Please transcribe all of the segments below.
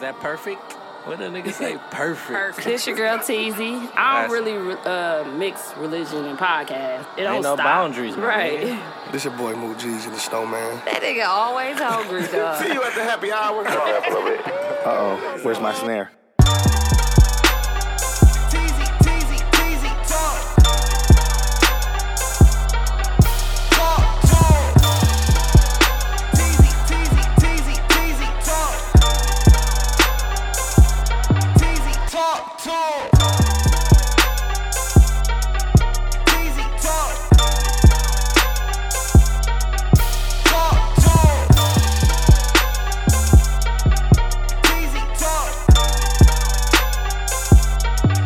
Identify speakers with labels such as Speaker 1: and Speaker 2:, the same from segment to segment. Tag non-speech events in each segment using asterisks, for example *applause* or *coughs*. Speaker 1: that perfect? What the nigga say? *laughs* Perfect.
Speaker 2: Perfect.
Speaker 3: This your girl Teasy. I
Speaker 1: Nice.
Speaker 3: don't really uh, mix religion and podcast. It don't
Speaker 1: Ain't no
Speaker 3: stop.
Speaker 1: boundaries, man.
Speaker 4: *laughs*
Speaker 3: right? *laughs*
Speaker 4: This your boy Moot G's and the Snowman.
Speaker 2: That nigga always
Speaker 5: *laughs*
Speaker 2: hungry, dog.
Speaker 6: See you at the happy hour.
Speaker 5: Uh-oh, where's my snare?
Speaker 6: Teasy, teasy, teasy, talk. Talk, talk. Teasy, teasy, teasy, teasy, talk. Teasy, talk, talk. Teasy, talk. Talk, talk. Teasy, talk.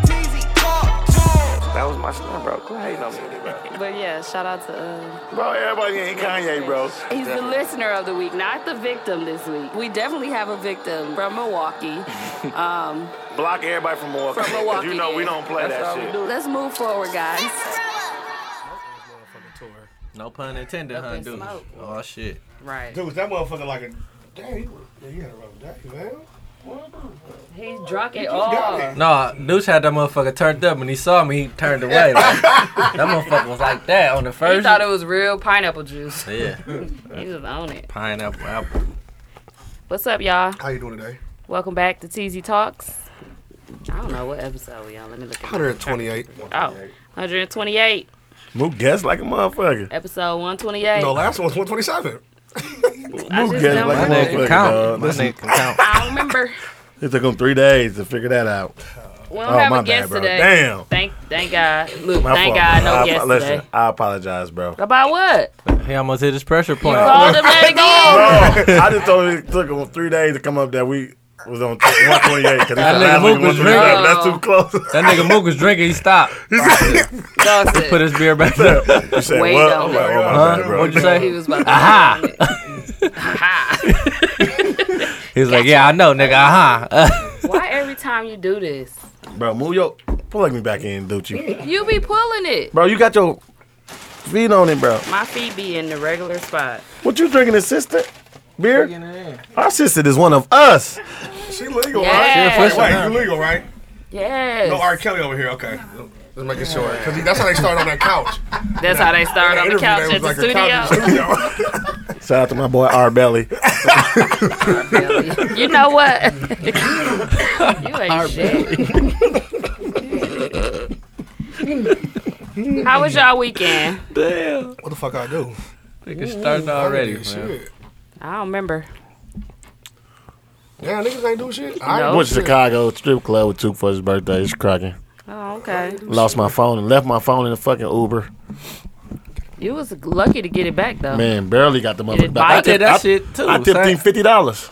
Speaker 6: Teasy, talk, talk.
Speaker 1: That was my son, bro. Quit hating on me, bro.
Speaker 3: But yeah, shout out to. Uh,
Speaker 5: Bro, everybody ain't Kanye, bro.
Speaker 3: he's the listener of the week, not the victim this week. We definitely have a victim
Speaker 1: *laughs*
Speaker 3: from Milwaukee. Um,
Speaker 5: Block everybody from Milwaukee.
Speaker 3: From Milwaukee,
Speaker 5: you know we
Speaker 3: yeah.
Speaker 5: don't play
Speaker 1: That's all
Speaker 5: that
Speaker 1: we
Speaker 5: shit.
Speaker 1: do.
Speaker 3: Let's move forward, guys.
Speaker 1: No pun intended, huh,
Speaker 3: in
Speaker 1: dude?
Speaker 3: smoke.
Speaker 1: Oh, shit.
Speaker 2: Right.
Speaker 4: Dude, that motherfucker like a damn. You, you had a rough day, man. What?
Speaker 3: He's drunk at
Speaker 4: Got
Speaker 3: all.
Speaker 4: it.
Speaker 1: No, Deuce had that motherfucker turned up. When he saw me, he turned away.
Speaker 5: *laughs*
Speaker 1: Like, that motherfucker was like that on the
Speaker 3: He
Speaker 1: first.
Speaker 3: thought it was real pineapple juice.
Speaker 1: yeah,
Speaker 3: *laughs* He was on it.
Speaker 1: pineapple apple.
Speaker 3: What's up, y'all?
Speaker 4: How you doing today?
Speaker 3: Welcome back to Teasy Talks. I don't know what episode we on. Let me look at
Speaker 4: 128.
Speaker 3: Oh, 128,
Speaker 5: Mook guessed like a motherfucker.
Speaker 3: episode 128.
Speaker 4: No, last one was
Speaker 3: *laughs*
Speaker 4: 127.
Speaker 5: Mook guessed
Speaker 3: just don't
Speaker 5: like a
Speaker 3: know.
Speaker 1: That nigga can
Speaker 5: motherfucker,
Speaker 1: count.
Speaker 5: dog.
Speaker 1: That
Speaker 5: Listen,
Speaker 4: *laughs*
Speaker 1: nigga can count.
Speaker 3: I don't remember.
Speaker 5: *laughs* it took him three days to figure that out.
Speaker 3: We don't
Speaker 5: Oh,
Speaker 3: have
Speaker 5: my
Speaker 3: a
Speaker 5: bad,
Speaker 3: guest
Speaker 5: bro.
Speaker 3: today.
Speaker 5: Damn.
Speaker 3: Thank, thank God. Look,
Speaker 5: My
Speaker 3: thank
Speaker 5: fault,
Speaker 3: God,
Speaker 5: bro.
Speaker 3: no
Speaker 5: I-
Speaker 3: guest
Speaker 5: Listen,
Speaker 3: today.
Speaker 5: I apologize, bro.
Speaker 3: About what?
Speaker 1: He almost hit his pressure point.
Speaker 3: Called him that again.
Speaker 5: I just told him it took him three days to come up that we was on 128 because
Speaker 1: That nigga Mook was
Speaker 5: that's too close.
Speaker 1: *laughs* That nigga Mook was drinking.
Speaker 5: *laughs*
Speaker 1: He stopped.
Speaker 3: Dog said-
Speaker 1: Put his beer back up.
Speaker 5: you said
Speaker 3: Way
Speaker 5: what?
Speaker 3: down
Speaker 5: I'm like, oh my
Speaker 1: Huh?
Speaker 5: bad, bro.
Speaker 1: What'd you say?
Speaker 3: He was about to
Speaker 1: Aha.
Speaker 3: Aha.
Speaker 1: He was like, yeah, I know, nigga. Uh-huh. *laughs*
Speaker 3: Why every time you do this?
Speaker 5: Bro, move your plug me back in, dude. You,
Speaker 3: You be pulling it.
Speaker 5: bro, you got your feet on it, bro.
Speaker 3: My feet be in the regular spot.
Speaker 5: What you drinking, sister? Beer? Our sister is one of
Speaker 3: *laughs*
Speaker 5: us.
Speaker 4: She legal, right?
Speaker 3: Yeah.
Speaker 4: Wait, wait, you legal, right?
Speaker 3: Yes.
Speaker 4: No, R. Kelly over here. Okay. Let's make it short. Because that's how they started on that
Speaker 1: *laughs*
Speaker 4: couch.
Speaker 3: That's how they start on the
Speaker 4: Interview,
Speaker 3: couch
Speaker 4: they
Speaker 3: at the
Speaker 4: was like a
Speaker 3: studio.
Speaker 4: couch in the studio.
Speaker 5: Shout out to my boy R.
Speaker 3: *laughs*
Speaker 5: Belly. *laughs*
Speaker 3: you know what? you ain't
Speaker 5: *laughs*
Speaker 3: shit. How was y'all weekend?
Speaker 4: what the fuck I do?
Speaker 1: Nigga starting already,
Speaker 4: Shit.
Speaker 1: man.
Speaker 3: I don't remember.
Speaker 4: Yeah, niggas ain't do shit. I
Speaker 3: No.
Speaker 4: ain't
Speaker 5: Went
Speaker 4: do
Speaker 5: to
Speaker 4: shit.
Speaker 5: Chicago strip club with Took for his birthday. It's cracking.
Speaker 3: Oh, okay.
Speaker 5: Lost my phone and left my phone in the fucking Uber.
Speaker 3: You was lucky to get it back though.
Speaker 5: Man, barely got the
Speaker 3: did
Speaker 5: motherfucker.
Speaker 3: buy
Speaker 5: I
Speaker 3: Oh.
Speaker 1: Did
Speaker 3: it.
Speaker 5: tipped,
Speaker 1: that
Speaker 5: I,
Speaker 1: shit too.
Speaker 5: I tipped
Speaker 1: son.
Speaker 5: him fifty dollars.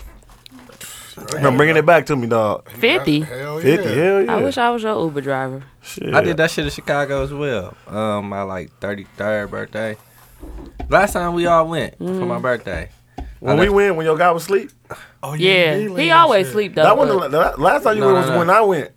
Speaker 5: I'm bringing it back to me, dog.
Speaker 3: Fifty.
Speaker 4: Hell yeah.
Speaker 5: Fifty, hell yeah.
Speaker 3: I wish I was your Uber driver.
Speaker 5: Shit.
Speaker 1: I did that shit in Chicago as well. Um, my like thirty third birthday. Last time we all went for
Speaker 3: Mm-hmm.
Speaker 1: my birthday.
Speaker 5: When
Speaker 1: I
Speaker 5: we
Speaker 1: left-
Speaker 5: went, when your guy was asleep,
Speaker 4: Oh,
Speaker 3: Yeah,
Speaker 4: you
Speaker 3: he
Speaker 4: legal
Speaker 3: always
Speaker 4: shit.
Speaker 3: sleep though.
Speaker 5: that wasn't
Speaker 3: but-
Speaker 5: the la- the last time you
Speaker 1: No,
Speaker 5: went
Speaker 1: no,
Speaker 5: was
Speaker 1: no.
Speaker 5: when I went.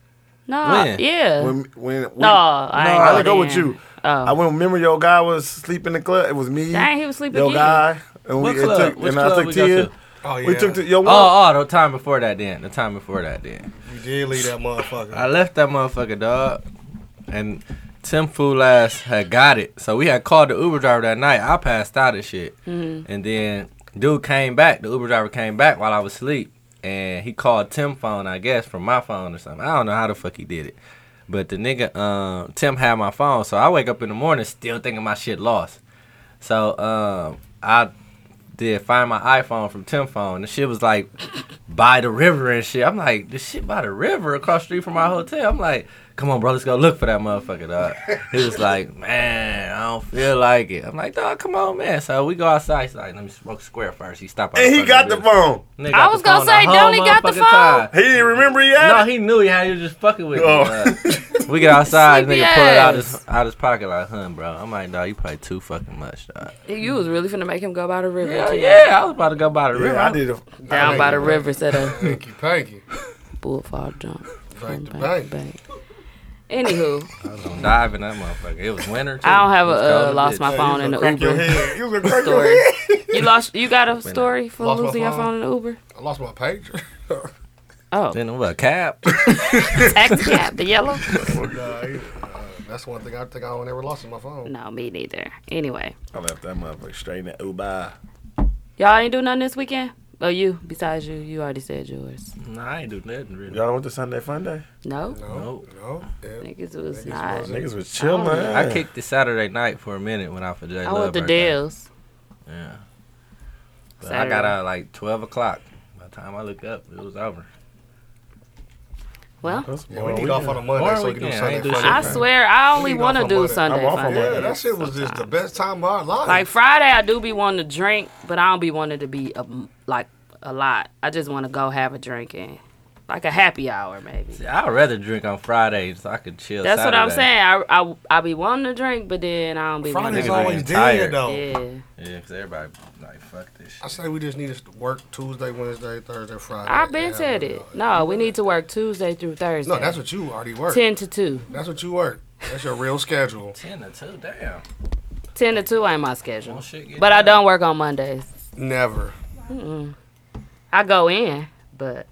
Speaker 3: Nah,
Speaker 1: When?
Speaker 3: Uh, yeah.
Speaker 5: When when, when
Speaker 3: no, I ain't
Speaker 5: I
Speaker 3: go
Speaker 5: didn't go
Speaker 3: then.
Speaker 5: with you.
Speaker 3: Oh.
Speaker 5: I went. Remember, your guy was sleeping in the club. It was me,
Speaker 3: Dang, he was sleeping
Speaker 5: your
Speaker 3: again.
Speaker 5: guy, and
Speaker 1: What
Speaker 5: we it
Speaker 1: club?
Speaker 5: took,
Speaker 1: Which
Speaker 5: and
Speaker 1: club
Speaker 5: I
Speaker 1: we
Speaker 5: took
Speaker 1: go
Speaker 5: Tia.
Speaker 1: to?
Speaker 4: Oh, yeah.
Speaker 5: We took to your walk.
Speaker 1: Oh, oh, the time before that. Then the time before that. Then
Speaker 4: You did leave that motherfucker.
Speaker 3: *laughs*
Speaker 1: I left that motherfucker dog, and Tim Fool ass had got it. So we had called the Uber driver that night. I passed out and shit, and then dude came back. The Uber driver came back while I was asleep, and he called Tim phone, I guess, from my phone or something. I don't know how the fuck he did it. But the nigga, um, Tim had my phone, so I wake up in the morning still thinking my shit lost. So um, I did find my iPhone from Tim phone. The shit was like by the river and shit. I'm like, this shit by the river across the street from my hotel. I'm like, come on, bro, let's go look for that motherfucker, dog. he was like, *laughs* man, I don't feel like it. I'm like, dog, come on, man. So we go outside. He's like, let me smoke square first. He stopped. by
Speaker 5: and he
Speaker 1: fucking
Speaker 5: got the
Speaker 1: building.
Speaker 5: phone.
Speaker 1: Nigga
Speaker 3: I
Speaker 1: got
Speaker 3: was
Speaker 1: the
Speaker 3: gonna
Speaker 1: phone
Speaker 3: say,
Speaker 1: whole
Speaker 3: don't he got the
Speaker 1: motherfucking
Speaker 3: phone?
Speaker 1: time.
Speaker 5: He didn't remember he had
Speaker 1: No,
Speaker 5: it.
Speaker 1: he knew he had. He was just fucking with
Speaker 5: Oh.
Speaker 1: me.
Speaker 4: *laughs*
Speaker 1: bro. we get outside,
Speaker 3: Sleepy
Speaker 1: nigga pull it out
Speaker 3: ass.
Speaker 1: his out his pocket like, hun, bro. I'm like, dog, you probably too fucking much, dog.
Speaker 3: You was really finna make him go by the river.
Speaker 1: Yeah,
Speaker 3: too.
Speaker 1: yeah, I was about to go by the river.
Speaker 5: Yeah, I did. A,
Speaker 3: Down by the river, set up.
Speaker 4: *laughs* Thank you, thank you.
Speaker 3: Boulevard jump.
Speaker 4: Bank to
Speaker 3: From
Speaker 4: bank.
Speaker 1: *laughs*
Speaker 3: Anywho,
Speaker 1: I'm diving that motherfucker. It was winter. Too.
Speaker 3: I don't have
Speaker 1: It was
Speaker 3: a uh,
Speaker 1: cold as
Speaker 3: lost
Speaker 1: bitch.
Speaker 3: my phone in the
Speaker 4: Crack your
Speaker 3: Uber
Speaker 4: head. You was
Speaker 3: *laughs*
Speaker 4: gonna crack your
Speaker 3: story.
Speaker 4: head.
Speaker 3: You lost. You got a story for
Speaker 4: Lost my
Speaker 3: losing your
Speaker 4: phone.
Speaker 3: phone in the Uber?
Speaker 4: I lost my pager.
Speaker 3: *laughs* Oh,
Speaker 1: Then what? Cap?
Speaker 3: *laughs* taxi cab, the
Speaker 4: *laughs*
Speaker 3: yellow?
Speaker 4: Oh, Nah, he- uh, that's one thing I think I won't ever lost in my phone.
Speaker 3: No, me neither. Anyway,
Speaker 5: I left that motherfucker straight in the Uber.
Speaker 3: y'all ain't do nothing this weekend? Oh, you? Besides you, you already said yours.
Speaker 1: nah, I ain't do nothing really.
Speaker 5: Y'all went to Sunday Fun Day?
Speaker 3: No,
Speaker 4: No, no. Yeah.
Speaker 3: niggas was not.
Speaker 5: Niggas was chill, man.
Speaker 1: I kicked the Saturday night for a minute when I for J
Speaker 3: I
Speaker 1: Love.
Speaker 3: went to
Speaker 1: birthday.
Speaker 3: Dale's.
Speaker 1: Yeah. But I got out like twelve o'clock. By the time I looked up, it was over.
Speaker 3: Well,
Speaker 5: That's
Speaker 4: Yeah, we
Speaker 5: boy,
Speaker 4: need
Speaker 5: we-
Speaker 4: off on a Monday
Speaker 1: Or
Speaker 4: so we can do
Speaker 1: weekend. I ain't
Speaker 4: Sunday
Speaker 1: do
Speaker 4: Friday.
Speaker 1: shit.
Speaker 3: I swear, I only
Speaker 4: You off
Speaker 3: want to
Speaker 4: on
Speaker 3: do
Speaker 4: Monday.
Speaker 3: Sunday.
Speaker 5: I'm off on
Speaker 3: Friday.
Speaker 5: Monday.
Speaker 4: Yeah, that shit was just the best time of our life.
Speaker 3: Like Friday, I do be wanting to drink, but I don't be wanting to be um, like a lot. I just want to go have a drink and like a happy hour maybe.
Speaker 1: I'd rather drink on Fridays so I could chill.
Speaker 3: That's what I'm
Speaker 1: Saturday.
Speaker 3: saying. I, I I be wanting to drink, but then I don't be. wanting
Speaker 4: Friday's
Speaker 1: niggas
Speaker 3: to
Speaker 4: always
Speaker 1: ain't
Speaker 4: dead
Speaker 1: tired.
Speaker 4: though.
Speaker 3: Yeah,
Speaker 1: Yeah, because everybody like fuck this shit.
Speaker 4: I say we just need to work Tuesday, Wednesday, Thursday, Friday.
Speaker 3: I've been
Speaker 4: Yeah,
Speaker 3: said
Speaker 4: you
Speaker 3: it.
Speaker 4: know.
Speaker 3: No, we need to work Tuesday through Thursday.
Speaker 4: No, that's what you already work.
Speaker 3: ten to two.
Speaker 4: That's what you work. That's your real schedule.
Speaker 1: Ten to two, damn.
Speaker 3: *laughs* Ten to two ain't my
Speaker 1: Don't
Speaker 3: schedule,
Speaker 1: shit get
Speaker 3: but I
Speaker 1: down.
Speaker 3: don't work on Mondays.
Speaker 4: Never.
Speaker 3: I go in, but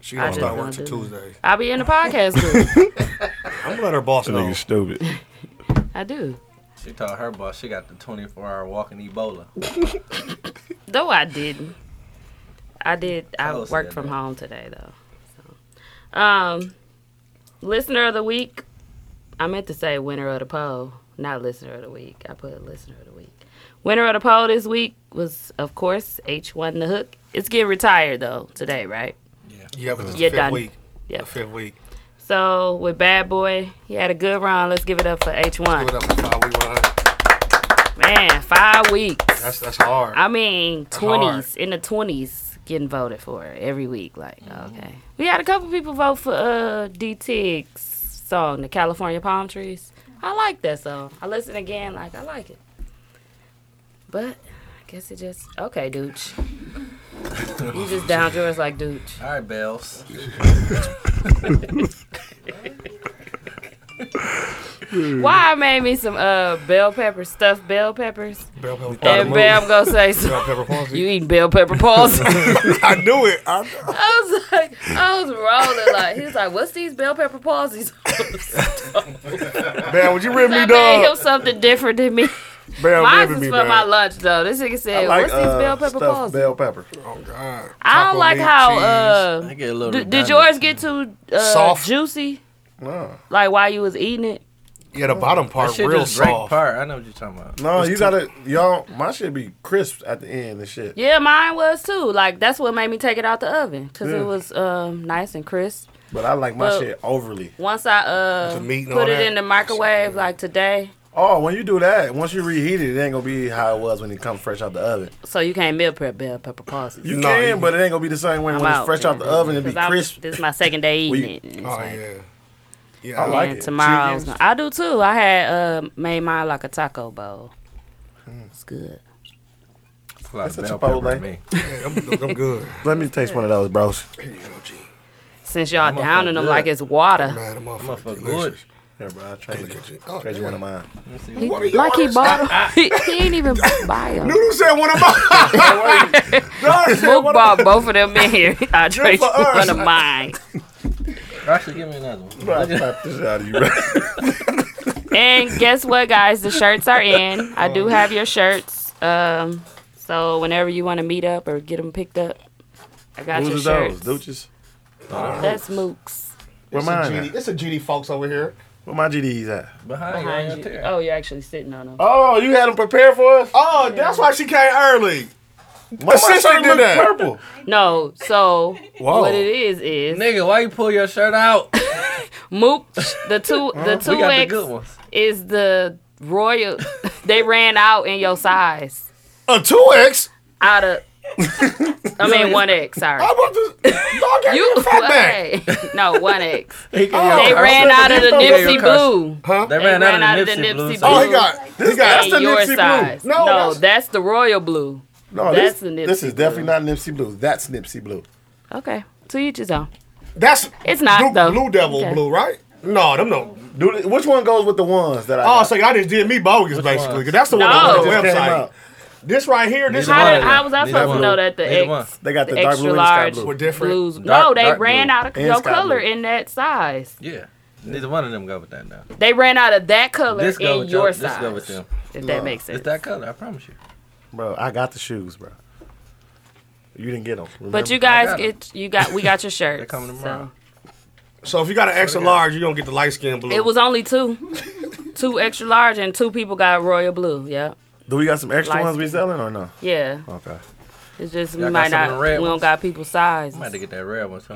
Speaker 4: She
Speaker 3: I
Speaker 4: don't
Speaker 3: just
Speaker 4: start
Speaker 3: don't
Speaker 4: work till
Speaker 3: do
Speaker 4: Tuesday.
Speaker 3: I be in the podcast group.
Speaker 4: I'm gonna let her boss
Speaker 5: That
Speaker 4: know.
Speaker 5: nigga *laughs* stupid.
Speaker 3: I do.
Speaker 1: She told her boss she got the 24 hour walking Ebola.
Speaker 3: Though I didn't. I did. I
Speaker 1: Close
Speaker 3: worked
Speaker 1: to
Speaker 3: from
Speaker 1: that.
Speaker 3: home today though. So. Um, listener of the week. I meant to say winner of the poll, not listener of the week. I put listener of the week. Winner of the poll this week was, of course, H1 The Hook. It's getting retired though today, right?
Speaker 4: Yeah, but it's the
Speaker 3: You're
Speaker 4: fifth
Speaker 3: done.
Speaker 4: week.
Speaker 3: Yep.
Speaker 4: The fifth week.
Speaker 3: So with Bad Boy, he had a good run. Let's give it up for
Speaker 4: Give it
Speaker 3: H1.
Speaker 4: up for five week run.
Speaker 3: Man, five weeks.
Speaker 4: That's that's hard.
Speaker 3: I mean,
Speaker 4: hard.
Speaker 3: twenties in the twenties getting voted for every week. Like, okay, we had a couple people vote for uh D Tig's song, "The California Palm Trees." I like that song. I listen again, like I like it. But I guess it just okay, Dooch. you just down yours like Dooch.
Speaker 1: All right, Bells.
Speaker 3: Why I made me some uh bell peppers, stuffed bell peppers,
Speaker 4: Bell pepper
Speaker 3: and
Speaker 4: palsy.
Speaker 3: Bam gonna say
Speaker 4: Bell
Speaker 3: some.
Speaker 4: pepper palsy.
Speaker 3: You eating bell pepper balls?
Speaker 4: *laughs* I knew it. I,
Speaker 3: I was like, I was rolling. Like he was like, "What's these bell pepper palsies?"
Speaker 5: Man, would you rip me,
Speaker 3: I made him
Speaker 5: dog?
Speaker 3: something different than me.
Speaker 5: Man,
Speaker 3: Mine
Speaker 5: rip
Speaker 3: is
Speaker 5: me,
Speaker 3: for
Speaker 5: dog.
Speaker 3: my lunch though. This nigga
Speaker 5: I
Speaker 3: said,
Speaker 5: like,
Speaker 3: "What's these
Speaker 5: uh,
Speaker 3: bell pepper
Speaker 5: stuffed
Speaker 3: palsies?"
Speaker 5: Bell pepper.
Speaker 4: oh God.
Speaker 3: I don't
Speaker 4: Taco
Speaker 3: like
Speaker 4: meat,
Speaker 3: how.
Speaker 4: cheese.
Speaker 1: I
Speaker 3: Uh,
Speaker 1: get a little.
Speaker 3: d-
Speaker 1: redundant.
Speaker 3: did yours get too uh,
Speaker 4: Soft.
Speaker 3: juicy?
Speaker 5: No,
Speaker 3: Like while you was eating it?
Speaker 4: yeah, the bottom
Speaker 1: That
Speaker 4: part
Speaker 1: shit
Speaker 4: real
Speaker 1: just break
Speaker 4: soft.
Speaker 1: apart. I know what you're talking about.
Speaker 5: no, you gotta, y'all. My shit be crisp at the end and shit.
Speaker 3: Yeah, mine was too. Like that's what made me take it out the oven because
Speaker 5: Yeah.
Speaker 3: it was um, nice and crisp.
Speaker 5: But I like my
Speaker 3: Well-
Speaker 5: shit overly.
Speaker 3: Once I uh,
Speaker 4: With the
Speaker 3: put
Speaker 4: meat
Speaker 3: it
Speaker 4: and all that.
Speaker 3: in the microwave, like today,
Speaker 5: Oh, when you do that, once you reheat it, it ain't gonna be how it was when it comes fresh out the oven.
Speaker 3: so you can't meal prep bell pepper palsies.
Speaker 5: You
Speaker 4: No,
Speaker 5: can,
Speaker 4: you-
Speaker 5: but it ain't gonna be the same way
Speaker 3: I'm
Speaker 5: when it's
Speaker 3: out,
Speaker 5: fresh out the
Speaker 3: yeah.
Speaker 5: oven. It be
Speaker 3: 'Cause I'm-
Speaker 5: crisp.
Speaker 3: This is my second day
Speaker 5: We-
Speaker 3: eating it. and it's
Speaker 4: Oh
Speaker 3: like-
Speaker 4: yeah. Yeah,
Speaker 5: I
Speaker 4: I
Speaker 5: like
Speaker 4: like
Speaker 3: and
Speaker 5: it.
Speaker 3: tomorrow's
Speaker 5: Chickens.
Speaker 3: I do too. I had uh, made mine like a taco bowl.
Speaker 4: Mm.
Speaker 3: It's good.
Speaker 1: It's a lot
Speaker 5: That's a
Speaker 1: of bell
Speaker 5: Chipotle.
Speaker 1: pepper
Speaker 5: *laughs*
Speaker 1: to me
Speaker 4: it. I'm, I'm good.
Speaker 5: Let me taste one of those, bros.
Speaker 4: Here you go, G.
Speaker 3: Since y'all
Speaker 1: Motherfucker
Speaker 3: downing them
Speaker 1: good.
Speaker 3: like it's water.
Speaker 4: Man, the motherfucker
Speaker 1: Motherfucker
Speaker 4: delicious.
Speaker 1: good.
Speaker 4: *laughs*
Speaker 5: Here, bro. I'll trade you.
Speaker 4: Oh,
Speaker 5: Trade you one of mine.
Speaker 4: What are you
Speaker 3: Like he
Speaker 4: ordering?
Speaker 3: bought, he, *laughs* he ain't even buy them.
Speaker 4: Dude said one of mine. Dog said
Speaker 3: Book
Speaker 4: one of-
Speaker 3: bought both of them in here. *laughs* I trade you
Speaker 4: for us.
Speaker 3: one of mine.
Speaker 1: Actually, give me another one.
Speaker 5: Bro, I'll slap this out of you, bro.
Speaker 3: And guess what, guys? The shirts are
Speaker 1: *laughs*
Speaker 3: in. I
Speaker 1: Oh.
Speaker 3: do have your shirts. Um, so whenever you want to meet up or get them picked up, I got
Speaker 5: Who's
Speaker 3: your
Speaker 5: those?
Speaker 3: shirts.
Speaker 5: Dooches?
Speaker 3: That's Mooks.
Speaker 5: Where
Speaker 4: It's a
Speaker 5: mine
Speaker 4: GD.
Speaker 5: at?
Speaker 4: It's a GD folks over here.
Speaker 5: Where my GDs at?
Speaker 1: Behind, you,
Speaker 3: Behind
Speaker 1: right
Speaker 3: you.
Speaker 1: there.
Speaker 3: Oh, you're actually sitting on them.
Speaker 5: Oh, you had them prepared for us?
Speaker 4: Oh, that's why she came early.
Speaker 5: My
Speaker 4: sister
Speaker 5: shirt
Speaker 4: did
Speaker 5: look
Speaker 4: that.
Speaker 5: purple.
Speaker 3: No, so
Speaker 4: Whoa.
Speaker 3: what it is is
Speaker 1: Nigga, why you pull your shirt out?
Speaker 3: *laughs* Mook. The two, the
Speaker 1: we
Speaker 3: two
Speaker 1: got the good
Speaker 3: X
Speaker 1: ones.
Speaker 3: is the royal. They ran out in your size
Speaker 4: A two X.
Speaker 3: out of. I mean one X. Sorry,
Speaker 4: I want this. Dog gave
Speaker 3: you
Speaker 4: me a fat back.
Speaker 3: okay. no one X.
Speaker 1: He gave
Speaker 4: Oh,
Speaker 1: your
Speaker 3: They
Speaker 1: car-
Speaker 3: ran out of the
Speaker 1: He gave your
Speaker 3: Nipsey
Speaker 1: car-
Speaker 3: Blue.
Speaker 4: Huh?
Speaker 1: They, ran, out, of the Nipsey, Blue.
Speaker 4: oh, he
Speaker 3: Blue.
Speaker 4: got. He
Speaker 5: That's
Speaker 4: got.
Speaker 3: That's
Speaker 5: the
Speaker 3: your
Speaker 5: Nipsey Blue.
Speaker 3: size.
Speaker 4: No,
Speaker 3: No,
Speaker 4: that's-
Speaker 3: that's, the royal blue.
Speaker 5: No, this,
Speaker 3: That's the Nipsey
Speaker 5: this is
Speaker 3: Blue.
Speaker 5: definitely not Nipsey Blue. That's Nipsey Blue.
Speaker 3: Okay, to each his own.
Speaker 4: That's.
Speaker 3: It's not,
Speaker 4: blue,
Speaker 3: though.
Speaker 4: Blue Devil
Speaker 3: Okay.
Speaker 4: blue, right? No, them no.
Speaker 5: Do, which one goes with the ones that I
Speaker 4: Oh,
Speaker 5: got?
Speaker 4: so y'all just did me bogus basically. 'cause that's the one
Speaker 3: No.
Speaker 4: on the
Speaker 5: Just came
Speaker 4: website.
Speaker 5: out. This right here, this
Speaker 1: Neither
Speaker 3: How
Speaker 1: one
Speaker 3: did,
Speaker 1: of them.
Speaker 3: how was I
Speaker 1: Neither
Speaker 3: supposed
Speaker 1: one.
Speaker 3: to know that the
Speaker 1: Neither one.
Speaker 3: X,
Speaker 5: They got the dark
Speaker 3: extra
Speaker 5: blue and sky
Speaker 3: large
Speaker 5: blue.
Speaker 4: We're different.
Speaker 3: blues? no,
Speaker 1: Dark-
Speaker 3: they
Speaker 1: dark
Speaker 3: ran
Speaker 1: blue.
Speaker 3: out of
Speaker 5: And
Speaker 3: no
Speaker 5: sky blue.
Speaker 3: color in that size.
Speaker 1: Yeah. *laughs* Neither one of them go with that now.
Speaker 3: They ran out of that color
Speaker 1: This go
Speaker 3: in
Speaker 1: with
Speaker 3: your
Speaker 1: your,
Speaker 3: size.
Speaker 1: this go with them.
Speaker 3: If that makes sense.
Speaker 1: It's that color, I promise you.
Speaker 5: bro. I got the shoes, bro. You didn't get them.
Speaker 3: but you guys
Speaker 1: got 'em.
Speaker 3: get *laughs* you got
Speaker 1: *laughs*
Speaker 3: we got your shirt.
Speaker 1: They're coming tomorrow.
Speaker 4: So if you got an extra large, you don't get the light skin blue.
Speaker 3: It was only two, two extra large, and two people got royal blue. Yeah,
Speaker 5: do we got some extra
Speaker 3: Light
Speaker 5: ones we selling or no?
Speaker 3: yeah.
Speaker 5: Okay.
Speaker 3: It's just we
Speaker 1: Y'all got
Speaker 3: might
Speaker 1: some of the
Speaker 3: not. We
Speaker 1: red
Speaker 3: don't
Speaker 1: ones?
Speaker 3: got people's size.
Speaker 1: I'm about to get that red one too.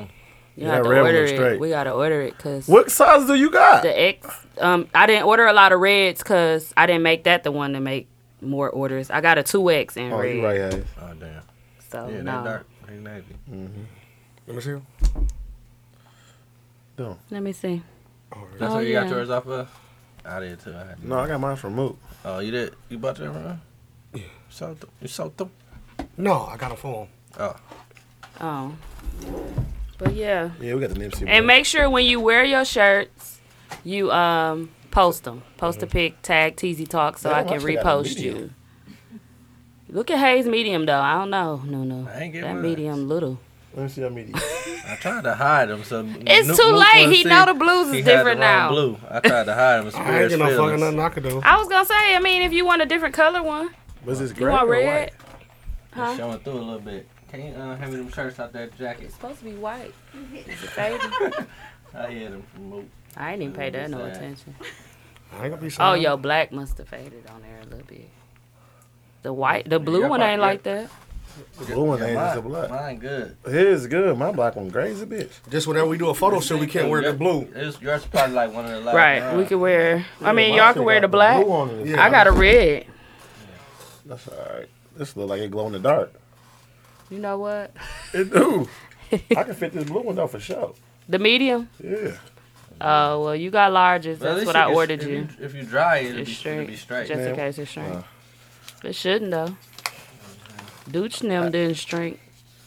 Speaker 3: You
Speaker 5: Yeah,
Speaker 3: have to
Speaker 5: red ones
Speaker 3: order
Speaker 5: straight.
Speaker 3: it. We gotta order it because
Speaker 5: What size do you got?
Speaker 3: the X. Um, I didn't order a lot of reds because I didn't make that the one to make more orders. I got a two X in
Speaker 5: Oh,
Speaker 3: red.
Speaker 5: you right, Hayes.
Speaker 1: Oh damn.
Speaker 3: So
Speaker 1: Yeah, they
Speaker 3: no.
Speaker 1: dark. They navy.
Speaker 4: Mm-hmm. Let me see.
Speaker 5: No.
Speaker 3: Let me see.
Speaker 1: That's
Speaker 3: Oh,
Speaker 1: where you
Speaker 3: yeah.
Speaker 1: got yours off of? I did too. I had to-
Speaker 5: No, I got mine from Moot.
Speaker 1: Oh, you did? You bought that one? Yeah. Sold them. You sold them?
Speaker 4: No, I got a phone.
Speaker 1: Oh.
Speaker 3: Oh, but yeah.
Speaker 5: Yeah, we got the Nipsey. Blue.
Speaker 3: And make sure when you wear your shirts, you um post them. Post a pic, tag TZ Talk so
Speaker 5: Damn,
Speaker 4: Oh,
Speaker 3: I can
Speaker 5: I should have
Speaker 3: repost
Speaker 5: medium.
Speaker 3: you. Look at Hayes medium though. I don't know. No, no.
Speaker 1: I ain't get
Speaker 3: That
Speaker 1: mine.
Speaker 3: medium little.
Speaker 5: Let me see how many.
Speaker 1: I tried to hide him. So
Speaker 3: It's too late. He know the blues is different now.
Speaker 1: Blue. I tried to hide
Speaker 4: *laughs*
Speaker 1: him.
Speaker 4: I
Speaker 1: Spare
Speaker 4: ain't
Speaker 1: his
Speaker 4: get no fucking
Speaker 1: feelings.
Speaker 4: nothing I could do.
Speaker 3: *laughs* I was gonna say, I mean, if you want a different color one,
Speaker 5: Was this
Speaker 3: you
Speaker 5: gray?
Speaker 3: want
Speaker 5: or
Speaker 3: red.
Speaker 5: white?
Speaker 1: It's Showing through a little bit. Can you uh, hand me them shirts out that jacket?
Speaker 3: It's supposed to be white. It's a baby.
Speaker 1: *laughs* I had them from Moot.
Speaker 3: *laughs* I ain't even pay that no
Speaker 1: Sad.
Speaker 3: attention.
Speaker 4: I ain't gonna be sorry.
Speaker 3: Oh, yo, black must have faded on there a little bit. The white, the blue
Speaker 1: Yeah,
Speaker 3: one
Speaker 1: but-
Speaker 3: ain't like that.
Speaker 5: Blue one ain't just a
Speaker 1: mine,
Speaker 5: black.
Speaker 1: mine good.
Speaker 5: His good. My black one gray as a bitch.
Speaker 4: Just whenever we do a photo shoot, we can't wear the blue.
Speaker 1: It's, yours probably like one of the last.
Speaker 3: Right. We could wear. I mean, y'all can wear the black.
Speaker 5: Blue on it.
Speaker 4: Yeah.
Speaker 3: I got a red.
Speaker 5: That's all right. This look like it glow in the dark.
Speaker 3: You know what?
Speaker 5: It
Speaker 3: *laughs*
Speaker 5: do. I can fit this blue one though for sure.
Speaker 3: The medium?
Speaker 5: Yeah.
Speaker 3: Oh, well, you got larges.
Speaker 1: Well, at
Speaker 3: That's
Speaker 1: least if
Speaker 3: what I
Speaker 1: it's-
Speaker 3: ordered
Speaker 1: if
Speaker 3: you.
Speaker 1: If you dry it, it'll
Speaker 3: It's
Speaker 1: be straight. It'll be
Speaker 3: straight.
Speaker 1: straight.
Speaker 3: Just in
Speaker 5: man.
Speaker 3: case it's shrink. It shouldn't, though. Dooch and them didn't shrink.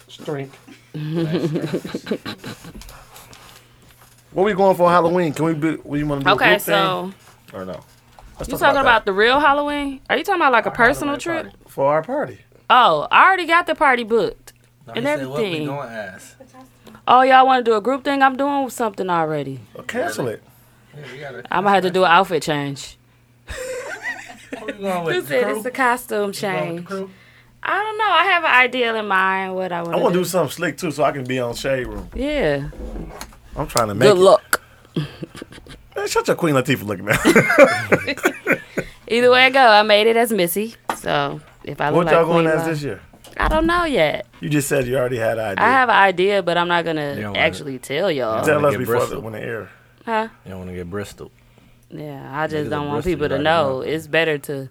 Speaker 5: Strength.
Speaker 3: *laughs*
Speaker 5: what we going for Halloween? Can we be? We want to do a
Speaker 3: Okay,
Speaker 5: group
Speaker 3: so
Speaker 5: thing or no? Let's
Speaker 3: you
Speaker 5: talk
Speaker 3: talking
Speaker 5: that
Speaker 3: about the real Halloween? Are you talking about like a personal
Speaker 1: Halloween
Speaker 3: trip?
Speaker 1: party.
Speaker 5: for our party?
Speaker 3: Oh, I already got the party booked.
Speaker 1: No,
Speaker 3: And
Speaker 1: he said, what
Speaker 3: everything.
Speaker 1: we going ask?
Speaker 3: Oh, y'all want to do a group thing? I'm doing something already.
Speaker 5: Or cancel it.
Speaker 1: Yeah, we gotta,
Speaker 3: I'm going to have to do an outfit change.
Speaker 1: who you going
Speaker 3: You
Speaker 1: with? The
Speaker 3: said
Speaker 1: crew?
Speaker 3: it's a costume
Speaker 1: You going with
Speaker 3: change.
Speaker 1: the crew?
Speaker 3: I don't know. I have an ideal in mind what I want
Speaker 5: I
Speaker 3: to
Speaker 5: want to
Speaker 3: do.
Speaker 5: do something slick too, so I can be on shade room.
Speaker 3: Yeah.
Speaker 5: I'm trying to make
Speaker 3: Good
Speaker 5: it.
Speaker 3: luck.
Speaker 5: Man, shut your Queen Latifah look, man.
Speaker 3: Either way I go, I made it as Missy. So if I look
Speaker 5: what
Speaker 3: like
Speaker 5: y'all going
Speaker 3: Queen
Speaker 5: as
Speaker 3: Latifah-
Speaker 5: this year?
Speaker 3: I don't know yet.
Speaker 5: You just said you already had an idea.
Speaker 3: I have an idea, but I'm not gonna
Speaker 1: You don't want
Speaker 3: actually tell y'all.
Speaker 1: Yeah.
Speaker 5: Tell us
Speaker 1: Get
Speaker 5: before the,
Speaker 1: Bristol.
Speaker 5: when the air.
Speaker 3: Huh?
Speaker 1: You don't want to get bristled.
Speaker 3: Yeah, I just
Speaker 1: Niggas
Speaker 3: don't
Speaker 1: are
Speaker 3: want
Speaker 1: bristly
Speaker 3: people to
Speaker 1: right
Speaker 3: know.
Speaker 1: now.
Speaker 3: It's better to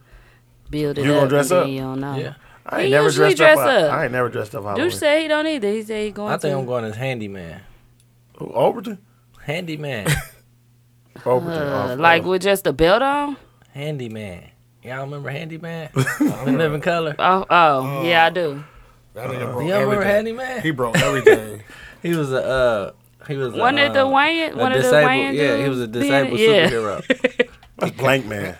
Speaker 3: build it
Speaker 5: You
Speaker 3: up.
Speaker 5: gonna dress
Speaker 3: and
Speaker 5: up?
Speaker 3: Then you don't know.
Speaker 1: Yeah.
Speaker 5: I
Speaker 3: He
Speaker 5: ain't never
Speaker 3: usually
Speaker 5: dressed up.
Speaker 3: dress up.
Speaker 5: I ain't never dressed up Halloween.
Speaker 3: Dude said he don't either. He said he going
Speaker 1: I think
Speaker 3: to.
Speaker 1: I'm going as handyman.
Speaker 5: Who, Oh, Overton.
Speaker 1: Handyman.
Speaker 5: *laughs* Overton.
Speaker 3: uh,
Speaker 5: off-
Speaker 3: like with just a belt on?
Speaker 1: handyman. Y'all
Speaker 5: *laughs*
Speaker 1: remember Handyman? In Living Color.
Speaker 3: Oh, oh, yeah, I do.
Speaker 4: That nigga
Speaker 1: Do
Speaker 4: broke
Speaker 1: y'all remember
Speaker 4: everything.
Speaker 1: Handyman?
Speaker 4: He broke everything.
Speaker 1: Uh, *laughs* He was a uh, he was
Speaker 3: One
Speaker 1: a,
Speaker 3: of the
Speaker 1: uh,
Speaker 3: Wayans,
Speaker 1: a
Speaker 3: one of the
Speaker 1: disabled-
Speaker 3: Wayans.
Speaker 1: Yeah, he was a disabled superhero.
Speaker 3: *laughs*
Speaker 5: That's Blank Man.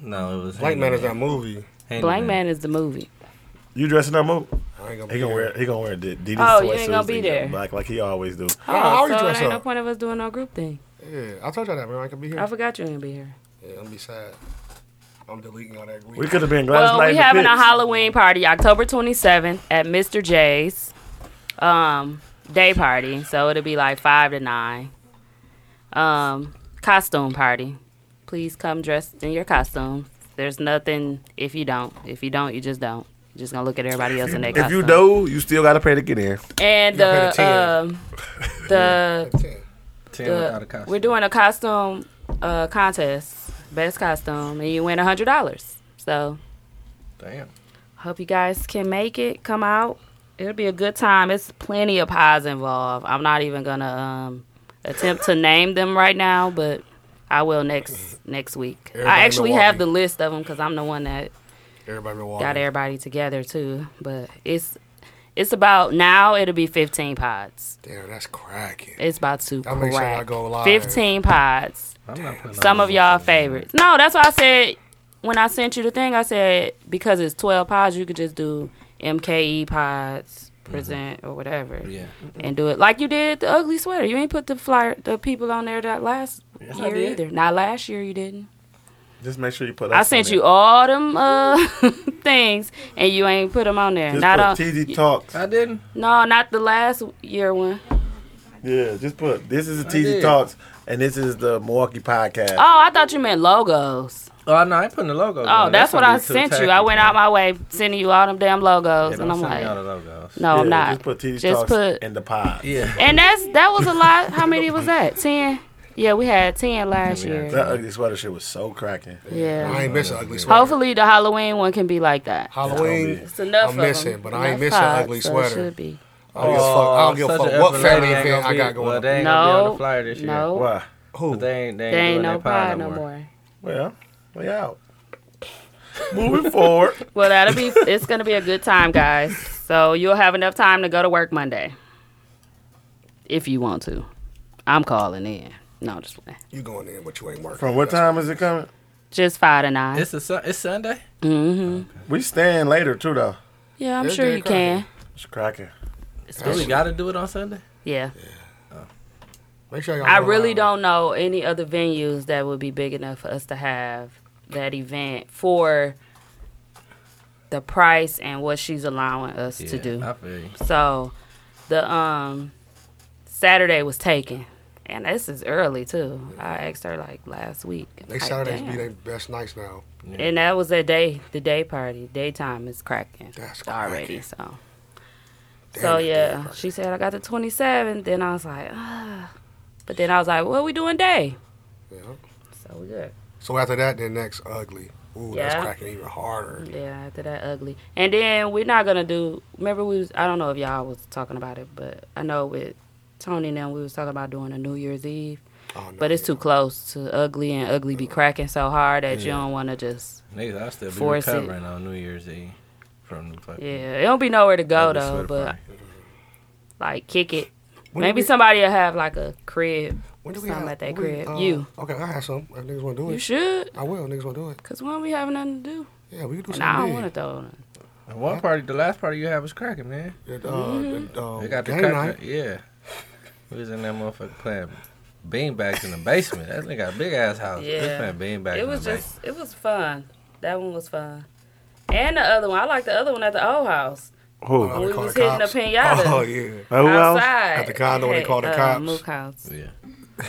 Speaker 1: no, it was
Speaker 4: Black Man is
Speaker 1: Handyman.
Speaker 4: that movie.
Speaker 1: Handyman.
Speaker 3: Blank Man is the movie.
Speaker 5: You dressing up, Mo?
Speaker 4: I ain't gonna
Speaker 5: He
Speaker 4: be
Speaker 5: gonna
Speaker 4: there.
Speaker 5: wear he gonna wear the Didi
Speaker 3: Oh, you
Speaker 5: sweatsuits
Speaker 3: ain't gonna be
Speaker 5: and
Speaker 3: there.
Speaker 5: get black like he always do.
Speaker 3: Oh,
Speaker 4: I already
Speaker 3: so it
Speaker 4: dress
Speaker 3: ain't no
Speaker 4: up.
Speaker 3: point of us doing no group thing.
Speaker 4: Yeah, I told y'all that, man. I could be here.
Speaker 3: I forgot you didn't be here.
Speaker 4: yeah, I'm be sad. I'm deleting all that.
Speaker 5: We
Speaker 4: We
Speaker 5: could have been Gladys
Speaker 3: Well,
Speaker 5: Knight
Speaker 3: we
Speaker 5: in the
Speaker 3: having a
Speaker 5: pits.
Speaker 3: Halloween party October 27th at Mr. J's um, day party. So it'll be like 5 to 9. Um, costume party. Please come dressed in your costume. There's nothing if you don't. If you don't, you just don't. You're just going to look at everybody else in their
Speaker 5: If
Speaker 3: costume.
Speaker 5: you do, you still gotta pay to get in.
Speaker 3: And
Speaker 4: You gotta pay the
Speaker 3: the, um, the,
Speaker 4: ten.
Speaker 1: Ten
Speaker 3: the
Speaker 1: without a costume.
Speaker 3: we're doing a costume uh, contest. Best costume. And you win $100. So
Speaker 1: Damn.
Speaker 3: Hope you guys can make it. Come out. It'll be a good time. It's plenty of pies involved. I'm not even gonna um,
Speaker 1: *laughs*
Speaker 3: attempt to name them right now, but I will next next week.
Speaker 4: Everybody
Speaker 3: I
Speaker 4: in
Speaker 3: actually have
Speaker 4: Milwaukee.
Speaker 3: the list of them because I'm the one that
Speaker 4: Everybody been walking.
Speaker 3: got everybody together too. But it's it's about now. It'll be 15 pods.
Speaker 4: Damn, that's cracking.
Speaker 3: It's about to
Speaker 4: I'll make sure I
Speaker 3: crack.
Speaker 4: go live.
Speaker 3: 15 pods.
Speaker 1: I'm not putting
Speaker 3: Some
Speaker 1: on
Speaker 3: of y'all favorites. No, that's why I said when I sent you the thing, I said because it's twelve pods, you could just do MKE pods present or whatever,
Speaker 1: Yeah.
Speaker 3: and do it like you did the ugly sweater. You ain't put the flyer, the people on there that last
Speaker 1: I
Speaker 3: year
Speaker 1: did.
Speaker 3: either. Not last year, you didn't.
Speaker 5: Just make sure you put.
Speaker 3: I
Speaker 5: us
Speaker 3: sent
Speaker 5: on
Speaker 3: you
Speaker 5: there.
Speaker 3: all them uh, *laughs* things, and you ain't put them on there.
Speaker 5: Just
Speaker 3: not all,
Speaker 5: put TZ Talks.
Speaker 1: I didn't.
Speaker 3: no, not the last year one.
Speaker 5: Yeah, just put. This is the
Speaker 1: did.
Speaker 5: TZ Talks, and this is the Milwaukee podcast.
Speaker 3: Oh, I thought you meant logos.
Speaker 1: Oh no, I ain't putting the logo.
Speaker 3: Oh, that's, what I sent you. I went out my way sending you all them damn logos, and I'm like,
Speaker 1: out the logos.
Speaker 3: no, I'm
Speaker 5: Yeah,
Speaker 3: not.
Speaker 5: Just put TZ
Speaker 3: Just
Speaker 5: Talks
Speaker 3: put-
Speaker 5: in the pod.
Speaker 1: Yeah.
Speaker 3: And that's that was a lot. How many
Speaker 1: *laughs*
Speaker 3: was that? Ten. Yeah, we had ten last
Speaker 1: Yeah, we had
Speaker 3: year.
Speaker 5: That ugly sweater shit was so cracking.
Speaker 4: I
Speaker 3: Yeah.
Speaker 4: ain't missing ugly sweater.
Speaker 3: Hopefully the Halloween one can be like that.
Speaker 4: Halloween.
Speaker 3: It's enough.
Speaker 4: I'm
Speaker 3: of 'em.
Speaker 4: missing, but I ain't
Speaker 3: Enough
Speaker 4: missing
Speaker 3: pods,
Speaker 4: ugly
Speaker 3: so it
Speaker 4: sweater.
Speaker 3: should be.
Speaker 4: I don't give a fuck, I don't give a
Speaker 1: Oh, Such an
Speaker 4: fuck what
Speaker 1: effort,
Speaker 4: family
Speaker 1: they ain't
Speaker 4: event
Speaker 1: gonna
Speaker 4: I
Speaker 1: be-
Speaker 4: got going
Speaker 1: Well,
Speaker 4: on.
Speaker 1: they ain't gonna be on
Speaker 3: No,
Speaker 1: the flyer this year.
Speaker 3: no,
Speaker 5: Why?
Speaker 4: Who?
Speaker 1: They ain't. They ain't,
Speaker 3: there ain't
Speaker 1: doing
Speaker 3: no
Speaker 1: that pie
Speaker 3: pie no more.
Speaker 5: Well, we out. Moving forward.
Speaker 3: *laughs* Well, that'll be. It's gonna be a good time, guys. So you'll have enough time to go to work Monday, if you want to. I'm calling in. No, I'm just playing.
Speaker 4: You going in, but you ain't working.
Speaker 5: From what time is it coming?
Speaker 3: Just five to nine.
Speaker 1: It's a Sun- it's Sunday.
Speaker 3: mm-hmm.
Speaker 5: We staying later too though.
Speaker 3: Yeah, I'm
Speaker 4: It's
Speaker 3: sure
Speaker 4: dead
Speaker 3: you can.
Speaker 5: It's cracking.
Speaker 1: Do
Speaker 5: *laughs*
Speaker 1: we got to do it on Sunday?
Speaker 3: Yeah.
Speaker 4: Make sure y'all
Speaker 3: I
Speaker 4: know
Speaker 3: really
Speaker 4: about
Speaker 3: don't know any other venues that would be big enough for us to have that event for the price and what she's allowing us to
Speaker 1: Yeah,
Speaker 3: do.
Speaker 1: I feel you.
Speaker 3: So the um Saturday was taken. And this is early too. I asked her like last week.
Speaker 4: it. They
Speaker 3: like,
Speaker 4: Saturdays be
Speaker 3: damn.
Speaker 4: their best nights now.
Speaker 3: And that was that day, the day party. Daytime is cracking
Speaker 4: That's
Speaker 3: already.
Speaker 4: cracking.
Speaker 3: So
Speaker 4: Damn,
Speaker 3: so
Speaker 4: that's
Speaker 3: yeah,
Speaker 4: cracking.
Speaker 3: she said I got the 27th. Then I was like, ah. but then I was like, what we doing day?
Speaker 4: Yeah.
Speaker 3: So we good.
Speaker 4: So after that, then next ugly. Ooh, that's
Speaker 3: Yeah.
Speaker 4: cracking even harder.
Speaker 3: Yeah, after that ugly. And then we're not gonna do. Remember we was. I don't know if y'all was talking about it, but I know with Tony and them we was talking about doing a New Year's Eve.
Speaker 4: Oh, no,
Speaker 3: But it's too close to ugly, and ugly be cracking so hard that you
Speaker 1: Yeah.
Speaker 3: don't want to just.
Speaker 1: Niggas, I still be
Speaker 3: Force it.
Speaker 1: recovering on New Year's Eve from the fucking.
Speaker 3: Yeah, it don't be nowhere to go
Speaker 1: ugly
Speaker 3: though.
Speaker 1: sweater
Speaker 3: But
Speaker 4: Uh,
Speaker 1: party.
Speaker 3: like, kick it.
Speaker 4: When
Speaker 3: Maybe
Speaker 4: did we-
Speaker 3: somebody will have like a crib.
Speaker 4: When
Speaker 3: Something at that
Speaker 4: when
Speaker 3: crib. You.
Speaker 4: uh, Okay, I have some. If niggas want to do
Speaker 3: You
Speaker 4: it,
Speaker 3: should,
Speaker 4: I will. Niggas want to do it.
Speaker 3: cause when we having nothing to do,
Speaker 4: Yeah, we can do
Speaker 3: and I don't
Speaker 4: something.
Speaker 3: want to
Speaker 4: big.
Speaker 3: throw. nothing.
Speaker 1: And one party, the last party you had was cracking, man.
Speaker 4: That, uh,
Speaker 3: Mm-hmm.
Speaker 4: that, uh,
Speaker 1: They got the
Speaker 4: game
Speaker 1: crack.
Speaker 4: night.
Speaker 1: Yeah. We was in that motherfucker playing beanbags in the basement. That nigga got a big ass
Speaker 4: Oh,
Speaker 1: house.
Speaker 3: Yeah.
Speaker 1: Yeah. playing beanbags
Speaker 3: It
Speaker 1: in
Speaker 3: was
Speaker 1: the
Speaker 3: just, it was fun. That one was fun. And the other one, I like the other one at the old house.
Speaker 5: Who?
Speaker 4: Oh, they
Speaker 3: We
Speaker 4: call
Speaker 3: was
Speaker 4: the
Speaker 3: hitting
Speaker 4: cops.
Speaker 3: a pinata.
Speaker 4: Oh yeah.
Speaker 5: Who else?
Speaker 3: outside
Speaker 4: At the condo when they call the
Speaker 3: at, uh,
Speaker 4: cops.
Speaker 3: Mook house.
Speaker 1: basement. Yeah.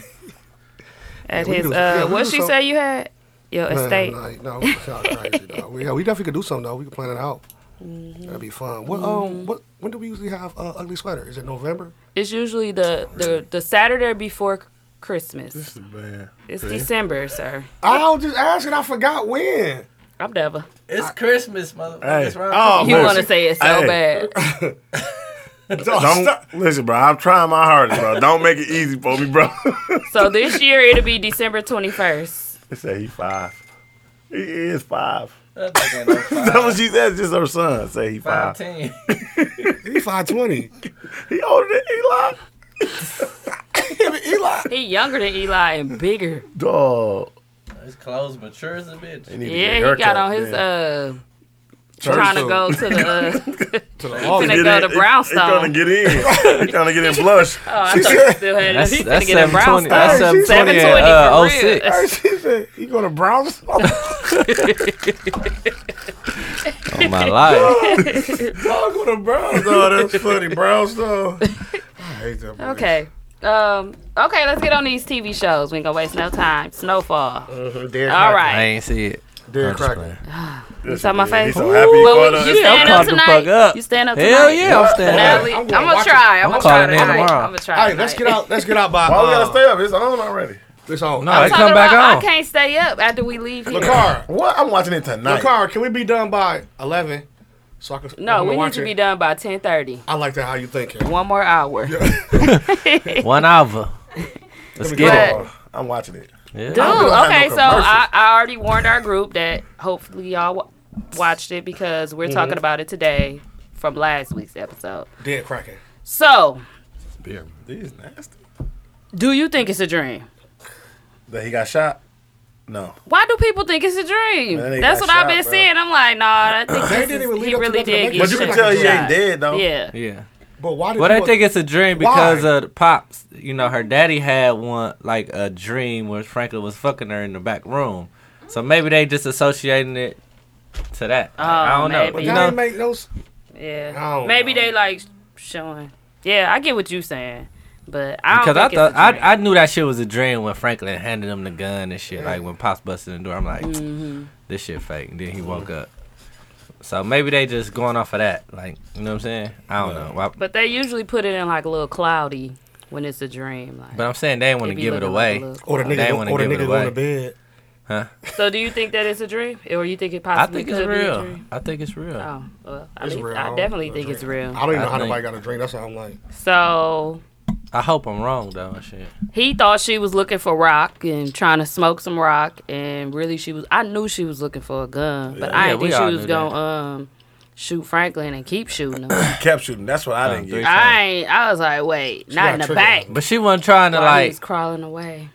Speaker 3: At
Speaker 4: we
Speaker 3: his,
Speaker 4: do-
Speaker 3: uh,
Speaker 4: yeah, we
Speaker 3: what
Speaker 4: do
Speaker 3: she
Speaker 4: some-
Speaker 3: say you had? Your
Speaker 4: Man,
Speaker 3: estate.
Speaker 4: like, no, y'all crazy, dog. We, yeah, we definitely could do something though. We could plan it out.
Speaker 3: Mm-hmm.
Speaker 4: That'd be fun. What um what when do we usually have uh, ugly sweater? Is it November?
Speaker 3: It's usually the, the the Saturday before Christmas.
Speaker 5: Man.
Speaker 3: It's December, sir.
Speaker 4: I was just asking. I forgot when.
Speaker 3: I'm Deva.
Speaker 1: It's Christmas, motherfucker.
Speaker 5: Hey.
Speaker 1: It's round-
Speaker 5: Oh,
Speaker 3: You
Speaker 5: listen.
Speaker 3: want to say it so
Speaker 5: Hey.
Speaker 3: bad.
Speaker 4: *laughs*
Speaker 5: Don't
Speaker 1: *laughs*
Speaker 5: listen, bro. I'm trying my hardest, bro. Don't make it easy for me,
Speaker 1: *laughs*
Speaker 5: bro.
Speaker 3: So this year it'll be December 21st.
Speaker 5: They say he five. He is five.
Speaker 1: That nigga ain't no
Speaker 5: That's what she said. Just her son. Say he five. *laughs*
Speaker 1: 5'10".
Speaker 4: He five twenty.
Speaker 5: He older than Eli. *laughs*
Speaker 4: Eli.
Speaker 3: He younger than Eli and bigger.
Speaker 5: Dog.
Speaker 1: His clothes mature as a bitch.
Speaker 5: He need to get a
Speaker 3: Yeah, he
Speaker 5: haircut,
Speaker 3: got on his
Speaker 5: man.
Speaker 3: uh trying to
Speaker 4: suit.
Speaker 3: go to the. Uh,
Speaker 4: To the
Speaker 5: He
Speaker 4: office.
Speaker 3: *laughs* finna
Speaker 5: get
Speaker 3: go
Speaker 5: in-
Speaker 3: to
Speaker 5: he-
Speaker 3: Brownstone.
Speaker 5: He trying to get in. he trying to get in blush.
Speaker 3: *laughs* oh, I thought you still had it.
Speaker 1: That's,
Speaker 3: He's
Speaker 1: that's
Speaker 3: gonna get a
Speaker 1: 720. That's
Speaker 3: brown star.
Speaker 1: 720
Speaker 3: 720
Speaker 1: and uh,
Speaker 3: for real.
Speaker 1: 06.
Speaker 4: she said, "You going to Brownstone?"
Speaker 1: *laughs* Oh,
Speaker 3: *laughs*
Speaker 1: my life.
Speaker 4: Dog going to Brownstone.
Speaker 5: Oh, that's funny,
Speaker 3: *laughs*
Speaker 5: Brownstone.
Speaker 4: I hate that. Boy.
Speaker 3: Okay. Um. Okay. Let's get on these TV shows. We ain't gonna waste no time. Snowfall. All
Speaker 5: right.
Speaker 1: I
Speaker 3: right.
Speaker 1: ain't see it.
Speaker 4: Dead
Speaker 1: I'm just
Speaker 4: cracking.
Speaker 3: *sighs*
Speaker 1: playing.
Speaker 5: You
Speaker 3: saw my face?
Speaker 5: He's so happy
Speaker 3: Ooh,
Speaker 5: for
Speaker 3: well,
Speaker 5: the-
Speaker 3: you stand
Speaker 1: Caught
Speaker 3: up
Speaker 1: the
Speaker 3: tonight.
Speaker 1: fuck up.
Speaker 3: You stand up
Speaker 1: Hell
Speaker 3: tonight.
Speaker 1: yeah, I'm standing
Speaker 3: Natalie,
Speaker 1: up.
Speaker 3: I'm
Speaker 4: I'm
Speaker 3: gonna,
Speaker 4: gonna watch it.
Speaker 3: try. I'm,
Speaker 1: I'm
Speaker 3: gonna try
Speaker 1: calling in
Speaker 3: tonight.
Speaker 1: tomorrow.
Speaker 3: I'm gonna try.
Speaker 4: All right, let's get out. Let's get out by.
Speaker 5: Why we gotta
Speaker 4: uh,
Speaker 5: stay up? It's on already.
Speaker 4: It's on.
Speaker 1: No,
Speaker 4: No,
Speaker 1: it come back
Speaker 3: I, I
Speaker 1: on.
Speaker 3: can't stay up after we leave here.
Speaker 4: Lacar.
Speaker 5: What? I'm watching it tonight.
Speaker 4: Lacar, can we be done by eleven? So I can. I'm
Speaker 3: No,
Speaker 4: gonna
Speaker 3: we need
Speaker 4: watch
Speaker 3: to
Speaker 4: it.
Speaker 3: be done by ten thirty.
Speaker 4: I like that. How you thinking?
Speaker 3: One more hour.
Speaker 1: One hour. Let's get it.
Speaker 3: But-
Speaker 5: Oh, I'm watching it.
Speaker 3: Dude,
Speaker 1: Yeah.
Speaker 5: don't have
Speaker 3: okay,
Speaker 5: no
Speaker 3: so I, I already warned our group that hopefully y'all w- watched it because
Speaker 5: Mm-hmm.
Speaker 3: we're talking about it today from last week's episode.
Speaker 4: Dead cracking.
Speaker 3: So,
Speaker 5: These nasty.
Speaker 3: do you think it's a dream?
Speaker 5: That he got shot. No.
Speaker 3: Why do people think it's a dream?
Speaker 5: Man, they
Speaker 3: That's
Speaker 5: got
Speaker 3: what I've
Speaker 5: shot,
Speaker 3: been
Speaker 5: bro.
Speaker 3: seeing. I'm like, nah, I think
Speaker 4: *clears throat* They
Speaker 3: this
Speaker 4: didn't
Speaker 3: is-
Speaker 4: even lead
Speaker 3: he
Speaker 4: up to
Speaker 3: really
Speaker 4: nothing.
Speaker 3: did get
Speaker 5: But you
Speaker 3: shot.
Speaker 5: can tell he ain't
Speaker 3: shot.
Speaker 5: dead though.
Speaker 3: Yeah.
Speaker 1: Yeah.
Speaker 4: But why did
Speaker 1: Well, they
Speaker 4: people-
Speaker 1: think it's a dream because
Speaker 4: Why?
Speaker 1: of the pops. You know, her daddy had one like a dream where Franklin was fucking her in the back room. So maybe they just associating it to that. I
Speaker 3: Oh,
Speaker 1: don't know.
Speaker 3: maybe.
Speaker 1: You
Speaker 4: that
Speaker 1: know,
Speaker 4: ain't make no s- I
Speaker 3: Yeah.
Speaker 4: don't
Speaker 3: Maybe
Speaker 4: know.
Speaker 3: they like showing. Yeah, I get what you saying, but I don't
Speaker 1: because I
Speaker 3: think
Speaker 1: thought
Speaker 3: it's a dream.
Speaker 1: I, I knew that shit was a dream when Franklin handed him the gun and shit. Like when pops busted in the door, I'm like,
Speaker 3: Mm-hmm.
Speaker 1: this shit fake. And then he woke up. So maybe they just going off of that. Like you know what I'm saying? I don't know. Why-
Speaker 3: but they usually put it in like a little cloudy when it's a dream. Like,
Speaker 1: But I'm saying they didn't want
Speaker 3: it
Speaker 1: to
Speaker 3: be
Speaker 1: give it
Speaker 3: looking like a
Speaker 1: away.
Speaker 3: little
Speaker 4: Or the
Speaker 3: cloudy.
Speaker 1: They
Speaker 4: nigga,
Speaker 1: wanna
Speaker 4: or the
Speaker 1: give it
Speaker 4: nigga going
Speaker 1: away.
Speaker 4: to bed.
Speaker 3: So do you think that it's a dream, or you think it
Speaker 1: I
Speaker 3: possibly
Speaker 1: think it's
Speaker 3: could be a
Speaker 1: real.
Speaker 3: dream?
Speaker 1: I think it's real.
Speaker 3: Oh, well, I,
Speaker 4: It's
Speaker 3: mean,
Speaker 4: real.
Speaker 3: I
Speaker 4: don't
Speaker 3: definitely
Speaker 4: know
Speaker 3: think
Speaker 4: the
Speaker 3: it's
Speaker 4: dream.
Speaker 3: real.
Speaker 4: I don't even
Speaker 1: I
Speaker 4: know how
Speaker 1: think-
Speaker 4: nobody got a drink. That's why I'm like,
Speaker 3: So
Speaker 1: I hope I'm wrong though. and Shit.
Speaker 3: he thought she was looking for rock and trying to smoke some rock, and really she was. I knew she was looking for a gun, but I
Speaker 1: Yeah,
Speaker 3: didn't
Speaker 1: we
Speaker 3: think
Speaker 1: all
Speaker 3: she was
Speaker 1: knew
Speaker 3: gonna
Speaker 1: that.
Speaker 3: um shoot Franklin and keep shooting
Speaker 1: *coughs*
Speaker 3: him.
Speaker 5: He kept shooting. That's what I didn't
Speaker 1: three-
Speaker 5: get.
Speaker 3: I ain't, I was like, wait,
Speaker 4: got
Speaker 3: not in the
Speaker 4: triggered.
Speaker 3: back.
Speaker 1: But she wasn't trying to
Speaker 3: While he
Speaker 1: like.
Speaker 3: was crawling away.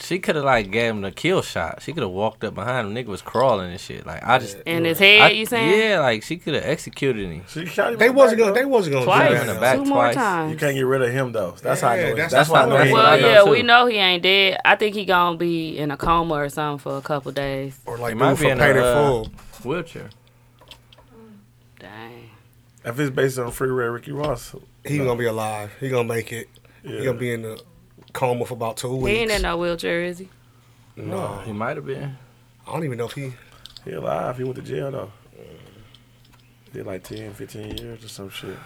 Speaker 1: She could have like gave him the kill shot. She could have walked up behind him. Nigga was crawling and shit. Like I just.
Speaker 3: In his
Speaker 1: I-
Speaker 3: head, you saying?
Speaker 1: Yeah, like she could have executed him.
Speaker 5: She shot him
Speaker 4: they
Speaker 5: in the back,
Speaker 4: wasn't going to they
Speaker 5: though.
Speaker 4: wasn't going
Speaker 1: Twice.
Speaker 4: to
Speaker 1: In
Speaker 4: do
Speaker 1: the
Speaker 4: that.
Speaker 1: back.
Speaker 3: Two more
Speaker 1: twice.
Speaker 3: times.
Speaker 5: You can't get rid of him though. That's how I
Speaker 4: Yeah,
Speaker 5: know. That's,
Speaker 4: that's-
Speaker 5: that's
Speaker 4: that's
Speaker 5: why I
Speaker 1: what-
Speaker 5: know. he
Speaker 1: that's what
Speaker 3: Well,
Speaker 1: I
Speaker 5: ain't
Speaker 1: know,
Speaker 5: dead.
Speaker 3: yeah,
Speaker 1: too.
Speaker 3: we know he ain't dead. I think he gonna be in a coma or something for a couple days.
Speaker 4: Or
Speaker 1: It
Speaker 4: like
Speaker 1: might
Speaker 4: dude
Speaker 1: be
Speaker 4: for
Speaker 1: in a,
Speaker 4: paid in
Speaker 1: uh,
Speaker 4: full.
Speaker 1: Wheelchair.
Speaker 3: Dang.
Speaker 5: If it's based on Free Red Ricky Ross,
Speaker 4: He going to be alive. He going to make it. He going to be in the coma for about two
Speaker 3: He ain't in
Speaker 4: weeks.
Speaker 3: no wheelchair, is he?
Speaker 5: no,
Speaker 1: He might have been.
Speaker 4: I don't even know if he.
Speaker 5: he alive. He went to jail though. Did like 10, 15 years or some shit.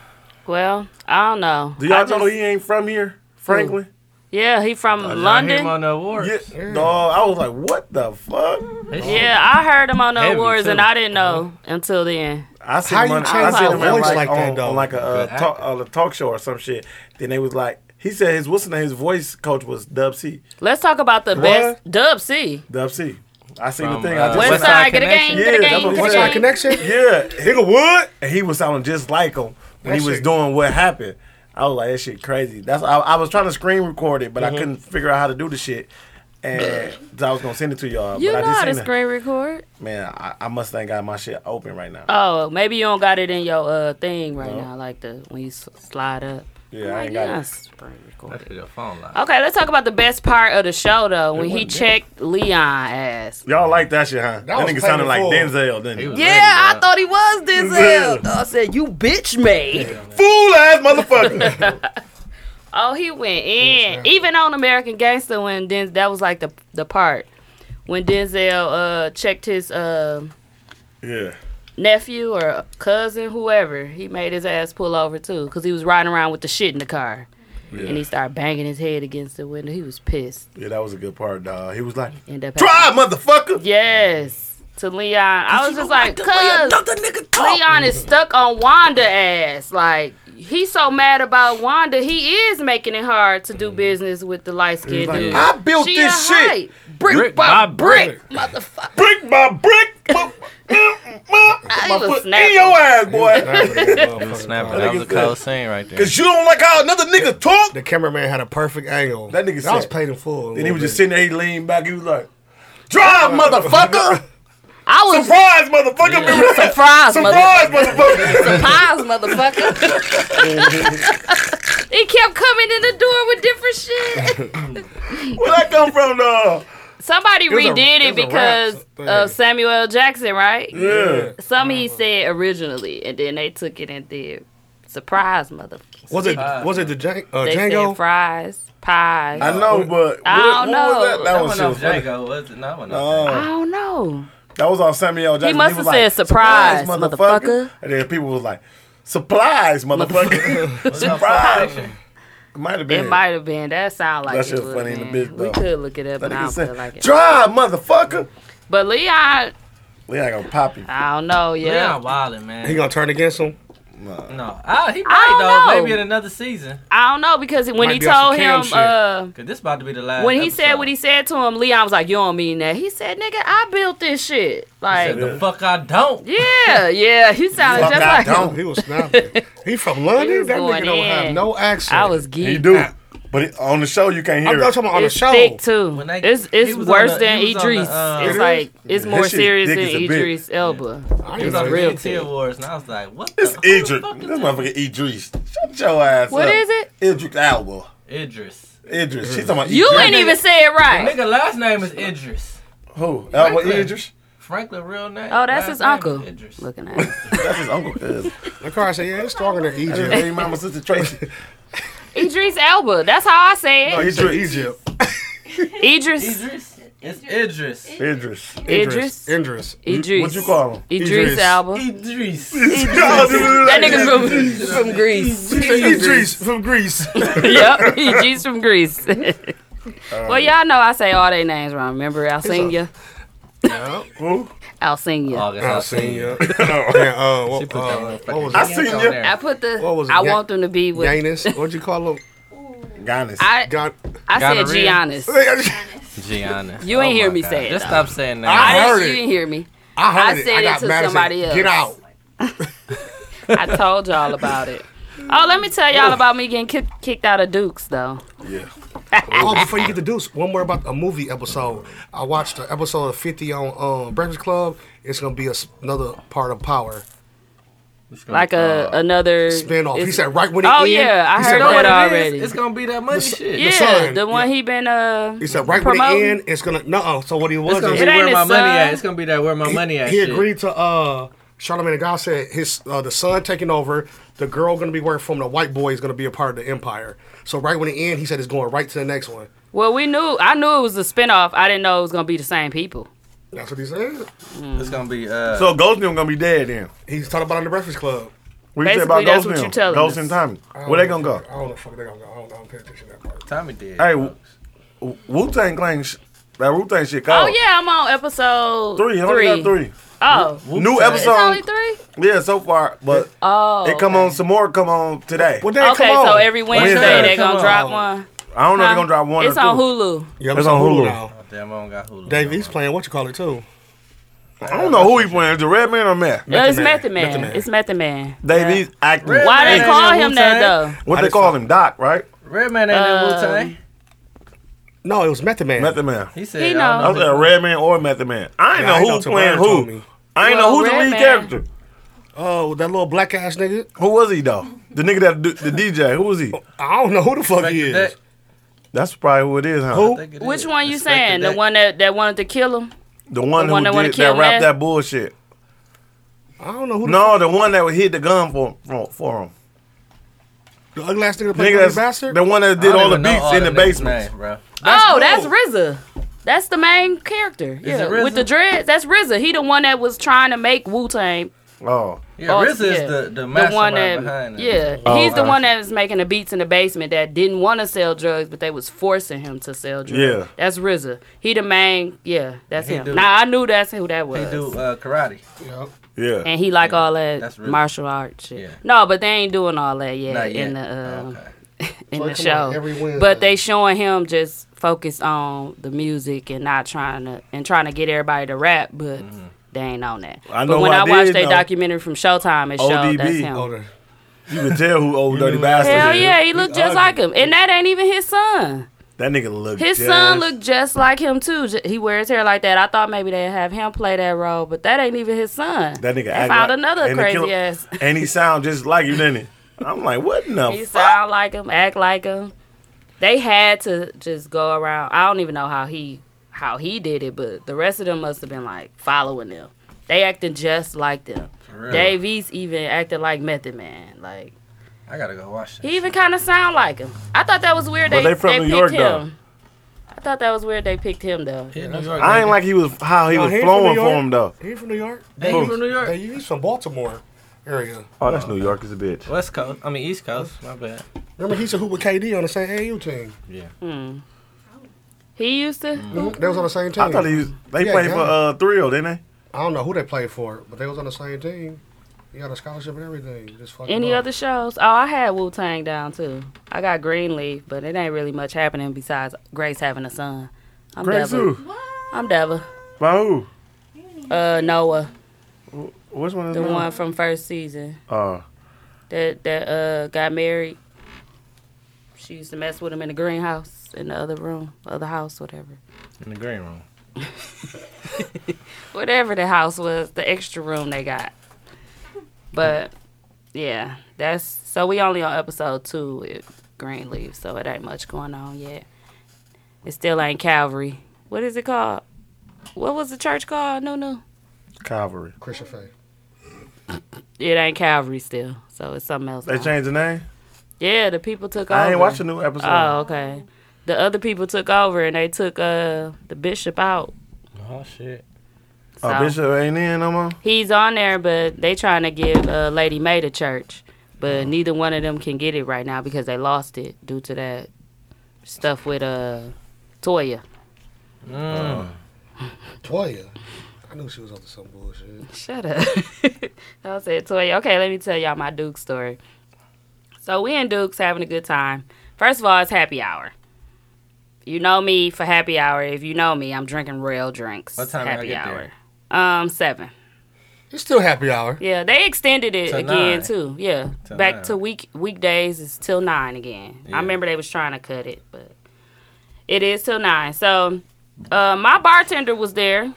Speaker 3: Well, I don't know.
Speaker 5: Do y'all
Speaker 3: I
Speaker 5: know
Speaker 3: just-
Speaker 5: he ain't from here, Franklin?
Speaker 3: Yeah, he
Speaker 5: Oh,
Speaker 3: from
Speaker 1: I hear him
Speaker 3: London.
Speaker 1: on the awards.
Speaker 5: Yeah, no. I was like, what the fuck?
Speaker 3: yeah, I heard him on the
Speaker 1: Heavy,
Speaker 3: awards, and
Speaker 1: too.
Speaker 3: I didn't know
Speaker 5: Uh-huh.
Speaker 3: until then.
Speaker 5: I seen
Speaker 4: How
Speaker 5: him
Speaker 4: you
Speaker 5: on, I
Speaker 4: change
Speaker 5: seen
Speaker 3: your
Speaker 5: him at,
Speaker 4: voice
Speaker 5: like,
Speaker 4: like that,
Speaker 5: on,
Speaker 4: though?
Speaker 5: on like a uh,
Speaker 1: Good
Speaker 5: talk,
Speaker 1: actor.
Speaker 5: on a talk show or some shit. Then they was like, he said his what's his name? His voice coach was Dub C.
Speaker 3: Let's talk about the best Dub C.
Speaker 5: Dub C. I seen
Speaker 1: From,
Speaker 5: the thing.
Speaker 1: uh,
Speaker 5: I just
Speaker 3: West
Speaker 1: West
Speaker 5: said-
Speaker 1: Side
Speaker 3: Side, get a game,
Speaker 1: Connection.
Speaker 3: get a
Speaker 5: Yeah, that's
Speaker 3: game,
Speaker 5: what
Speaker 3: get
Speaker 5: West
Speaker 3: a
Speaker 5: Side
Speaker 3: game.
Speaker 4: Like connection?
Speaker 5: Yeah, nigga would, and he was sounding just like him when
Speaker 4: That
Speaker 5: he was
Speaker 4: shit-
Speaker 5: doing what happened. I was like, that shit crazy. That's I, I was trying to screen record it, but
Speaker 3: Mm-hmm.
Speaker 5: I couldn't figure out how to do the shit, and so I was gonna send it to y'all.
Speaker 3: You
Speaker 5: Oh, but
Speaker 3: know
Speaker 5: I just
Speaker 3: how to
Speaker 5: seen it.
Speaker 3: screen record?
Speaker 5: Man, I, I must ain't got my shit open right now.
Speaker 3: Oh, maybe you don't got it in your uh thing right now, like the when you s- slide up.
Speaker 5: Yeah,
Speaker 3: I'm
Speaker 5: I
Speaker 3: like,
Speaker 5: ain't got
Speaker 3: yeah,
Speaker 5: it.
Speaker 3: screen
Speaker 1: That's
Speaker 3: record.
Speaker 1: your phone line.
Speaker 3: Okay, let's talk about the best part of the show though, when he
Speaker 5: wasn't
Speaker 3: checked Leon ass.
Speaker 5: Y'all like that shit, huh? That,
Speaker 4: was
Speaker 5: nigga sounded like
Speaker 4: playing full.
Speaker 5: Denzel, didn't he?
Speaker 1: He was
Speaker 3: Yeah,
Speaker 1: ready,
Speaker 3: I
Speaker 1: bro.
Speaker 3: thought he was Denzel. I said, "You bitch me."
Speaker 5: fool ass motherfucker.
Speaker 3: Oh, he went in. Even on American Gangster when Denzel that was like the the part when Denzel uh checked his uh
Speaker 5: yeah.
Speaker 3: nephew or cousin whoever, he made his ass pull over too cuz he was riding around with the shit in the car. And he
Speaker 5: Yeah.
Speaker 3: started banging his head against the window. He was pissed.
Speaker 5: yeah, that was a good part, dog. He was like,
Speaker 3: End up
Speaker 5: try,
Speaker 3: having-
Speaker 5: motherfucker.
Speaker 3: Yes. To Leon. I was just like, cuz
Speaker 5: Another nigga talk.
Speaker 3: Leon is stuck on Wanda ass. Like he's so mad about Wanda, he is making it hard to do business with the light skinned
Speaker 5: Mm. like,
Speaker 3: dude.
Speaker 5: I built
Speaker 3: she
Speaker 5: this
Speaker 3: a
Speaker 5: shit.
Speaker 3: hype. brick,
Speaker 1: Brick by
Speaker 3: by brick, motherfucker.
Speaker 5: Brick by brick.
Speaker 3: *laughs*
Speaker 5: Put my
Speaker 3: was
Speaker 5: foot in
Speaker 3: snapping.
Speaker 5: your ass, boy.
Speaker 1: Snapping. That was a cold scene right there.
Speaker 5: Cause you don't like how another nigga talk.
Speaker 4: The cameraman had a perfect angle.
Speaker 5: That nigga
Speaker 4: That was
Speaker 5: said-
Speaker 4: paid in full. a
Speaker 5: Then he
Speaker 4: little
Speaker 5: was just
Speaker 4: bit.
Speaker 5: *laughs* sitting there, he leaned back, he was like, Drive, motherfucker!
Speaker 3: I was
Speaker 5: Surprise, motherfucker! Remember that?
Speaker 3: surprised,
Speaker 5: *laughs* Surprise, motherfucker!
Speaker 3: motherfucker.
Speaker 1: *laughs*
Speaker 3: Surprised, motherfucker. he kept coming in the door with different
Speaker 5: *laughs*
Speaker 3: shit. *laughs*
Speaker 5: Where that come from, dog?
Speaker 3: Somebody
Speaker 4: was a-
Speaker 3: redid
Speaker 4: it
Speaker 3: it
Speaker 4: was a rap
Speaker 3: because
Speaker 4: thing.
Speaker 3: of Samuel L. Jackson, right?
Speaker 5: Yeah.
Speaker 3: Some he said originally, and then they took it and did surprise, motherfucker.
Speaker 4: Was it was it the Jan- uh,
Speaker 3: They said
Speaker 4: Django?
Speaker 3: fries, pies.
Speaker 5: I know, but
Speaker 3: I
Speaker 5: what- what
Speaker 3: don't
Speaker 5: was
Speaker 3: know.
Speaker 5: That, that,
Speaker 1: That
Speaker 5: was,
Speaker 1: one
Speaker 5: shit
Speaker 1: off
Speaker 5: was funny.
Speaker 1: Django, was it? No, that wasn't
Speaker 5: Oh.
Speaker 1: off Django.
Speaker 3: Oh, I don't know.
Speaker 5: That was on Samuel L. Jackson.
Speaker 3: must
Speaker 5: was
Speaker 3: have said, "Surprise, motherfucker."
Speaker 5: And then people was like, surprise,
Speaker 3: *laughs*
Speaker 5: motherfucker. surprise. It might have been.
Speaker 3: Oh, It might have been. That sound like
Speaker 5: That
Speaker 3: it
Speaker 5: shit
Speaker 3: would've
Speaker 5: funny in the
Speaker 3: been.
Speaker 5: bitch,
Speaker 3: We
Speaker 5: though.
Speaker 3: could look it up,
Speaker 5: That
Speaker 3: but I
Speaker 5: nigga
Speaker 3: don't feel like
Speaker 5: said,
Speaker 3: it.
Speaker 5: drive, motherfucker.
Speaker 3: But Leon,
Speaker 5: We ain't gonna pop you.
Speaker 3: I don't know. Yeah,
Speaker 1: Leon Wilding,
Speaker 3: Uh,
Speaker 1: man.
Speaker 4: He gonna turn against him?
Speaker 1: no, ah, he
Speaker 3: I
Speaker 1: might
Speaker 3: don't
Speaker 1: though.
Speaker 3: know.
Speaker 1: Maybe in another season,
Speaker 3: I don't know because when
Speaker 4: Might
Speaker 3: he
Speaker 4: be on
Speaker 3: told
Speaker 4: some Cam
Speaker 3: him,
Speaker 4: shit.
Speaker 3: uh,
Speaker 1: cause this about to be the last.
Speaker 3: when he said
Speaker 1: episode.
Speaker 3: what he said to him, Leon was like, "You don't mean that." He said, "Nigga, I built this shit." Like,
Speaker 1: said, the fuck I don't.
Speaker 3: yeah, yeah. He sounded
Speaker 5: Fuck
Speaker 3: just
Speaker 5: I
Speaker 3: like *laughs*
Speaker 5: don't.
Speaker 4: He was snapping. he from London?
Speaker 3: was
Speaker 4: that
Speaker 3: going
Speaker 4: nigga don't
Speaker 3: in.
Speaker 4: have no accent.
Speaker 3: I was geeked.
Speaker 5: He do.
Speaker 3: out.
Speaker 5: But it, on the show, you can't
Speaker 4: I'm
Speaker 5: hear
Speaker 4: not
Speaker 5: it.
Speaker 4: talking about on the
Speaker 3: it's
Speaker 4: show.
Speaker 3: thick too.
Speaker 1: When they-
Speaker 3: it's
Speaker 1: he
Speaker 3: it's
Speaker 1: was
Speaker 3: worse
Speaker 1: on the-
Speaker 3: than
Speaker 1: he was on the,
Speaker 3: Idris.
Speaker 1: um,
Speaker 3: it's like it's
Speaker 5: That
Speaker 3: more
Speaker 5: shit
Speaker 3: serious
Speaker 5: thick
Speaker 3: than
Speaker 5: as a bitch.
Speaker 3: Idris Elba.
Speaker 4: I
Speaker 1: It
Speaker 4: ain't
Speaker 1: was on
Speaker 4: gonna-
Speaker 1: the
Speaker 3: real
Speaker 1: BET
Speaker 3: thick.
Speaker 1: Awards, and I was like, what
Speaker 5: It's
Speaker 1: the
Speaker 5: Idris.
Speaker 1: who the
Speaker 5: This
Speaker 1: fuck is
Speaker 5: motherfucker Idris. Shut your ass
Speaker 3: What
Speaker 5: up.
Speaker 3: is it?
Speaker 5: Idris Alba.
Speaker 1: Idris.
Speaker 5: Idris. She's talking about
Speaker 3: You
Speaker 5: Idris.
Speaker 3: ain't even say it right.
Speaker 1: Nigga, last name is Idris.
Speaker 5: Who? Alba
Speaker 1: Franklin.
Speaker 5: Idris?
Speaker 1: Franklin, real name.
Speaker 3: Oh, that's
Speaker 1: last
Speaker 3: his
Speaker 1: name is
Speaker 3: uncle.
Speaker 1: Idris.
Speaker 3: Looking
Speaker 5: *laughs*
Speaker 3: at. it.
Speaker 5: That's his uncle. Cuz.
Speaker 4: The car said, yeah, it's stronger than
Speaker 5: His
Speaker 4: Egypt.
Speaker 5: baby mama, sister Tracy.
Speaker 3: Idris Elba. That's how I say it.
Speaker 4: It's
Speaker 5: Idris.
Speaker 4: Egypt.
Speaker 3: Idris.
Speaker 1: Idris. It's Idris.
Speaker 5: Idris.
Speaker 3: Idris.
Speaker 4: Idris.
Speaker 3: Idris.
Speaker 5: What you call him?
Speaker 3: Idris,
Speaker 4: Idris. *laughs*
Speaker 3: Elba.
Speaker 1: Idris.
Speaker 3: That nigga from, from Greece.
Speaker 4: Idris from
Speaker 3: *laughs*
Speaker 4: Greece.
Speaker 3: yep,
Speaker 4: *laughs*
Speaker 3: Idris from Greece. *laughs*
Speaker 4: Uh,
Speaker 3: well, y'all know I say all their names wrong. Remember Alsinia?
Speaker 4: yeah.
Speaker 5: Who?
Speaker 3: Alsinia.
Speaker 1: August,
Speaker 4: I
Speaker 1: I've
Speaker 4: seen
Speaker 1: seen
Speaker 4: *laughs*
Speaker 1: you.
Speaker 4: you. and, uh,
Speaker 1: She
Speaker 4: what,
Speaker 1: put that
Speaker 4: uh,
Speaker 1: motherfucking
Speaker 4: what was
Speaker 5: I
Speaker 4: it?
Speaker 1: yank
Speaker 5: seen
Speaker 1: on
Speaker 5: ya.
Speaker 1: there.
Speaker 3: I put the.
Speaker 4: What was it?
Speaker 3: I
Speaker 4: Ya-
Speaker 3: want them to be with.
Speaker 4: Giannis. What'd you call him?
Speaker 5: Giannis.
Speaker 3: I
Speaker 4: God.
Speaker 3: I said
Speaker 1: Gonorrhea.
Speaker 4: *laughs*
Speaker 3: Giannis.
Speaker 1: Gianna.
Speaker 3: You ain't
Speaker 1: my
Speaker 3: hear me say it,
Speaker 1: Just
Speaker 3: though.
Speaker 1: stop saying
Speaker 4: I
Speaker 3: I,
Speaker 1: that.
Speaker 4: heard
Speaker 3: didn't,
Speaker 4: it.
Speaker 3: you didn't hear me.
Speaker 4: I heard
Speaker 3: I
Speaker 4: it.
Speaker 3: said
Speaker 4: I
Speaker 3: it
Speaker 4: got
Speaker 3: to
Speaker 4: mad and said,
Speaker 3: somebody else.
Speaker 4: Get out.
Speaker 3: I told y'all about it. Oh, let me tell y'all about me getting kick, kicked out of Duke's though.
Speaker 5: yeah.
Speaker 4: Oh, before you get the deuce, one more about a movie episode. I watched the episode of 50 on um, Breakfast Club. It's going to be a s another part of Power.
Speaker 3: *laughs* Like a another
Speaker 4: Spinoff.
Speaker 3: it's-
Speaker 4: He said right when it
Speaker 3: Oh
Speaker 4: end,
Speaker 3: yeah, I
Speaker 4: he said
Speaker 3: heard
Speaker 4: right when
Speaker 3: that
Speaker 1: It is.
Speaker 3: already.
Speaker 1: It's gonna be that money shit.
Speaker 3: yeah,
Speaker 4: son.
Speaker 3: the one he been uh.
Speaker 4: He said right
Speaker 3: Promoting.
Speaker 4: when it end, it's going to... No, so what he
Speaker 1: Mm-hmm. It's
Speaker 4: was...
Speaker 1: gonna
Speaker 4: is-
Speaker 1: be
Speaker 3: It ain't
Speaker 1: where my
Speaker 3: his
Speaker 1: money
Speaker 3: son.
Speaker 1: at. It's gonna be that where my money at.
Speaker 4: he
Speaker 1: shit.
Speaker 4: agreed to uh Charlamagne the God said his uh, the son taking over, the girl gonna be working from the white boy is gonna be a part of the empire. So right when it end, he said it's going right to the next one.
Speaker 3: Well, we knew. I knew it was a spinoff. I didn't know it was gonna be the same people.
Speaker 4: That's what he said.
Speaker 1: It's gonna be uh.
Speaker 5: So Ghost Nigga gonna be dead then.
Speaker 4: He's talking about it in the Breakfast Club.
Speaker 5: What you say
Speaker 3: Basically,
Speaker 5: about
Speaker 3: that's
Speaker 5: Ghost
Speaker 3: what
Speaker 5: Nigga?
Speaker 3: you telling
Speaker 5: Ghost
Speaker 3: us.
Speaker 5: and Tommy. Where they gonna go?
Speaker 4: I don't know. Fuck, they gonna go. I don't, I don't pay attention to that part.
Speaker 1: Tommy did.
Speaker 5: Hey, Wu Tang Clan, sh- that Wu Tang shit.
Speaker 3: Oh
Speaker 5: Called.
Speaker 3: yeah, I'm on episode
Speaker 5: three.
Speaker 3: three.
Speaker 5: I only got three.
Speaker 3: Oh,
Speaker 5: New
Speaker 3: it's only
Speaker 5: episode.
Speaker 3: three.
Speaker 5: Yeah, so far, but
Speaker 3: Oh,
Speaker 5: it come on some more. Come on today.
Speaker 4: Well, they
Speaker 3: Okay,
Speaker 4: come on.
Speaker 3: so every Wednesday
Speaker 5: Wednesday.
Speaker 3: they gonna
Speaker 1: Come
Speaker 3: drop
Speaker 1: on.
Speaker 3: one.
Speaker 5: Oh. I don't know if they're
Speaker 3: Huh?
Speaker 5: gonna drop one.
Speaker 3: It's
Speaker 5: or
Speaker 3: on
Speaker 5: two.
Speaker 3: Hulu.
Speaker 4: Yeah,
Speaker 5: It's on Hulu.
Speaker 1: Oh, Damn, I don't got Hulu.
Speaker 4: Dave, he's playing what you call it too.
Speaker 5: I don't know who he playing. Is the Red Man or Matt?
Speaker 3: No, it's
Speaker 4: Man.
Speaker 3: Method Man.
Speaker 4: Method Man.
Speaker 3: It's Method Man.
Speaker 5: Davies acting.
Speaker 1: Red
Speaker 3: Why
Speaker 1: Man
Speaker 3: they
Speaker 1: ain't
Speaker 3: call
Speaker 1: in
Speaker 3: him that
Speaker 1: Wu-Tang.
Speaker 3: though? Uh,
Speaker 5: What
Speaker 4: I
Speaker 5: they
Speaker 4: just
Speaker 5: call him? Doc, right?
Speaker 1: Redman ain't in Wu Tang.
Speaker 4: No, it was Method Man.
Speaker 5: Method Man.
Speaker 1: He said.
Speaker 3: He
Speaker 1: I
Speaker 3: know.
Speaker 5: I
Speaker 1: don't
Speaker 5: was a Red Man or Method Man. I ain't
Speaker 4: Yeah, I
Speaker 5: know
Speaker 4: know
Speaker 5: who's
Speaker 4: Tamara
Speaker 5: playing
Speaker 4: told
Speaker 5: who.
Speaker 4: me.
Speaker 5: I ain't know
Speaker 3: Well,
Speaker 5: who's the
Speaker 3: Red
Speaker 5: lead
Speaker 3: Man.
Speaker 5: character.
Speaker 4: Oh, that little black ass nigga.
Speaker 5: Who was he though? The nigga that do, the DJ. Who was he?
Speaker 4: I don't know who the fuck
Speaker 1: think
Speaker 4: he
Speaker 1: that-
Speaker 4: is.
Speaker 5: That's probably who it is, huh?
Speaker 1: I think it
Speaker 3: Which
Speaker 1: is.
Speaker 3: one you
Speaker 1: Respected
Speaker 3: saying? The
Speaker 1: that.
Speaker 3: one that, that wanted to kill him?
Speaker 5: The one
Speaker 3: The
Speaker 5: who
Speaker 3: one that wanna
Speaker 5: did
Speaker 3: kill
Speaker 5: that rap
Speaker 3: Matt?
Speaker 5: that bullshit.
Speaker 4: I don't know who the,
Speaker 5: No, the one that would hit the gun for for, for him.
Speaker 4: the ugly ass nigga that played
Speaker 5: Nigga,
Speaker 4: Ugly
Speaker 5: that's
Speaker 4: Bastard.
Speaker 5: the one that
Speaker 1: I
Speaker 5: did
Speaker 1: don't
Speaker 5: all the
Speaker 1: even know
Speaker 5: beats in the
Speaker 1: them niggas'
Speaker 5: basement.
Speaker 1: name, bro.
Speaker 3: oh,
Speaker 4: cool.
Speaker 3: that's RZA. That's the main character. yeah,
Speaker 1: it RZA?
Speaker 3: with the dreads. That's RZA. He the one that was trying to make Wu Tang.
Speaker 5: Oh,
Speaker 1: Yeah, RZA is the the mastermind behind it.
Speaker 3: yeah, he's the one that was making the beats in the basement that didn't want to sell drugs, but they was forcing him to sell drugs.
Speaker 5: Yeah.
Speaker 3: that's RZA. He the main. Yeah, that's
Speaker 1: He
Speaker 3: him.
Speaker 1: do-
Speaker 3: Now I knew that's who that was.
Speaker 1: He do uh, karate.
Speaker 4: Yeah.
Speaker 5: yeah.
Speaker 3: and he like all that
Speaker 1: that's RZA.
Speaker 3: martial arts shit.
Speaker 1: Yeah.
Speaker 3: No, but they ain't doing all that yet,
Speaker 1: Not yet.
Speaker 3: in the uh,
Speaker 1: okay.
Speaker 3: *laughs*
Speaker 4: So it
Speaker 3: in the
Speaker 4: come out
Speaker 3: show.
Speaker 4: every Wednesday.
Speaker 3: But they showing him just focused on the music and not trying to and trying to get everybody to rap, but
Speaker 1: Mm-hmm.
Speaker 3: they ain't on that.
Speaker 5: I know
Speaker 3: but when
Speaker 5: I
Speaker 3: I, watched
Speaker 5: did
Speaker 3: their
Speaker 5: know.
Speaker 3: documentary from Showtime, it showed that's
Speaker 5: ODB.
Speaker 3: him.
Speaker 4: Oh, the-
Speaker 5: You can tell who old dirty
Speaker 4: knew
Speaker 5: bastard
Speaker 3: Hell
Speaker 5: is.
Speaker 3: yeah, he looked
Speaker 4: ugly.
Speaker 3: just like him, and that ain't even his son.
Speaker 5: That nigga look.
Speaker 3: His
Speaker 5: just-
Speaker 3: son looked just like him too. J- He wears hair like that. I thought maybe they'd have him play that role, but that ain't even his son.
Speaker 5: That nigga
Speaker 3: I
Speaker 5: act
Speaker 3: found
Speaker 5: like-
Speaker 3: another
Speaker 5: and he
Speaker 3: crazy
Speaker 5: kill-
Speaker 3: ass.
Speaker 5: And he sound just like you, didn't he? I'm like, what in the
Speaker 3: He
Speaker 5: fuck?
Speaker 3: sound like him, act like him. They had to just go around. I don't even know how he how he did it, but the rest of them must have been like following them. They acting just like them.
Speaker 1: real.
Speaker 3: Davies even acted like Method Man. Like
Speaker 1: I gotta go watch that.
Speaker 3: he even kind of sound like him. I thought that was weird.
Speaker 5: But
Speaker 3: They,
Speaker 5: they from
Speaker 3: they
Speaker 5: New York,
Speaker 3: picked
Speaker 5: though.
Speaker 3: him. I thought that was weird. They picked him though.
Speaker 1: He in New York,
Speaker 5: I
Speaker 1: nigga.
Speaker 5: ain't like he was how he
Speaker 4: No,
Speaker 5: was
Speaker 4: he ain't
Speaker 5: flowing
Speaker 4: from New
Speaker 5: for him though.
Speaker 4: He from New York?
Speaker 1: They ain't from New
Speaker 4: Hey,
Speaker 1: York.
Speaker 4: he's from Baltimore area.
Speaker 5: Oh, that's New York is a bitch.
Speaker 1: West Coast. I mean East Coast. My bad.
Speaker 4: Remember, he used to hoop with KD on the same AU team.
Speaker 1: Yeah.
Speaker 3: He used to.
Speaker 4: They was on the same team.
Speaker 5: I thought he was. They
Speaker 4: Yeah,
Speaker 5: played
Speaker 4: yeah.
Speaker 5: for uh Thrill, didn't
Speaker 4: I don't know who they played for, but they was on the same team. He got a scholarship and everything. Just fucking
Speaker 3: Any
Speaker 4: up.
Speaker 3: other shows? Oh, I had Wu Tang down too. I got Greenleaf, but it ain't really much happening besides Grace having a son. I'm
Speaker 5: they? Great
Speaker 3: Deva.
Speaker 5: Zoo.
Speaker 3: I'm Deva.
Speaker 5: By who?
Speaker 3: Uh, Noah,
Speaker 5: Which one is
Speaker 3: the
Speaker 5: that?
Speaker 3: one from first season
Speaker 5: Uh,
Speaker 3: that that uh got married. She used to mess with him in the greenhouse, in the other room, other house, whatever.
Speaker 1: in the green room.
Speaker 3: Whatever the house was, the extra room they got. But yeah, that's so we only on episode two with Greenleaf, so it ain't much going on yet. It still ain't Calvary. What is it called? What was the church called? No, no.
Speaker 5: Calvary.
Speaker 4: Christian faith.
Speaker 3: It ain't Calvary still, so it's something else.
Speaker 5: They
Speaker 3: now.
Speaker 5: changed the name.
Speaker 3: Yeah, the people took over.
Speaker 5: I ain't watched a new episode.
Speaker 3: Oh, okay. The other people took over and they took uh the bishop out.
Speaker 1: Oh shit.
Speaker 3: So
Speaker 5: Oh, Bishop ain't in no more.
Speaker 3: he's on there, but they trying to give uh, Lady May the church, but neither one of them can get it right now because they lost it due to that stuff with uh Toya.
Speaker 1: Mm.
Speaker 4: Uh, Toya. I knew she was up to some bullshit.
Speaker 3: Shut up. I said Toya. Okay, let me tell y'all my Duke story. So we and Duke's having a good time. First of all, it's happy hour. You know me for happy hour. If you know me, I'm drinking real drinks.
Speaker 1: What time did I
Speaker 3: happy
Speaker 1: get
Speaker 3: hour?
Speaker 1: there?
Speaker 3: Um, seven.
Speaker 4: It's still happy hour.
Speaker 3: Yeah, they extended it
Speaker 1: To
Speaker 3: again
Speaker 1: nine.
Speaker 3: too. Yeah,
Speaker 1: To
Speaker 3: back
Speaker 1: nine.
Speaker 3: to week weekdays is till nine again.
Speaker 1: Yeah.
Speaker 3: I remember they was trying to cut it, but it is till nine. So, uh, my bartender was there,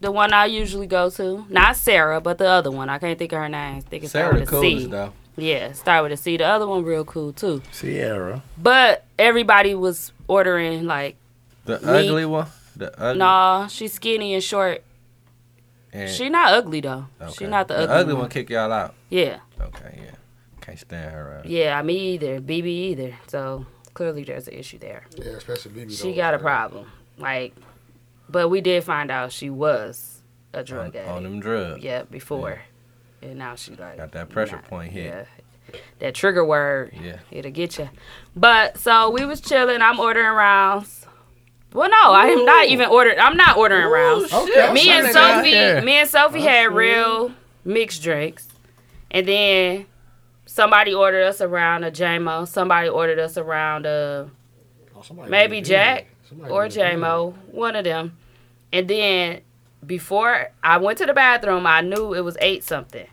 Speaker 3: the one I usually go to, not Sarah, but the other one. I can't think of her name. I think it's
Speaker 1: Sarah the
Speaker 3: with a C.
Speaker 1: coolest though.
Speaker 3: Yeah, start with a C. The other one real cool too.
Speaker 5: Sierra.
Speaker 3: But everybody was ordering like,
Speaker 1: The
Speaker 3: Me-
Speaker 1: ugly one. The ugly.
Speaker 3: nah, she's skinny and short.
Speaker 1: and-
Speaker 3: She not ugly though. She
Speaker 1: okay.
Speaker 3: not the,
Speaker 1: The ugly one kick y'all out.
Speaker 3: Yeah.
Speaker 1: Okay, yeah. Can't stand her. uh, Out.
Speaker 3: Yeah, me either. BB either. So clearly there's an issue there.
Speaker 4: Yeah, especially BB.
Speaker 3: She
Speaker 4: though.
Speaker 3: got a problem. Like, but we did find out she was a drug
Speaker 1: On,
Speaker 3: addict.
Speaker 1: on them drugs.
Speaker 3: Yeah, before. And now she like
Speaker 1: Got that pressure
Speaker 3: not-
Speaker 1: point hit.
Speaker 3: Yeah. That trigger word.
Speaker 1: Yeah.
Speaker 3: It'll get you. But so we was chilling. I'm ordering rounds. Well, no, I am not even ordering. I'm not ordering rounds
Speaker 4: Okay.
Speaker 3: me and
Speaker 1: Sunday night.
Speaker 3: Sophie,
Speaker 1: Yeah.
Speaker 3: me and Sophie
Speaker 4: Oh,
Speaker 3: had real mixed drinks, and then somebody ordered us around a JMO. Somebody ordered us around a
Speaker 4: Oh, somebody
Speaker 3: Maybe
Speaker 4: really did.
Speaker 3: Jack
Speaker 4: Somebody
Speaker 3: or
Speaker 4: really did.
Speaker 3: JMO, one of them. And then before I went to the bathroom, I knew it was eight something,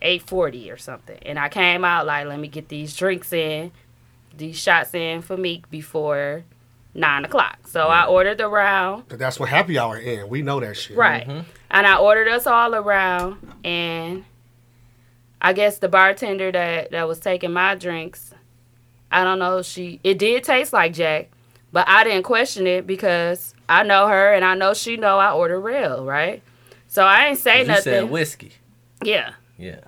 Speaker 3: eight forty or something. And I came out like, let me get these drinks in, these shots in for Meek before nine o'clock. So I ordered the round.
Speaker 4: But that's what happy hour in. We know that shit.
Speaker 3: Right.
Speaker 1: Mm-hmm.
Speaker 3: And I ordered us all around and I guess the bartender that that was taking my drinks, I don't know, she it did taste like Jack, but I didn't question it because I know her and I know she know I order real, right? So I ain't say
Speaker 1: You
Speaker 3: nothing.
Speaker 1: said whiskey.
Speaker 3: yeah.
Speaker 1: Yeah.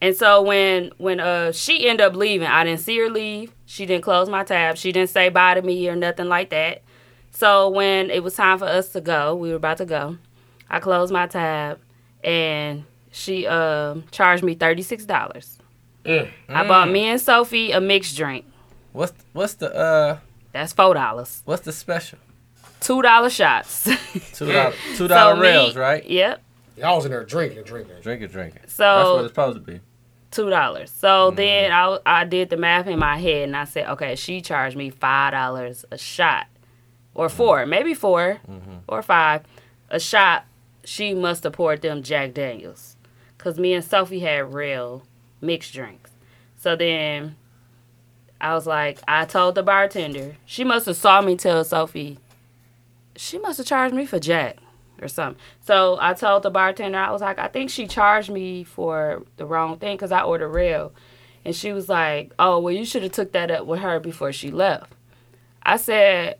Speaker 3: And so when when uh she ended up leaving, I didn't see her leave. She didn't close my tab. She didn't say bye to me or nothing like that. So when it was time for us to go, we were about to go. I closed my tab and she um charged me thirty six dollars. I bought me and Sophie a mixed drink.
Speaker 1: Mm. What's what's the uh
Speaker 3: That's four dollars.
Speaker 1: what's the special?
Speaker 3: Two dollar shots.
Speaker 1: Two
Speaker 3: *laughs*
Speaker 1: dollar two dollar
Speaker 3: So me-
Speaker 1: rails, right?
Speaker 3: Yep.
Speaker 4: Y'all was in there drinking, drinking.
Speaker 1: Drink it, drink it.
Speaker 3: So
Speaker 1: That's what it's supposed to be.
Speaker 3: two dollars. So then I I did the math in my head and I said, okay, she charged me five dollars a shot, or 4 maybe 4 or five, a shot. She must have poured them Jack Daniels, cause me and Sophie had real mixed drinks. So then I was like, I told the bartender. She must have saw me tell Sophie. She must have charged me for Jack or something. So I told the bartender, I was like, I think she charged me for the wrong thing because I ordered real. And she was like, Oh, well, you should have took that up with her before she left. I said,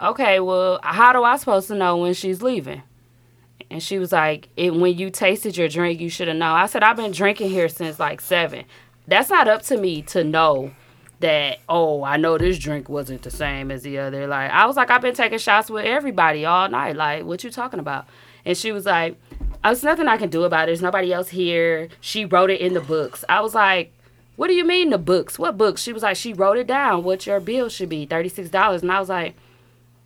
Speaker 3: Okay, well, how do I supposed to know when she's leaving? And she was like, it, When you tasted your drink, you should have known. I said, I've been drinking here since like seven. That's not up to me to know that oh i know this drink wasn't the same as the other like i was like i've been taking shots with everybody all night like what you talking about and she was like there's nothing i can do about it there's nobody else here she wrote it in the books i was like what do you mean the books what books she was like she wrote it down what your bill should be $36 and i was like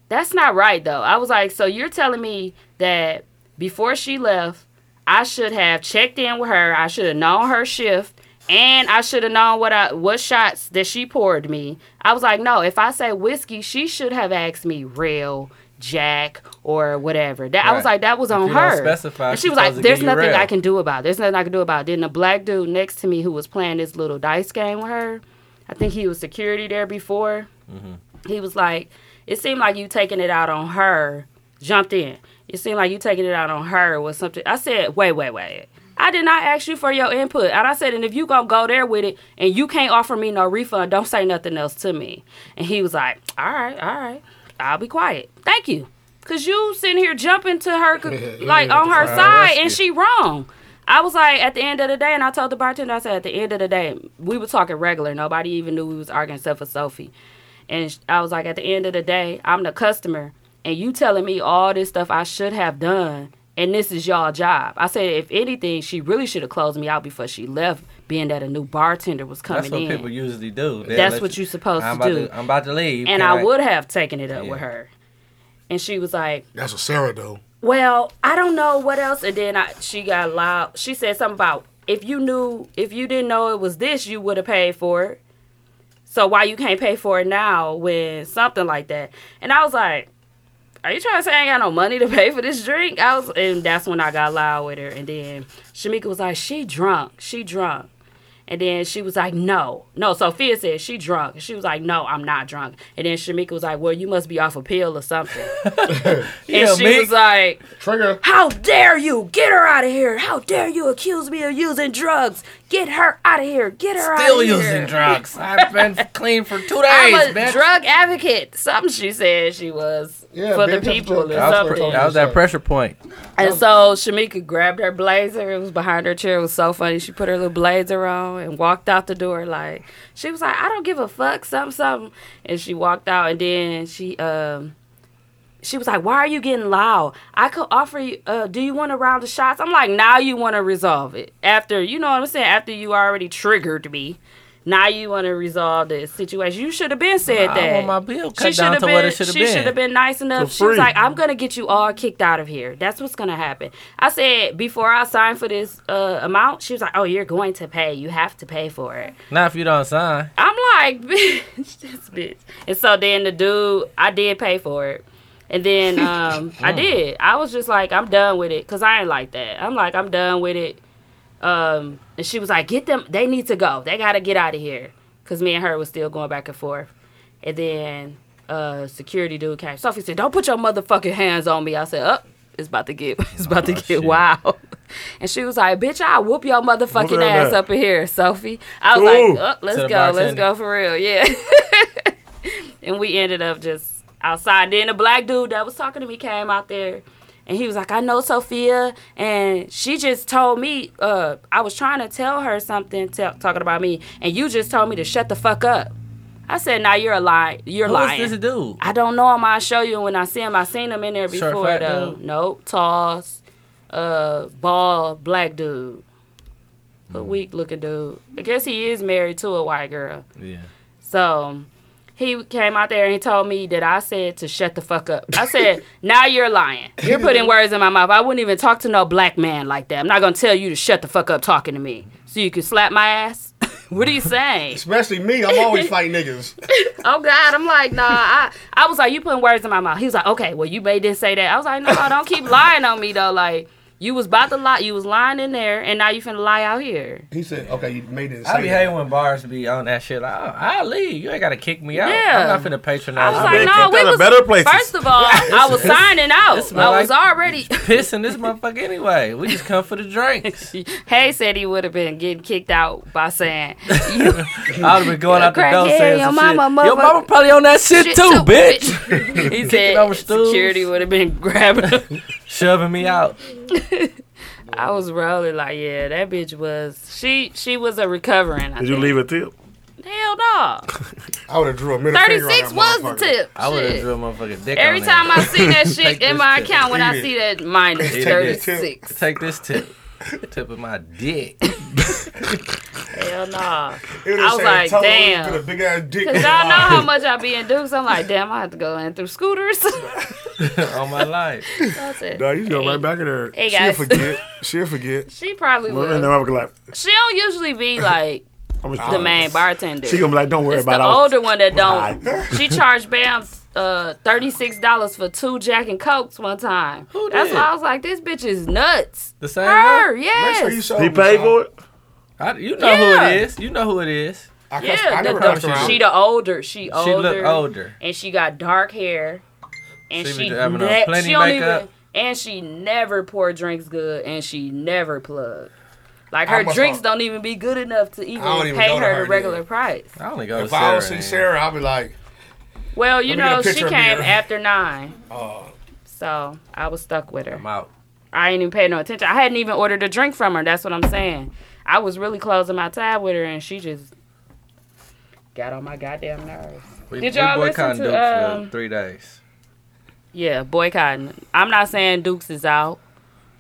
Speaker 3: that's not right though i was like so you're telling me that before she left I should have checked in with her. I should have known her shift, and I should have known what I what shots that she poured me. I was like, no. If I say whiskey, she should have asked me real Jack or whatever. That I was
Speaker 1: Right.
Speaker 3: like, that was
Speaker 1: If
Speaker 3: on
Speaker 1: you don't
Speaker 3: her.
Speaker 1: specify,
Speaker 3: and she
Speaker 1: she's
Speaker 3: was like,
Speaker 1: supposed to
Speaker 3: there's
Speaker 1: give you
Speaker 3: nothing
Speaker 1: real.
Speaker 3: I can do about. it. There's nothing I can do about. it. Then the black dude next to me who was playing this little dice game with her. I think he was security there before.
Speaker 1: Mm-hmm.
Speaker 3: He was like, it seemed like you taking it out on her. Jumped in. It seemed like you taking it out on her was something. I said, wait, wait, wait. I did not ask you for your input. And I said, and if you gonna go there with it and you can't offer me no refund, don't say nothing else to me. And he was like, all right, all right, I'll be quiet. Thank you. Cause you sitting here jumping to her, c- like on her side, and she wrong. I was like, at the end of the day, and I told the bartender, I said, at the end of the day, we were talking regular. Nobody even knew we was arguing except for Sophie. And sh- I was like, at the end of the day, I'm the customer, and you telling me all this stuff I should have done, and this is y'all job. I said, if anything, she really should have closed me out before she left, being that a new bartender was coming
Speaker 1: That's what
Speaker 3: in.
Speaker 1: people usually do. They'll
Speaker 3: That's
Speaker 1: let
Speaker 3: what you supposed
Speaker 1: I'm
Speaker 3: to
Speaker 1: about
Speaker 3: do.
Speaker 1: I'm about to leave. Can
Speaker 3: and I would have taken it up with
Speaker 1: Yeah.
Speaker 3: her. And she was like,
Speaker 4: That's what Sarah do.
Speaker 3: well, I don't know what else. And then I, she got loud. She said something about if you knew, if you didn't know it was this, you would have paid for it. So why you can't pay for it now when something like that? And I was like, Are you trying to say I ain't got no money to *laughs* pay for this drink? I was, and that's when I got loud with her. And then Shamika was like, She drunk. She drunk. And then she was like, No, no. Sophia said she drunk. She was like, No, I'm not drunk. And then Shamika was like, Well, you must be off a pill
Speaker 1: *laughs*
Speaker 3: or something. and
Speaker 1: Yeah,
Speaker 3: she
Speaker 1: Meek.
Speaker 3: was like,
Speaker 4: Trigger.
Speaker 3: how dare you? Get her out of here. How dare you accuse me of using drugs? Get her out of here. Get her out
Speaker 1: still
Speaker 3: of here.
Speaker 1: using drugs. I've been
Speaker 3: *laughs*
Speaker 1: clean for two days,
Speaker 3: I'm a
Speaker 1: bitch.
Speaker 3: drug advocate. Something she said she was
Speaker 4: Yeah,
Speaker 3: for
Speaker 4: bitch,
Speaker 3: the
Speaker 4: that's
Speaker 3: people
Speaker 4: drug
Speaker 1: That
Speaker 3: or
Speaker 1: was,
Speaker 4: advocate.
Speaker 3: something.
Speaker 1: that was that pressure point.
Speaker 3: And so
Speaker 1: Oh.
Speaker 3: Shamika grabbed her blazer. It was behind her chair. It was so funny. She put her little blazer on and walked out the door. Like she was like, I don't give a fuck, something, something. And she walked out. And then she um she was like, Why are you getting loud? I could offer you. Uh, do you want a round of shots? I'm like, Now you want to resolve it after you know what I'm saying. After you already triggered me. Now you want to resolve this situation. You should have been said
Speaker 1: I
Speaker 3: that.
Speaker 1: want my bill cut down
Speaker 3: shoulda
Speaker 1: to
Speaker 3: been,
Speaker 1: what it shoulda
Speaker 3: she
Speaker 1: been.
Speaker 3: shoulda been nice enough.
Speaker 4: For
Speaker 3: She was
Speaker 4: free.
Speaker 3: like, I'm gonna get you all kicked out of here. That's what's gonna happen. I said before I signed for this uh, amount, she was like, Oh, you're going to pay. You have to pay for it.
Speaker 1: Not if you don't sign.
Speaker 3: I'm like, *laughs* bitch, this bitch. And so then the dude, I did pay for it. And then um, I did. I was just like, I'm done with it. Cause I ain't like that. I'm like, I'm done with it. Um, and she was like, get them. They need to go. They got to get out of here. Cause me and her was still going back and forth. And then uh, security dude came. Sophie said, don't put your motherfucking hands on me. I said, up. it's about to get, *laughs* it's about to
Speaker 1: Oh,
Speaker 3: get
Speaker 1: shit.
Speaker 3: wild. *laughs* And she was like, bitch, I'll whoop your motherfucking
Speaker 5: her
Speaker 3: ass
Speaker 5: back.
Speaker 3: up in here, Sophie. I was
Speaker 5: Ooh.
Speaker 3: like, oh, let's
Speaker 1: To
Speaker 3: go,
Speaker 1: the bartender.
Speaker 3: let's go for real, yeah. *laughs* and we ended up just outside. Then the black dude that was talking to me came out there, and he was like, "I know Sophia," and she just told me, uh, "I was trying to tell her something, tell talking about me, and you just told me to shut the fuck up." I said, "Now you're a lie. You're
Speaker 1: Who
Speaker 3: lying."
Speaker 1: is this dude?
Speaker 3: I don't know him. I'll show you when I see him. I seen him in there
Speaker 1: Short,
Speaker 3: before
Speaker 1: fat
Speaker 3: though.
Speaker 1: dude?
Speaker 3: Nope, tall, uh, bald, black dude. A weak looking dude. I guess he is married to a white girl.
Speaker 1: yeah.
Speaker 3: So he came out there and he told me that I said to shut the fuck up. I said, now you're lying. You're putting words in my mouth. I wouldn't even talk to no black man like that. I'm not gonna tell you to shut the fuck up talking to me. So you can slap my ass. *laughs* what are you saying?
Speaker 4: Especially me, I'm
Speaker 3: *laughs*
Speaker 4: always fighting niggas.
Speaker 3: oh God, I'm like, nah, I, I was like, you putting words in my mouth. He was like, okay, well, you may didn't say that. I was
Speaker 1: *laughs*
Speaker 3: like, no, don't keep lying on me though. Like, you was about to lie, you was lying in there, and now you finna lie out here.
Speaker 4: He said, okay, you made it.
Speaker 1: I
Speaker 4: say
Speaker 1: be
Speaker 4: that.
Speaker 1: hating when bars be on that shit. I, I leave. You ain't gotta kick me out.
Speaker 3: Yeah.
Speaker 1: I'm not finna
Speaker 3: I
Speaker 1: patronize.
Speaker 3: was
Speaker 1: you.
Speaker 3: like,
Speaker 5: been
Speaker 3: no,
Speaker 5: kicked
Speaker 3: we
Speaker 5: out of
Speaker 3: was
Speaker 5: better places. *laughs*
Speaker 3: First of all,
Speaker 1: *laughs*
Speaker 3: I was signing out.
Speaker 1: smell
Speaker 3: I was
Speaker 1: like-
Speaker 3: already.
Speaker 1: pissing this motherfucker anyway. We
Speaker 4: *laughs*
Speaker 1: just come for the
Speaker 3: *laughs*
Speaker 1: drinks.
Speaker 3: Hay said he would have been getting kicked out by saying, "You
Speaker 1: I would have been going out the
Speaker 3: Crack,
Speaker 1: door
Speaker 3: yeah,
Speaker 1: saying
Speaker 3: your
Speaker 1: some
Speaker 3: mama
Speaker 1: shit. Your
Speaker 3: motherfucker-
Speaker 1: mama probably on that shit,
Speaker 3: shit
Speaker 1: too,
Speaker 3: too,
Speaker 1: bitch. *laughs*
Speaker 3: bitch." he
Speaker 1: Kicking
Speaker 3: said
Speaker 1: over stools.
Speaker 3: security would have been *laughs* grabbing him.
Speaker 1: Shoving me out.
Speaker 3: *laughs* I was rolling like, yeah, that bitch was. She she was a recovering. I
Speaker 5: Did you
Speaker 3: think.
Speaker 5: leave a tip?
Speaker 3: Hell no.
Speaker 4: I would have drew a middle
Speaker 3: Thirty
Speaker 4: finger on
Speaker 3: six
Speaker 4: that
Speaker 3: was the
Speaker 4: motherfucker.
Speaker 3: tip.
Speaker 1: I would have
Speaker 3: Shit.
Speaker 1: drew a motherfucking dick
Speaker 3: Every
Speaker 1: on
Speaker 3: time
Speaker 1: that.
Speaker 3: I see that
Speaker 1: *laughs*
Speaker 3: shit
Speaker 1: Take
Speaker 3: in
Speaker 1: this
Speaker 3: my
Speaker 1: tip.
Speaker 3: account, when I
Speaker 4: Eat
Speaker 3: see that minus
Speaker 1: Eat it.
Speaker 3: thirty six,
Speaker 1: Take this tip. Tip of my dick.
Speaker 3: hell no.
Speaker 4: It would've
Speaker 3: I was
Speaker 4: said,
Speaker 3: like,
Speaker 4: "Tell her we
Speaker 3: damn."
Speaker 4: Put a big ass dick.
Speaker 3: Cause
Speaker 4: in
Speaker 3: y'all
Speaker 4: her
Speaker 3: know
Speaker 4: eye."
Speaker 3: how much I be in Dukes. I'm like, damn, I have to go in through
Speaker 4: *laughs*
Speaker 1: *laughs*
Speaker 3: scooters. *laughs*
Speaker 1: on my life.
Speaker 3: That's it.
Speaker 5: No, you go right back in there.
Speaker 3: Hey
Speaker 4: She'll
Speaker 3: guys,
Speaker 4: forget. She'll
Speaker 3: *laughs*
Speaker 4: forget.
Speaker 3: she probably
Speaker 5: Well, and then
Speaker 3: will.
Speaker 5: I'm gonna be like,
Speaker 3: She don't
Speaker 5: *laughs*
Speaker 3: usually be like
Speaker 5: I'm just-
Speaker 3: the main bartender.
Speaker 5: She gonna be like, don't worry
Speaker 3: It's
Speaker 5: about
Speaker 3: the
Speaker 5: it. I was-
Speaker 3: older one that don't. *laughs* She charged Bam uh, thirty six dollars for two Jack and Cokes one time.
Speaker 1: Who
Speaker 3: That's
Speaker 1: did?
Speaker 3: why I was like, this bitch is nuts.
Speaker 1: The same
Speaker 3: Her,
Speaker 1: way?
Speaker 4: Make sure you
Speaker 3: yes.
Speaker 4: show
Speaker 5: He
Speaker 4: me
Speaker 5: paid
Speaker 4: something.
Speaker 5: for it.
Speaker 1: I, you know
Speaker 3: Yeah.
Speaker 1: who it is. You know who it is.
Speaker 4: I, cussed,
Speaker 3: Yeah,
Speaker 4: I
Speaker 3: the,
Speaker 4: never
Speaker 3: the-
Speaker 4: cussed around.
Speaker 3: she the older. She older.
Speaker 1: look older.
Speaker 3: And she got dark hair. And
Speaker 1: She
Speaker 3: she,
Speaker 1: be having on
Speaker 3: ne-
Speaker 1: plenty
Speaker 3: she don't
Speaker 1: makeup.
Speaker 3: even. And she never pour drinks good, and she never plug. Like
Speaker 4: I
Speaker 3: her
Speaker 4: must
Speaker 3: drinks
Speaker 4: have-
Speaker 3: don't even be good enough to even,
Speaker 4: don't even
Speaker 3: pay
Speaker 4: go
Speaker 3: her
Speaker 4: to her
Speaker 3: the regular
Speaker 4: then.
Speaker 3: price.
Speaker 1: I only go to
Speaker 4: if I
Speaker 1: Sarah.
Speaker 4: don't see
Speaker 1: and-
Speaker 4: Sarah, I'll be like,
Speaker 3: Well, you
Speaker 4: Let me get a
Speaker 3: know, she
Speaker 4: picture
Speaker 3: came
Speaker 4: of Mira.
Speaker 3: after nine,
Speaker 4: oh,
Speaker 3: so I was stuck with her.
Speaker 1: I'm out.
Speaker 3: I ain't even paid no attention. I hadn't even ordered a drink from her. That's what I'm saying. I was really closing my tab with her, and she just got on my goddamn nerves.
Speaker 1: We,
Speaker 3: Did y'all
Speaker 1: we boycotted
Speaker 3: listen to,
Speaker 1: Duke
Speaker 3: um,
Speaker 1: for three days.
Speaker 3: Yeah, boycotting. I'm not saying Dukes is out,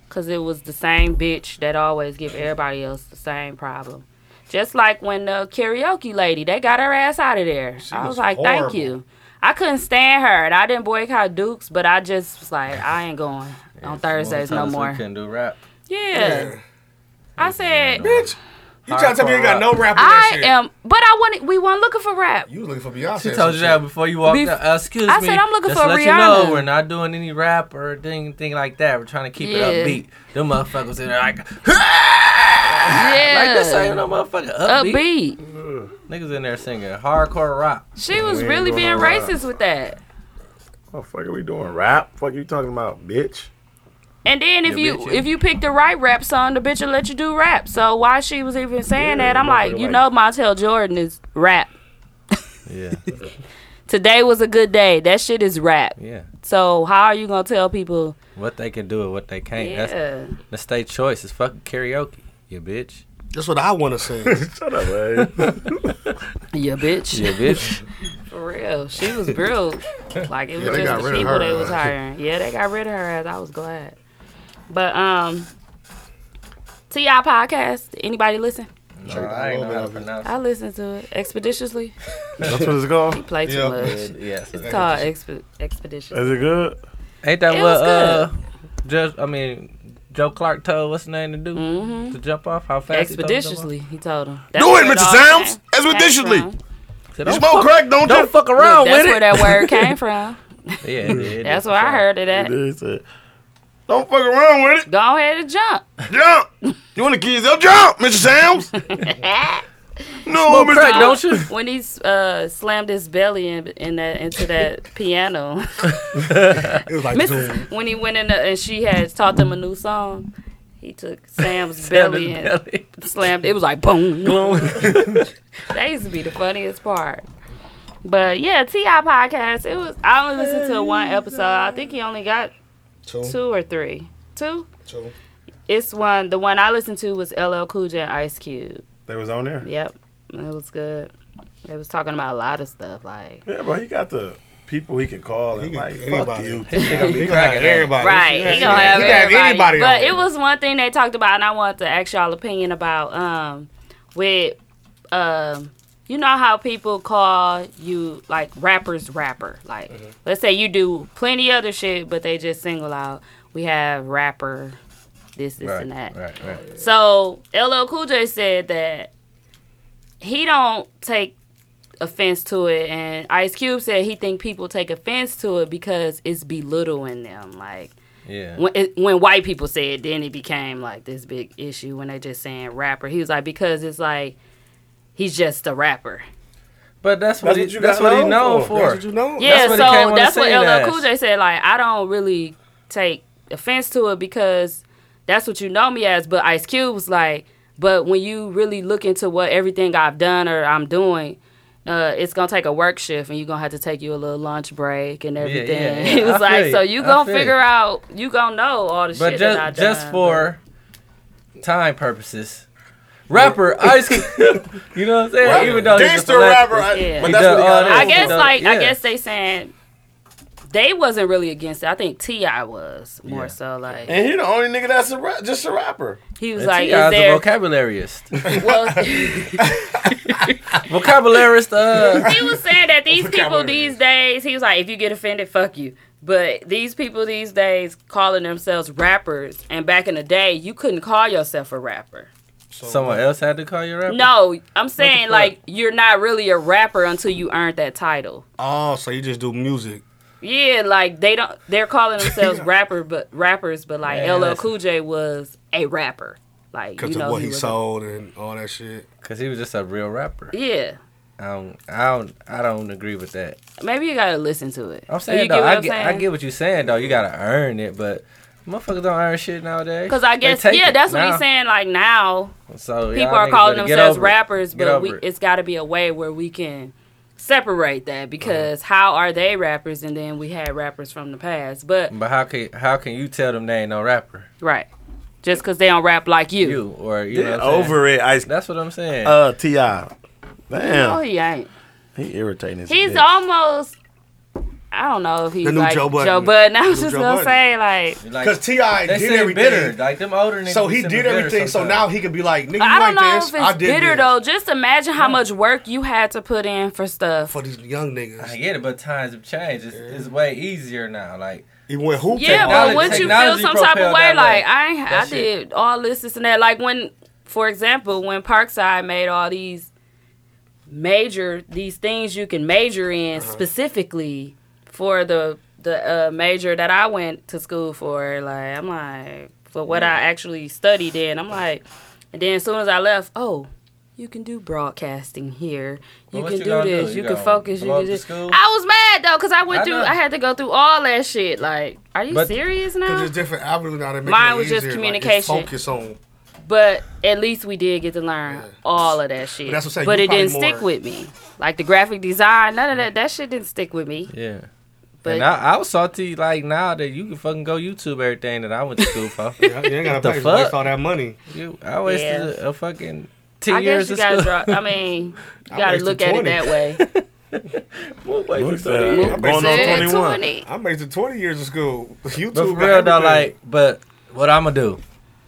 Speaker 3: cause it was the same bitch that always give everybody else the same problem. Just like when the karaoke lady, they got her ass out of there. I was
Speaker 4: was
Speaker 3: like, thank
Speaker 4: horrible.
Speaker 3: you. I couldn't stand her, and I didn't boycott Dukes, but I just was like, I ain't going on Thursdays no more.
Speaker 1: Can do rap.
Speaker 3: Yeah. I said
Speaker 4: bitch, you trying to tell me you ain't got no rap in that
Speaker 3: I
Speaker 4: shit?
Speaker 3: am, but I wanted. We weren't looking for rap.
Speaker 4: You was looking for Beyonce.
Speaker 1: She
Speaker 4: or
Speaker 1: told
Speaker 4: some
Speaker 1: you
Speaker 4: shit.
Speaker 1: that before you walked
Speaker 3: Bef-
Speaker 1: out. Uh, excuse
Speaker 3: I
Speaker 1: me.
Speaker 3: said I'm looking
Speaker 1: just
Speaker 3: for
Speaker 1: let You
Speaker 3: Rihanna.
Speaker 1: know, we're not doing any rap or thing, thing like that. We're trying to keep
Speaker 3: Yeah.
Speaker 1: it upbeat. Them motherfuckers in there like, like this
Speaker 3: Yeah,
Speaker 1: ain't no motherfucking upbeat.
Speaker 3: upbeat.
Speaker 1: Niggas in there singing hardcore rock.
Speaker 3: She was
Speaker 5: ain't
Speaker 3: really
Speaker 5: going
Speaker 3: being
Speaker 5: on rap.
Speaker 3: racist with that.
Speaker 5: Oh fuck, are we doing rap? Fuck, you talking about, bitch?
Speaker 3: And then if
Speaker 1: Yeah,
Speaker 3: you
Speaker 1: bitch, yeah.
Speaker 3: if you pick the right rap song, the bitch will let you do rap. So why she was even saying
Speaker 5: Yeah,
Speaker 3: that? I'm like,
Speaker 5: motherfucker
Speaker 3: you
Speaker 5: like-
Speaker 3: know, Montel Jordan is rap.
Speaker 1: Yeah,
Speaker 5: *laughs*
Speaker 3: Today was a good day. That shit is rap.
Speaker 1: yeah.
Speaker 3: So how are you gonna tell people?
Speaker 1: What they can do and what they can't. That's
Speaker 3: Yeah,
Speaker 1: that's their choice. It's fucking karaoke. You bitch.
Speaker 4: That's what I want to say.
Speaker 5: *laughs* Shut up, man.
Speaker 3: *laughs* yeah, bitch.
Speaker 1: You
Speaker 5: *laughs*
Speaker 1: bitch.
Speaker 3: *laughs* For real, she was real. like it was
Speaker 4: they got
Speaker 3: just the
Speaker 4: rid of
Speaker 3: people
Speaker 4: her
Speaker 3: they was
Speaker 4: ass.
Speaker 3: hiring. Yeah, they got rid of her ass. I was glad. But um, Ti podcast. Anybody listen?
Speaker 1: no, I ain't know how to pronounce
Speaker 3: I listen to it expeditiously.
Speaker 5: That's what it's called.
Speaker 3: Play too
Speaker 4: Yeah.
Speaker 3: much.
Speaker 1: it. Yes.
Speaker 3: It's called exp- expedition.
Speaker 5: Is it good?
Speaker 1: Ain't that
Speaker 3: It
Speaker 1: what
Speaker 3: was
Speaker 1: uh just I mean Joe Clark told what's his name to do to jump off? How fast he told him to jump
Speaker 3: Mm-hmm. Expeditiously, he told him.
Speaker 5: Do it,
Speaker 3: where
Speaker 5: Mr.
Speaker 3: all
Speaker 5: Sounds.
Speaker 3: came- came
Speaker 5: Expeditiously.
Speaker 3: from.
Speaker 1: off? Said,
Speaker 5: You
Speaker 1: don't
Speaker 5: smoke
Speaker 1: fuck,
Speaker 5: crack, don't
Speaker 1: don't
Speaker 5: you?
Speaker 1: fuck around
Speaker 3: That's where
Speaker 1: with it. *laughs*
Speaker 3: that word came from.
Speaker 1: Yeah, it did, it
Speaker 3: That's
Speaker 1: did,
Speaker 3: where
Speaker 1: for sure.
Speaker 3: I heard it at.
Speaker 5: He said, Don't fuck around with
Speaker 3: Go ahead and jump.
Speaker 5: it. Jump. You want the kids up? Jump, Mr. Sam's. No,
Speaker 1: *laughs* Smoke
Speaker 5: Mr.
Speaker 1: crack, don't you?
Speaker 3: when he uh, slammed his belly in, in that
Speaker 1: *laughs*
Speaker 3: into that piano,
Speaker 4: It was like, dude,
Speaker 3: Mrs. when he went in the, and she had taught them a new song, he took Sam's belly and
Speaker 1: Belly.
Speaker 3: slammed. It was like boom. *laughs* that used to be the funniest part. But yeah, Ti podcast. It was. I only listened to one episode. I think he only got
Speaker 4: two,
Speaker 3: two or three. Two.
Speaker 4: two.
Speaker 3: It's one. The one I listened to was LL Cool J and Ice Cube.
Speaker 5: They was on there.
Speaker 3: Yep, it was good. They was talking about a lot of stuff. Like
Speaker 5: Yeah, bro. He got the people he can call and
Speaker 4: He
Speaker 5: like
Speaker 4: can-
Speaker 5: fuck
Speaker 4: anybody.
Speaker 1: *laughs*
Speaker 5: you.
Speaker 4: He
Speaker 5: *laughs*
Speaker 4: gonna have everybody.
Speaker 3: right,
Speaker 4: He
Speaker 3: he gonna have,
Speaker 4: he gonna
Speaker 3: everybody.
Speaker 4: anybody
Speaker 3: But
Speaker 4: on
Speaker 3: it was one thing they talked about, and I wanted to ask y'all opinion about um with um. You know how people call you like rappers rapper. Like
Speaker 1: Mm-hmm.
Speaker 3: let's say you do plenty other shit, but they just single out. We have rapper, this, this, and that.
Speaker 1: Right, right, right.
Speaker 3: So LL Cool J said that he don't take offense to it, and Ice Cube said he think people take offense to it because it's belittling them. Like
Speaker 1: Yeah.
Speaker 3: when it, when white people say it, then it became like this big issue when they just saying rapper. He was like because it's like he's just a rapper.
Speaker 1: But that's what
Speaker 5: That's
Speaker 1: he,
Speaker 5: what you
Speaker 1: that's
Speaker 5: got
Speaker 1: what he
Speaker 5: known
Speaker 1: known
Speaker 5: for.
Speaker 1: for.
Speaker 4: That's what you know.
Speaker 3: Yeah,
Speaker 1: That's what it came on
Speaker 3: so
Speaker 1: the
Speaker 3: that's what
Speaker 1: scene
Speaker 3: LL
Speaker 1: as.
Speaker 3: Cool J said. Like, I don't really take offense to it because that's what you know me as. But Ice Cube was like, but when you really look into what everything I've done or I'm doing, uh, it's gonna take a work shift and you're gonna have to take you a little lunch break and everything.
Speaker 1: yeah,
Speaker 3: *laughs* he
Speaker 1: yeah.
Speaker 3: was
Speaker 1: I
Speaker 3: like,
Speaker 1: feel
Speaker 3: so
Speaker 1: you.
Speaker 3: you
Speaker 1: I
Speaker 3: gonna
Speaker 1: feel you.
Speaker 3: figure out, you gonna know all the
Speaker 1: But
Speaker 3: shit that I
Speaker 1: just
Speaker 3: done.
Speaker 1: just for time purposes, rapper
Speaker 4: *laughs*
Speaker 1: Ice Cube. *laughs* you know what I'm saying? Even though he's just
Speaker 5: Gangster
Speaker 1: a
Speaker 5: rapper.
Speaker 1: rapper.
Speaker 5: I-
Speaker 3: Yeah.
Speaker 5: But
Speaker 1: He
Speaker 5: that's
Speaker 1: done
Speaker 5: what he
Speaker 1: all
Speaker 5: got.
Speaker 1: that.
Speaker 3: I
Speaker 5: on.
Speaker 3: guess
Speaker 1: Yeah.
Speaker 3: like I
Speaker 1: Yeah.
Speaker 3: guess they saying they wasn't really against it. I think Ti was more
Speaker 1: Yeah.
Speaker 3: so like
Speaker 5: And he the only nigga that's a rap, just a rapper.
Speaker 3: he was
Speaker 1: And
Speaker 3: like, is
Speaker 1: T.I. is
Speaker 3: there
Speaker 1: a vocabularyist.
Speaker 3: well,
Speaker 4: *laughs*
Speaker 1: vocabularyist, uh,
Speaker 5: *laughs*
Speaker 3: *laughs* he was saying that these people
Speaker 4: Vocabulary.
Speaker 3: these days, he was like, if you get offended, fuck you. But these people these days calling themselves rappers, and back in the day, you couldn't call yourself a rapper.
Speaker 1: someone else had to call you rapper?
Speaker 3: No, I'm saying
Speaker 1: fuck?
Speaker 3: like you're not really a rapper until you earned that title.
Speaker 4: Oh, so you just do music.
Speaker 3: Yeah, like they don't.
Speaker 4: *laughs*
Speaker 3: They're calling themselves rapper, but rappers, but like
Speaker 1: Man,
Speaker 3: LL
Speaker 1: that's-
Speaker 3: Cool J was a rapper. Like
Speaker 4: because
Speaker 3: you know
Speaker 4: of what he
Speaker 3: was a-
Speaker 4: sold and all that shit.
Speaker 1: Cause he was just a real rapper.
Speaker 3: yeah.
Speaker 1: I don't, I don't, I don't agree with that.
Speaker 3: Maybe you gotta listen to it.
Speaker 1: I'm saying
Speaker 3: you
Speaker 1: though,
Speaker 3: get what
Speaker 1: I
Speaker 3: I'm
Speaker 1: get,
Speaker 3: saying?
Speaker 1: I get what you're saying though. You gotta earn it, but motherfuckers don't earn shit nowadays.
Speaker 3: Cause I
Speaker 1: They
Speaker 3: guess
Speaker 1: take
Speaker 3: yeah,
Speaker 1: it
Speaker 3: that's what
Speaker 1: now.
Speaker 3: he's saying. Like now,
Speaker 1: So y'all
Speaker 3: people are
Speaker 1: niggas
Speaker 3: calling
Speaker 1: better get
Speaker 3: themselves
Speaker 1: over it.
Speaker 3: rappers,
Speaker 1: Get
Speaker 3: but
Speaker 1: over
Speaker 3: we,
Speaker 1: it.
Speaker 3: it's got to be a way where we can separate that because
Speaker 1: Uh-huh.
Speaker 3: how are they rappers and then we had rappers from the past, but
Speaker 1: But how can how can you tell them they ain't no rapper?
Speaker 3: right, just because they don't rap like you.
Speaker 1: You or
Speaker 5: Get
Speaker 1: you know what I'm saying?
Speaker 5: over it, Ice.
Speaker 1: That's what I'm saying.
Speaker 5: Uh, Ti.
Speaker 3: No,
Speaker 5: Damn,
Speaker 3: he ain't.
Speaker 5: he irritating. as a
Speaker 3: He's
Speaker 5: bitch.
Speaker 3: almost. I don't know if he's
Speaker 4: The new
Speaker 3: like
Speaker 4: Joe Budden.
Speaker 3: *laughs* I was
Speaker 4: New
Speaker 3: just
Speaker 4: Joe
Speaker 3: gonna
Speaker 4: Budden.
Speaker 3: say like
Speaker 1: like,
Speaker 4: Because Ti
Speaker 1: they
Speaker 4: did
Speaker 1: seem
Speaker 4: everything,
Speaker 1: bitter. Like them older niggas.
Speaker 4: so he
Speaker 1: seem
Speaker 4: did
Speaker 1: bitter
Speaker 4: everything. So
Speaker 1: sometimes.
Speaker 4: now he could be like, "Nigga, you
Speaker 3: I don't
Speaker 4: like
Speaker 3: know
Speaker 4: this?
Speaker 3: if
Speaker 4: I
Speaker 3: it's
Speaker 4: did
Speaker 3: bitter
Speaker 4: this
Speaker 3: though. Just imagine how much work you had to put in for stuff.
Speaker 4: for these young
Speaker 1: I
Speaker 4: niggas."
Speaker 1: get it, but times have changed. It's, it's way easier now. Like
Speaker 4: He went hoop.
Speaker 3: Yeah,
Speaker 1: Technology-
Speaker 3: but wouldn't you feel
Speaker 1: technology
Speaker 3: some type of
Speaker 1: propelled
Speaker 3: way?
Speaker 1: that way.
Speaker 3: Like I, ain't- I
Speaker 1: That shit.
Speaker 3: did all this, this, and that. Like when, for example, when Parkside made all these major these things you can major in
Speaker 4: Uh-huh.
Speaker 3: specifically for the the uh, major that I went to school for. Like I'm like for what
Speaker 4: Mm.
Speaker 3: I actually studied in. I'm like, and then as soon as I left, oh. You can do broadcasting here. You
Speaker 1: Well, what
Speaker 3: can
Speaker 1: you
Speaker 3: do
Speaker 1: gonna
Speaker 3: this.
Speaker 1: do?
Speaker 3: You,
Speaker 1: You
Speaker 3: can
Speaker 1: gonna
Speaker 3: focus. You
Speaker 1: blow
Speaker 3: can
Speaker 1: up the
Speaker 3: just.
Speaker 1: school?
Speaker 3: I was mad though, cause I went
Speaker 1: I
Speaker 3: through.
Speaker 1: know.
Speaker 3: I had to go through all that shit. Like, are you
Speaker 1: But-
Speaker 3: serious
Speaker 4: Because
Speaker 3: now?
Speaker 4: there's different avenues now that make
Speaker 3: Mine
Speaker 4: it
Speaker 3: was just
Speaker 4: easier, like, it's
Speaker 3: communication.
Speaker 4: focus on
Speaker 3: But at least we did get to learn all of that shit.
Speaker 4: But that's what I'm saying,
Speaker 3: But
Speaker 4: you
Speaker 3: it didn't
Speaker 4: probably
Speaker 3: stick
Speaker 4: more-
Speaker 3: with me. Like the graphic design, none of that. That shit didn't stick with me.
Speaker 1: yeah.
Speaker 3: But
Speaker 1: and I, I was salty like now that you can fucking go YouTube everything that I went to school for.
Speaker 4: *laughs* Yeah, you ain't gotta
Speaker 1: The
Speaker 4: pay.
Speaker 1: fuck?
Speaker 4: Waste all that money.
Speaker 1: You, I wasted
Speaker 3: Yeah.
Speaker 1: a, a fucking ten
Speaker 3: I guess
Speaker 1: years
Speaker 3: you
Speaker 1: of
Speaker 3: gotta
Speaker 1: school.
Speaker 3: draw.
Speaker 1: *laughs*
Speaker 3: I mean, you gotta
Speaker 4: wasted
Speaker 3: look at it
Speaker 4: 20.
Speaker 3: that way.
Speaker 5: What's that?
Speaker 4: Yeah,
Speaker 5: Going
Speaker 4: basically-
Speaker 5: on
Speaker 3: Yeah,
Speaker 5: 21.
Speaker 3: 20.
Speaker 4: I wasted 20 years of school. *laughs* YouTube.
Speaker 1: But for
Speaker 4: got
Speaker 1: real though,
Speaker 4: everything.
Speaker 1: like, but what I'm gonna do?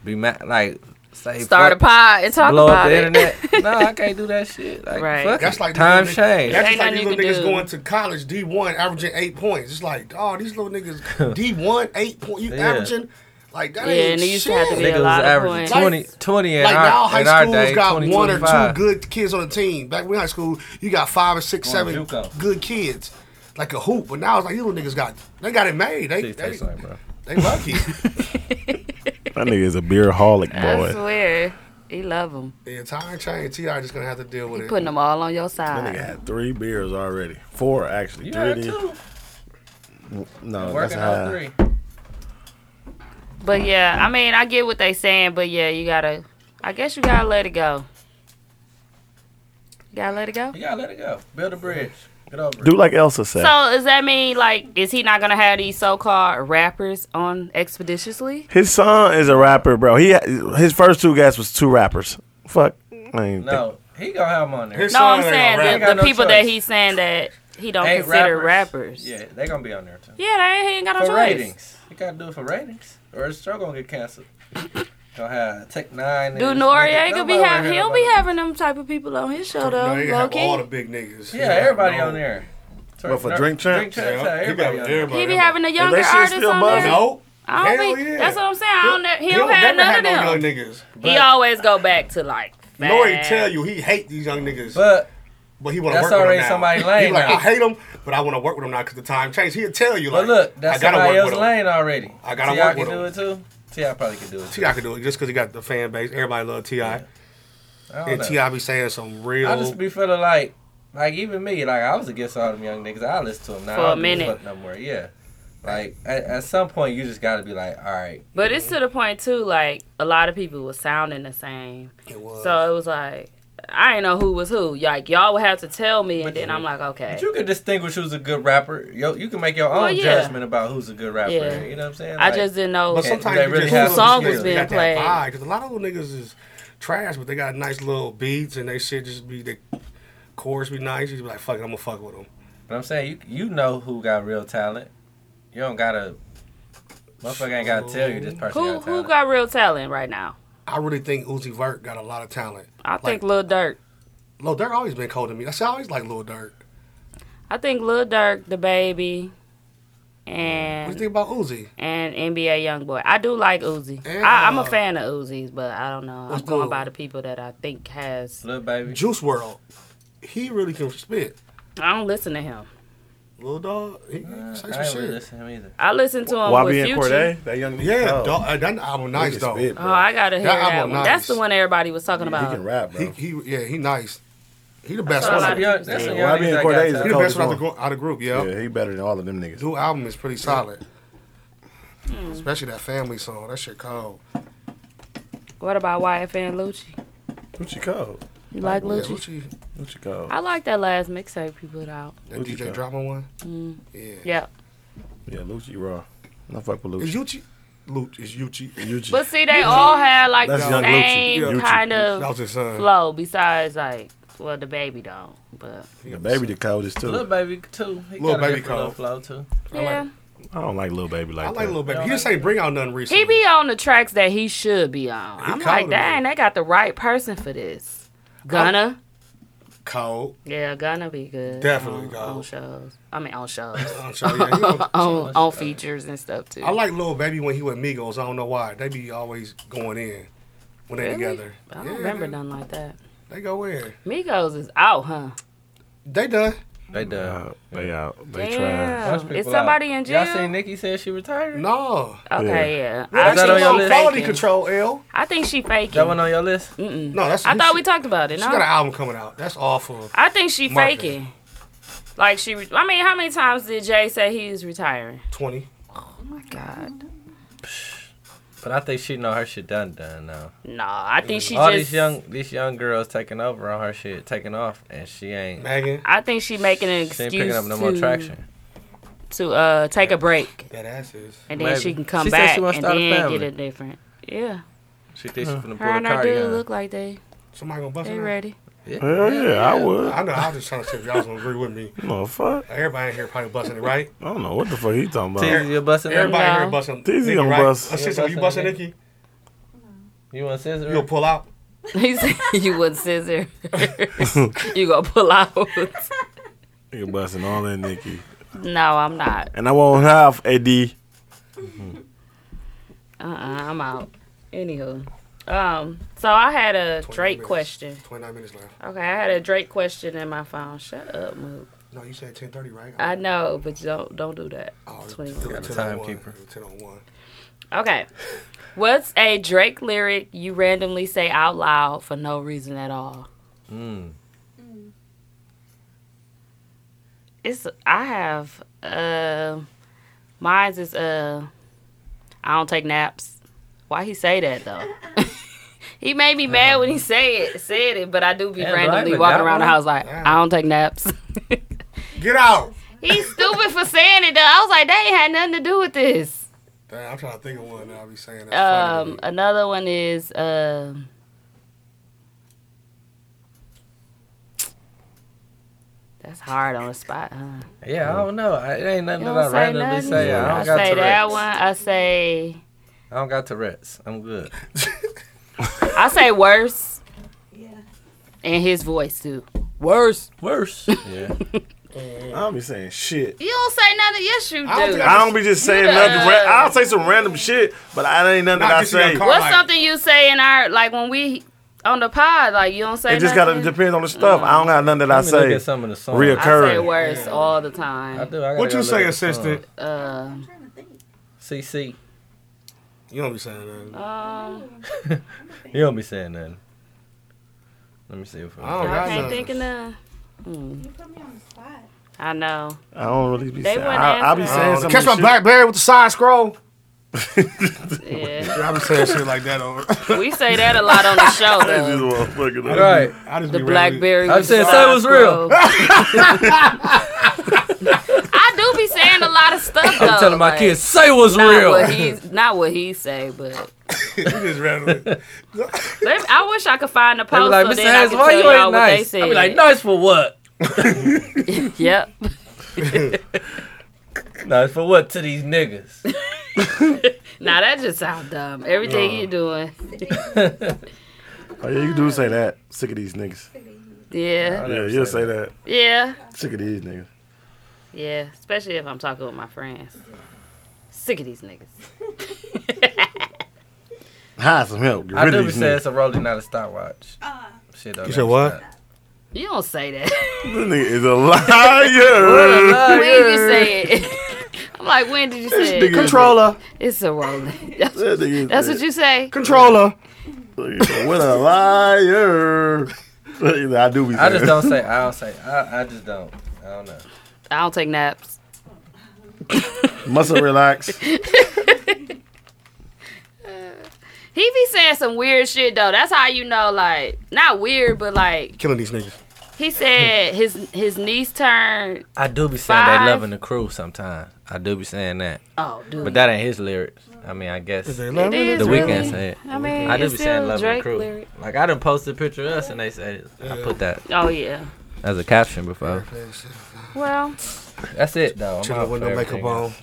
Speaker 1: Be mad, like, say,
Speaker 3: Start a
Speaker 1: fuck,
Speaker 3: pod and talk
Speaker 1: blow up
Speaker 3: about
Speaker 1: the
Speaker 3: it. *laughs*
Speaker 1: internet. *laughs* no, I can't do that shit. Like,
Speaker 3: Right.
Speaker 1: fuck
Speaker 4: That's
Speaker 1: it.
Speaker 4: like
Speaker 1: times
Speaker 4: these little niggas-
Speaker 1: change.
Speaker 4: That's
Speaker 3: Ain't
Speaker 4: just like
Speaker 3: nothing
Speaker 4: these
Speaker 3: you
Speaker 4: little
Speaker 3: can
Speaker 4: niggas
Speaker 3: do.
Speaker 4: going to college D one averaging eight points. It's like, oh, these little
Speaker 1: *laughs*
Speaker 4: niggas D one eight point. You
Speaker 1: Yeah.
Speaker 4: averaging like that
Speaker 3: Yeah,
Speaker 4: ain't
Speaker 3: and it
Speaker 4: shit.
Speaker 3: used to have to be
Speaker 1: Nigga
Speaker 3: a lot
Speaker 1: was
Speaker 3: of
Speaker 1: averaging
Speaker 3: points.
Speaker 1: 20, 20 in
Speaker 4: like
Speaker 1: our,
Speaker 4: now,
Speaker 1: in our
Speaker 4: high
Speaker 1: day,
Speaker 4: schools got
Speaker 1: 20,
Speaker 4: one or two
Speaker 1: 25.
Speaker 4: good kids on the team. Back when we in high school, you got five or six,
Speaker 1: Going
Speaker 4: seven
Speaker 1: JUCO.
Speaker 4: good kids, like a hoop. But now it's like these little niggas got they got it made. They
Speaker 1: Shit
Speaker 4: they,
Speaker 1: tastes like, bro.
Speaker 4: they lucky.
Speaker 1: *laughs*
Speaker 5: That nigga is a beer holic
Speaker 3: I swear, he love them.
Speaker 4: yeah, time change. Ti just gonna have to deal with
Speaker 3: He
Speaker 4: it.
Speaker 3: putting them all on your
Speaker 5: That nigga
Speaker 3: side.
Speaker 5: had three beers already. Four actually.
Speaker 1: You
Speaker 5: three.
Speaker 1: heard too.
Speaker 5: No, that's
Speaker 1: Working on
Speaker 5: high.
Speaker 1: three.
Speaker 3: But yeah, I mean, I get what they saying, but yeah, you gotta. I guess you gotta let it go. You gotta let it go.
Speaker 1: You gotta let it go. Build a bridge. Get over it.
Speaker 5: Do like Elsa said.
Speaker 3: So does that mean like is he not gonna have these so called rappers on expeditiously?
Speaker 5: his son is a rapper, bro. He his first two guests was two rappers. Fuck. I ain't think-
Speaker 1: No, he gonna have him on there.
Speaker 4: His
Speaker 3: No,
Speaker 4: son
Speaker 3: I'm
Speaker 4: ain't
Speaker 3: saying
Speaker 4: gonna rap.
Speaker 1: Ain't
Speaker 3: the,
Speaker 1: got
Speaker 3: the
Speaker 1: no
Speaker 3: people that
Speaker 1: choice.
Speaker 3: he's saying that he don't
Speaker 1: Ain't
Speaker 3: consider rappers.
Speaker 1: Yeah, they gonna be on there too.
Speaker 3: Yeah, they ain't got no
Speaker 1: for
Speaker 3: choice.
Speaker 1: ratings. You gotta do it for ratings, or it's still gonna get canceled. gonna have Tech Nine. and
Speaker 3: Do
Speaker 1: this
Speaker 3: Noriega
Speaker 1: nigga-
Speaker 3: be
Speaker 1: nobody
Speaker 3: have
Speaker 1: heard
Speaker 3: he'll
Speaker 1: about
Speaker 3: be
Speaker 1: it.
Speaker 3: having them type of people on his show though,
Speaker 4: No, he
Speaker 3: low
Speaker 4: have all the
Speaker 3: key.
Speaker 4: big niggas.
Speaker 1: Yeah, everybody
Speaker 4: No.
Speaker 1: on there.
Speaker 5: But for drink champs?
Speaker 1: drink champs,
Speaker 4: Yeah,
Speaker 1: yeah,
Speaker 4: he
Speaker 1: everybody
Speaker 4: got
Speaker 1: on there.
Speaker 4: everybody.
Speaker 3: He be having the younger
Speaker 5: that shit
Speaker 3: artists
Speaker 5: still
Speaker 3: on
Speaker 5: buzzing.
Speaker 3: there.
Speaker 4: No.
Speaker 3: I don't
Speaker 4: Hell
Speaker 3: think
Speaker 4: yeah.
Speaker 3: that's what I'm saying. I don't, ne- he don't have
Speaker 4: never
Speaker 3: none
Speaker 4: had
Speaker 3: of them.
Speaker 4: no young niggas.
Speaker 3: he always go back to like.
Speaker 4: Nori
Speaker 3: bad.
Speaker 4: tell you he hate these young niggas, but,
Speaker 1: But
Speaker 4: he want to work with
Speaker 1: that's
Speaker 4: them
Speaker 1: already
Speaker 4: now.
Speaker 1: somebody
Speaker 4: He
Speaker 1: lane
Speaker 4: like,
Speaker 1: now.
Speaker 4: I hate them, but I want to work with them now because the time changed. He'll tell you like,
Speaker 1: but look, that's
Speaker 4: I gotta
Speaker 1: somebody
Speaker 4: work
Speaker 1: else's
Speaker 4: with them.
Speaker 1: lane already.
Speaker 4: I gotta
Speaker 1: T.I.
Speaker 4: work
Speaker 1: can
Speaker 4: with
Speaker 1: do it too. Ti probably can do it too.
Speaker 4: Ti can do it just because he got the fan base. Everybody love Ti,
Speaker 1: I don't
Speaker 4: and
Speaker 1: know.
Speaker 4: Ti be saying some real.
Speaker 1: I just be feeling like, like even me, like I was against all them young niggas. I listen to them now.
Speaker 3: For
Speaker 1: I
Speaker 3: a
Speaker 1: don't give
Speaker 3: minute.
Speaker 1: fuck no more. Yeah. Like at, at some point, you just gotta be like, all right,
Speaker 3: But it's to the point too, like a lot of people was sounding the same.
Speaker 4: It was.
Speaker 3: So it was like I didn't know who was who. Like y'all would have to tell me, and then I'm like, okay.
Speaker 1: But you can distinguish who's a good rapper. Yo, you can make your own
Speaker 3: Well, yeah.
Speaker 1: judgment about who's a good rapper.
Speaker 3: Yeah.
Speaker 1: You know what I'm saying?
Speaker 3: I
Speaker 1: Like,
Speaker 3: just didn't know.
Speaker 4: but
Speaker 1: Okay,
Speaker 4: sometimes
Speaker 1: they
Speaker 4: you
Speaker 1: really
Speaker 4: just
Speaker 1: have
Speaker 4: feel
Speaker 1: Song
Speaker 4: those
Speaker 1: was
Speaker 4: niggas
Speaker 1: being
Speaker 4: got that
Speaker 3: played.
Speaker 4: vibe, 'cause a lot of those niggas is trash, but they got nice little beats and they shit just be the chorus be nice. You just be like, fuck it, I'm gonna fuck with them.
Speaker 1: But I'm saying you you know who got real talent. You don't gotta. Motherfucker ain't gotta tell you this person
Speaker 3: Who
Speaker 1: got
Speaker 3: who
Speaker 1: talent.
Speaker 3: got real talent right now?
Speaker 4: I really think Uzi Vert got a lot of talent.
Speaker 3: I
Speaker 4: Like-
Speaker 3: think Lil Durk.
Speaker 4: Lil Durk always been cold to me. I say I always like Lil Durk.
Speaker 3: I think Lil Durk, the baby,
Speaker 4: What do
Speaker 3: and
Speaker 4: you think about Uzi?
Speaker 3: and NBA YoungBoy. I do like Uzi.
Speaker 4: And,
Speaker 3: I, I'm a
Speaker 4: uh,
Speaker 3: fan of Uzi's, but I don't know. I'm
Speaker 4: what's
Speaker 3: going
Speaker 4: good?
Speaker 3: by the people that I think has.
Speaker 1: Little baby.
Speaker 4: Juice World. He really can spit.
Speaker 3: I don't listen to him.
Speaker 4: Lil Dog, he say
Speaker 1: Uh, I
Speaker 4: some
Speaker 1: ain't really
Speaker 4: shit.
Speaker 1: listen to him either.
Speaker 3: I listened to him
Speaker 7: YB
Speaker 3: with
Speaker 7: and
Speaker 3: Future.
Speaker 7: Cordae, that young
Speaker 4: Yeah,
Speaker 7: oh,
Speaker 4: dog, uh, that album nice
Speaker 5: Nigga
Speaker 4: though.
Speaker 5: spit,
Speaker 4: He,
Speaker 5: bro.
Speaker 3: Oh, I gotta hear that,
Speaker 4: album
Speaker 3: one.
Speaker 4: nice.
Speaker 3: That's the one everybody was talking
Speaker 5: He
Speaker 3: about.
Speaker 5: can rap, bro.
Speaker 4: he, yeah, he nice. He the best
Speaker 3: all
Speaker 4: one.
Speaker 3: I
Speaker 4: out-
Speaker 1: That's
Speaker 4: He
Speaker 1: a young-
Speaker 3: do.
Speaker 1: that's a
Speaker 3: Yeah,
Speaker 1: young
Speaker 5: YB and
Speaker 1: nigga that
Speaker 5: Cordae is
Speaker 1: got
Speaker 5: a
Speaker 1: talent.
Speaker 4: the
Speaker 5: cold
Speaker 4: best one out the,
Speaker 5: one.
Speaker 4: gro- out the group. Yeah.
Speaker 7: yeah, he better than all of them niggas.
Speaker 4: new album is pretty solid. Especially that family song. That shit cold.
Speaker 3: What about YFN Lucci?
Speaker 5: What you call?
Speaker 3: You like
Speaker 4: Yeah,
Speaker 3: Lucci?
Speaker 4: Lucci,
Speaker 5: What you call?
Speaker 3: I like that last mixtape he put out. Mm.
Speaker 4: that
Speaker 5: Lucci
Speaker 4: DJ
Speaker 5: cold.
Speaker 4: Drama one. Yeah.
Speaker 3: Yeah.
Speaker 5: Yeah, Lucci Raw. No fuck with
Speaker 4: Is
Speaker 5: Lucci.
Speaker 4: Uchi? Luch is Uchi.
Speaker 5: Lucci.
Speaker 3: But see, they all had like
Speaker 5: That's
Speaker 3: the
Speaker 5: Young Lucci.
Speaker 3: same
Speaker 5: Yeah.
Speaker 3: kind
Speaker 4: That was
Speaker 3: of
Speaker 4: his son.
Speaker 3: flow. Besides, like, well, the baby don't. But
Speaker 5: The baby the coldest too.
Speaker 1: Lil baby too. He
Speaker 4: Lil
Speaker 1: got a
Speaker 4: Baby
Speaker 1: different little
Speaker 4: cold.
Speaker 1: flow too.
Speaker 3: yeah,
Speaker 5: I don't like little baby like
Speaker 4: I
Speaker 5: that.
Speaker 4: like Lil Baby. He just ain't bring out nothing recently.
Speaker 3: he be on the tracks that he should be on. I'm like,
Speaker 4: called Oh. it.
Speaker 3: dang, they got the right person for this. Gunna,
Speaker 4: cold.
Speaker 3: yeah, Gunna be good.
Speaker 4: Definitely
Speaker 3: on,
Speaker 4: go.
Speaker 3: on shows. I mean, on shows,
Speaker 4: *laughs* I'm sorry, yeah, he don't-
Speaker 3: *laughs* on on features and stuff too.
Speaker 4: I like Lil Baby when he with Migos. I don't know why. They be always going in when they
Speaker 3: Really?
Speaker 4: together.
Speaker 3: I don't
Speaker 4: Yeah,
Speaker 3: remember
Speaker 4: they-
Speaker 3: nothing like that.
Speaker 4: They go in.
Speaker 3: Migos is out, huh?
Speaker 4: They done.
Speaker 1: They done.
Speaker 5: Uh, they out. They try.
Speaker 1: Bunch of
Speaker 3: Damn, is
Speaker 1: people
Speaker 3: somebody
Speaker 1: out.
Speaker 3: in jail?
Speaker 1: Y'all seen Nikki said she retired?
Speaker 4: No.
Speaker 3: Okay, yeah.
Speaker 1: Is that on your
Speaker 3: I,
Speaker 1: list?
Speaker 3: think
Speaker 4: Quality
Speaker 3: she faking.
Speaker 4: control L.
Speaker 3: I think she faking.
Speaker 1: That one on your list?
Speaker 4: No, that's.
Speaker 3: I thought we talked about it.
Speaker 4: She got an
Speaker 3: No,
Speaker 4: album coming out. That's awful.
Speaker 3: I think she
Speaker 4: Market.
Speaker 3: faking. Like she, re- I mean, how many times did Jay say he was retiring?
Speaker 4: Twenty.
Speaker 3: Oh my God,
Speaker 1: But I think she know her shit done done now.
Speaker 3: no! I think she
Speaker 1: All
Speaker 3: just.
Speaker 1: these young these young girls taking over on her shit, taking off, and she ain't
Speaker 4: Megan.
Speaker 3: I think she making an
Speaker 1: she
Speaker 3: excuse
Speaker 1: ain't picking up no more
Speaker 3: to,
Speaker 1: traction.
Speaker 3: to uh take a break,
Speaker 4: That ass is.
Speaker 3: and then
Speaker 1: Maybe.
Speaker 3: she can come
Speaker 1: She said
Speaker 3: back
Speaker 1: she wanna
Speaker 3: and
Speaker 1: start a
Speaker 3: then
Speaker 1: family.
Speaker 3: get a different. Yeah,
Speaker 1: She thinks she's gonna
Speaker 3: her
Speaker 1: pull the
Speaker 3: and her
Speaker 1: car.
Speaker 3: dude
Speaker 1: Yeah.
Speaker 3: look like they
Speaker 4: Somebody gonna bust
Speaker 3: they
Speaker 4: it.
Speaker 3: ready.
Speaker 5: Hell yeah, I would.
Speaker 4: I know. I was just trying to see if y'all was gonna agree with me.
Speaker 5: No fuck.
Speaker 4: Everybody in here probably busting it, right?
Speaker 5: I don't know what the fuck he talking
Speaker 1: Teezy,
Speaker 5: about.
Speaker 1: you busting that?
Speaker 4: Everybody in here
Speaker 3: No.
Speaker 4: busting.
Speaker 5: These
Speaker 4: Nicki,
Speaker 5: gonna
Speaker 4: right?
Speaker 5: bust.
Speaker 4: Uh, sister, you busting Nikki?
Speaker 1: You want scissors?
Speaker 4: You gonna pull out?
Speaker 3: *laughs* He said you would
Speaker 4: *laughs*
Speaker 3: scissor. *laughs* you gonna pull out?
Speaker 5: You're busting all in Nikki.
Speaker 3: no, I'm not. Mm-hmm.
Speaker 5: And I won't have AD.
Speaker 3: Uh, uh I'm out. Anywho, um, so I had a Drake
Speaker 4: minutes.
Speaker 3: question.
Speaker 4: Twenty nine minutes left.
Speaker 3: Okay, I had a Drake question in my phone. Shut up, Mook.
Speaker 4: No, you said ten thirty, right?
Speaker 3: I know, but you don't don't do that.
Speaker 4: Oh,
Speaker 3: Twenty
Speaker 4: it was
Speaker 1: Got a
Speaker 4: 10:01.
Speaker 1: timekeeper.
Speaker 4: It was 10:01.
Speaker 3: Okay, what's a Drake lyric you randomly say out loud for no reason at all?
Speaker 1: Mm.
Speaker 3: It's I have uh, mine's is uh, I don't take naps. Why he say that though? he made me mad
Speaker 1: Mm.
Speaker 3: when he say it said it, but I do be
Speaker 1: Yeah,
Speaker 3: randomly
Speaker 1: Blake,
Speaker 3: walking
Speaker 1: that
Speaker 3: around the
Speaker 1: one?
Speaker 3: house like I don't take naps. *laughs*
Speaker 4: Get out.
Speaker 3: He's stupid for saying it though. I was like, they ain't had nothing to do with this.
Speaker 4: Damn, I'm trying to think of one. that I'll be saying that.
Speaker 3: Um, another one is um, that's hard on the spot, huh?
Speaker 1: *laughs* Yeah, I don't know. I, it ain't nothing
Speaker 3: You
Speaker 1: that
Speaker 3: don't
Speaker 1: I
Speaker 3: say
Speaker 1: randomly
Speaker 3: nothing.
Speaker 1: say. I don't
Speaker 3: I
Speaker 1: got
Speaker 3: say that
Speaker 1: Tourette's.
Speaker 3: one. I say
Speaker 1: I don't got Tourette's. I'm good.
Speaker 3: I say worse. Yeah. And his voice too. Worse.
Speaker 1: Worse. *laughs* Yeah.
Speaker 5: I don't be saying shit.
Speaker 3: You don't say nothing. Yes, you do.
Speaker 4: don't think
Speaker 5: I don't be just saying
Speaker 3: You
Speaker 5: nothing.
Speaker 3: done.
Speaker 5: Ra- I'll say some random shit, but I ain't nothing
Speaker 4: Not
Speaker 5: that I
Speaker 4: get you in
Speaker 5: say.
Speaker 4: the car.
Speaker 3: What's
Speaker 4: like-
Speaker 3: something you say in our like when we on the pod? Like you don't say.
Speaker 5: It just gotta
Speaker 3: nothing?
Speaker 5: depend on the stuff. I don't have nothing that I
Speaker 1: Let me look
Speaker 5: say.
Speaker 1: at some of the songs.
Speaker 5: Reoccur-
Speaker 3: I say
Speaker 5: Current. *laughs*
Speaker 3: worse all the
Speaker 1: I
Speaker 3: time.
Speaker 1: do. I gotta
Speaker 4: What
Speaker 1: go
Speaker 4: you
Speaker 1: look at
Speaker 4: say,
Speaker 1: the songs.
Speaker 4: assistant?
Speaker 3: Uh,
Speaker 1: CC.
Speaker 4: You don't be saying that.
Speaker 3: um,
Speaker 1: You don't be saying nothing. Let me see if
Speaker 4: I don't
Speaker 1: I
Speaker 4: got
Speaker 3: I can't
Speaker 4: nothing.
Speaker 3: think of none.
Speaker 8: You put me on the spot.
Speaker 3: Mm. I know.
Speaker 5: I don't really be
Speaker 3: They
Speaker 5: saying.
Speaker 3: wouldn't
Speaker 5: I, I be
Speaker 3: answer.
Speaker 1: Oh,
Speaker 5: saying some
Speaker 4: Um, Catch my
Speaker 5: shit.
Speaker 4: blackberry with the side scroll.
Speaker 3: Yeah,
Speaker 4: Yeah, I be saying shit like that. Over.
Speaker 3: we say that a lot
Speaker 5: *laughs*
Speaker 3: on the show
Speaker 5: This
Speaker 3: though.
Speaker 5: motherfucker.
Speaker 1: Right.
Speaker 4: I just
Speaker 3: The
Speaker 4: be
Speaker 3: blackberry.
Speaker 1: I'm
Speaker 3: with
Speaker 1: saying
Speaker 3: the
Speaker 1: say what's real.
Speaker 3: side
Speaker 5: *laughs*
Speaker 3: scroll. I do be saying a lot of stuff though.
Speaker 1: I'm telling my
Speaker 3: like,
Speaker 1: kids, say what's
Speaker 3: Not
Speaker 1: real.
Speaker 3: what he not what he say, but *laughs*
Speaker 1: *laughs*
Speaker 4: Randomly, you just randomly.
Speaker 3: Let me- I wish I could find the
Speaker 1: They be
Speaker 3: post
Speaker 1: like,
Speaker 3: so
Speaker 1: Mr.
Speaker 3: then I
Speaker 1: Hayes,
Speaker 3: could
Speaker 1: why
Speaker 3: tell
Speaker 1: you
Speaker 3: y'all
Speaker 1: ain't
Speaker 3: what they
Speaker 1: nice?
Speaker 3: said.
Speaker 1: I be like, nice for *laughs* what?
Speaker 3: *laughs* Yep.
Speaker 1: Nice for what to these niggas?
Speaker 3: Now that just sounds dumb. Everything
Speaker 5: *laughs*
Speaker 3: you doing.
Speaker 5: Oh yeah, you do say that. Sick of these niggas.
Speaker 3: Yeah.
Speaker 5: Yeah, you'll say that.
Speaker 3: Yeah.
Speaker 5: Sick of these niggas.
Speaker 3: Yeah. Especially if I'm talking with my friends. Sick of these niggas.
Speaker 5: Hide some help. Get
Speaker 1: I
Speaker 5: rid
Speaker 1: do
Speaker 5: of
Speaker 1: be
Speaker 5: these
Speaker 1: saying
Speaker 5: niggas.
Speaker 1: it's a rolling, not a stopwatch. Shit,
Speaker 4: said what?
Speaker 3: You don't say
Speaker 5: *laughs*
Speaker 3: that.
Speaker 5: This nigga is a Ah, liar.
Speaker 3: *laughs* when did you say it? *laughs* I'm like, when *laughs* did you say it?
Speaker 4: Controller,
Speaker 3: It's a rolling. That's,
Speaker 5: That nigga is
Speaker 3: that's what
Speaker 5: a-
Speaker 3: you say.
Speaker 4: controller.
Speaker 5: What a liar. I do be
Speaker 1: I just
Speaker 5: saying-
Speaker 1: don't say. I don't say. I, I just don't. I don't know.
Speaker 3: I don't take naps.
Speaker 5: Muscle relax.
Speaker 3: He be saying some weird shit though. That's how you know, like, not weird, but like,
Speaker 4: Killing these niggas.
Speaker 3: he said his his niece turned.
Speaker 1: I do be saying
Speaker 3: Five.
Speaker 1: they loving the crew sometimes. I do be saying that,
Speaker 3: Oh, dude.
Speaker 1: but that ain't his lyrics. I mean, I guess the
Speaker 3: It is
Speaker 1: weekend
Speaker 3: really.
Speaker 1: said.
Speaker 3: I mean,
Speaker 1: I do
Speaker 3: it's
Speaker 1: be
Speaker 3: still
Speaker 1: saying loving
Speaker 3: Drake
Speaker 1: the crew.
Speaker 3: lyric.
Speaker 1: Like I done posted a picture of us and they said I put that
Speaker 3: Oh yeah.
Speaker 1: as a caption before.
Speaker 3: Well,
Speaker 1: That's it though. I'm
Speaker 4: Till
Speaker 1: out
Speaker 4: the
Speaker 1: for
Speaker 4: window make a
Speaker 1: everything
Speaker 4: bone.
Speaker 1: else.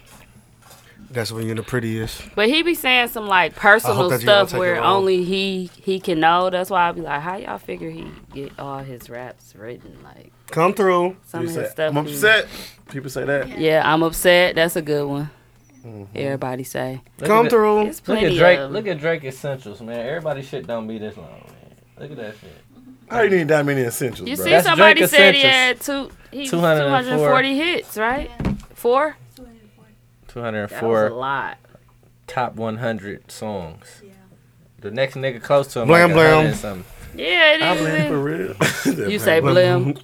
Speaker 4: That's when you're the prettiest.
Speaker 3: but he be saying some like
Speaker 4: I hope
Speaker 3: personal
Speaker 4: that you don't
Speaker 3: stuff
Speaker 4: take it
Speaker 3: where
Speaker 4: wrong.
Speaker 3: only he he can know. That's why I be like, how y'all figure he get all his raps written? Like
Speaker 4: Come through.
Speaker 3: some of
Speaker 5: Say,
Speaker 3: his stuff.
Speaker 5: I'm
Speaker 3: he-
Speaker 5: upset. People say that.
Speaker 3: Yeah, I'm upset. That's a good one.
Speaker 1: Mm-hmm.
Speaker 3: Everybody say
Speaker 1: Look
Speaker 4: Come
Speaker 1: at the-
Speaker 4: through.
Speaker 3: it's
Speaker 1: Look at
Speaker 3: plenty
Speaker 1: Drake.
Speaker 3: of.
Speaker 1: Look at Drake essentials, man. Everybody's shit don't be this long, man. Look at that shit.
Speaker 5: How you need that many essentials,
Speaker 3: you
Speaker 5: bro?
Speaker 3: see,
Speaker 1: That's
Speaker 3: somebody
Speaker 1: Drake
Speaker 3: said he had
Speaker 1: Essentials.
Speaker 3: two he,
Speaker 1: 204.
Speaker 3: 240 hits, right? Four. That was a
Speaker 1: 204
Speaker 3: lot.
Speaker 1: top 100 songs. The next nigga close to him,
Speaker 4: Blam,
Speaker 1: like 100
Speaker 4: blam.
Speaker 1: and something.
Speaker 3: Yeah, it
Speaker 5: I blame for
Speaker 3: is.
Speaker 5: real.
Speaker 1: *laughs*
Speaker 3: You say blim.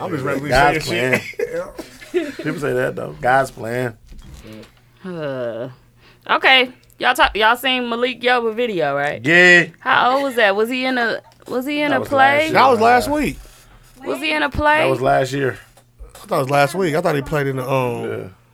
Speaker 4: I'm just randomly saying
Speaker 5: God's
Speaker 4: shit.
Speaker 5: plan.
Speaker 4: *laughs*
Speaker 5: People say that though. God's plan.
Speaker 3: Uh, okay, y'all talk. Y'all seen Malik Yoba video, right?
Speaker 5: Yeah.
Speaker 3: How old was that? Was he in a Was he in
Speaker 5: That
Speaker 3: a
Speaker 5: was
Speaker 3: play?
Speaker 5: last
Speaker 4: That was last week.
Speaker 3: Was he in a play?
Speaker 5: That was last year.
Speaker 4: I thought it was last week. I thought he played in the um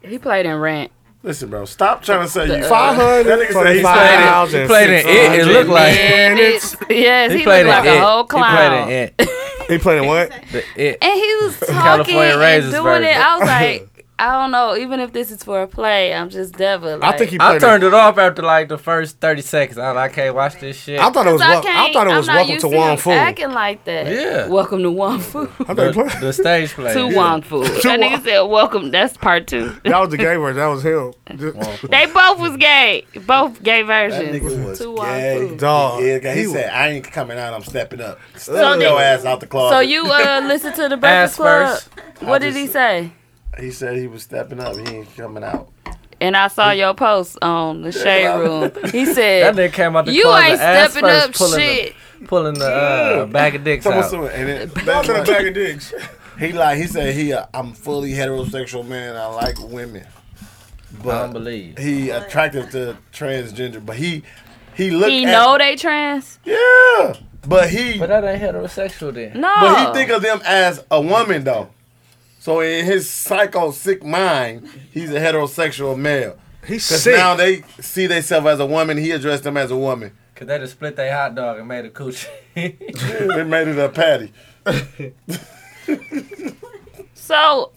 Speaker 5: Yeah.
Speaker 3: he played in Rent.
Speaker 5: Listen, bro. Stop trying to say you.
Speaker 1: uh,
Speaker 4: five
Speaker 5: That
Speaker 4: hundred
Speaker 5: nigga said he
Speaker 4: for
Speaker 5: played
Speaker 4: five
Speaker 5: it.
Speaker 4: thousand.
Speaker 1: He played in it. It looked like
Speaker 3: And it's, yes, he,
Speaker 1: played
Speaker 3: looked
Speaker 1: in
Speaker 3: like
Speaker 1: it.
Speaker 3: a whole clown.
Speaker 1: He
Speaker 3: *laughs*
Speaker 1: played in it.
Speaker 4: He played in what?
Speaker 1: The it.
Speaker 3: and he was talking
Speaker 1: *laughs* California
Speaker 3: and
Speaker 1: Raisins
Speaker 3: doing
Speaker 1: version.
Speaker 3: it. I
Speaker 1: *laughs*
Speaker 3: was like, I don't know. Even if this is for a play, I'm just devil. Like,
Speaker 4: I think he
Speaker 1: I
Speaker 4: played.
Speaker 1: turned it off after like the first 30 seconds. I, was like, I can't watch this shit.
Speaker 4: I thought it was.
Speaker 3: So I,
Speaker 4: Wel- I,
Speaker 3: can't-
Speaker 4: thought it was
Speaker 3: I'm not
Speaker 4: welcome
Speaker 3: used
Speaker 4: to Wong
Speaker 3: him
Speaker 4: Fu. I
Speaker 3: Acting like that.
Speaker 1: Yeah.
Speaker 3: Welcome *laughs* to Wong Fu.
Speaker 4: thought he
Speaker 1: the,
Speaker 4: played.
Speaker 1: the stage play.
Speaker 3: to
Speaker 1: Yeah. *laughs*
Speaker 3: Wong Fu. That nigga said welcome. That's part two.
Speaker 4: That was the gay word. That was him. Just-
Speaker 3: They both was gay. Both gay
Speaker 5: That
Speaker 3: versions.
Speaker 5: nigga was
Speaker 3: Two
Speaker 5: gay.
Speaker 3: Wong Fu.
Speaker 4: Dog.
Speaker 5: Yeah, he,
Speaker 4: He was-
Speaker 5: said, "I ain't coming out. I'm stepping up. Step
Speaker 3: did-
Speaker 5: your ass out the closet."
Speaker 3: So you
Speaker 1: *laughs*
Speaker 3: uh listen to the
Speaker 1: Ass
Speaker 3: Breakfast Club.
Speaker 1: first.
Speaker 3: What
Speaker 5: I
Speaker 3: did he
Speaker 5: just-
Speaker 3: say?
Speaker 5: He said he was stepping up. He ain't coming out.
Speaker 3: And I saw your post on the shade room. He
Speaker 1: That
Speaker 3: said,
Speaker 1: nigga came out the
Speaker 3: "You
Speaker 1: closet
Speaker 3: ain't
Speaker 1: ass
Speaker 3: stepping
Speaker 1: first,
Speaker 3: up
Speaker 1: pulling
Speaker 3: shit."
Speaker 1: The, pulling the uh, bag of dicks
Speaker 5: Someone
Speaker 1: out.
Speaker 5: said- and it-
Speaker 4: Shout out to the
Speaker 5: that-
Speaker 4: bag of dicks.
Speaker 5: *laughs* he like he said he uh, I'm fully heterosexual man. I like women,
Speaker 1: I don't
Speaker 5: but
Speaker 1: believe.
Speaker 5: he attractive to transgender. But he he looked
Speaker 3: He
Speaker 5: at,
Speaker 3: know they trans.
Speaker 5: yeah, but he
Speaker 1: But
Speaker 5: but,
Speaker 1: that ain't heterosexual then.
Speaker 3: No,
Speaker 5: he think of them as a woman though. So in his psycho sick mind, he's a heterosexual male.
Speaker 4: He's
Speaker 5: Cause
Speaker 4: sick.
Speaker 5: now they see themselves as a woman. He addressed them as a woman.
Speaker 1: Cause they just split their hot dog and made
Speaker 4: *laughs*
Speaker 1: a coochie.
Speaker 5: they made it a patty.
Speaker 3: so.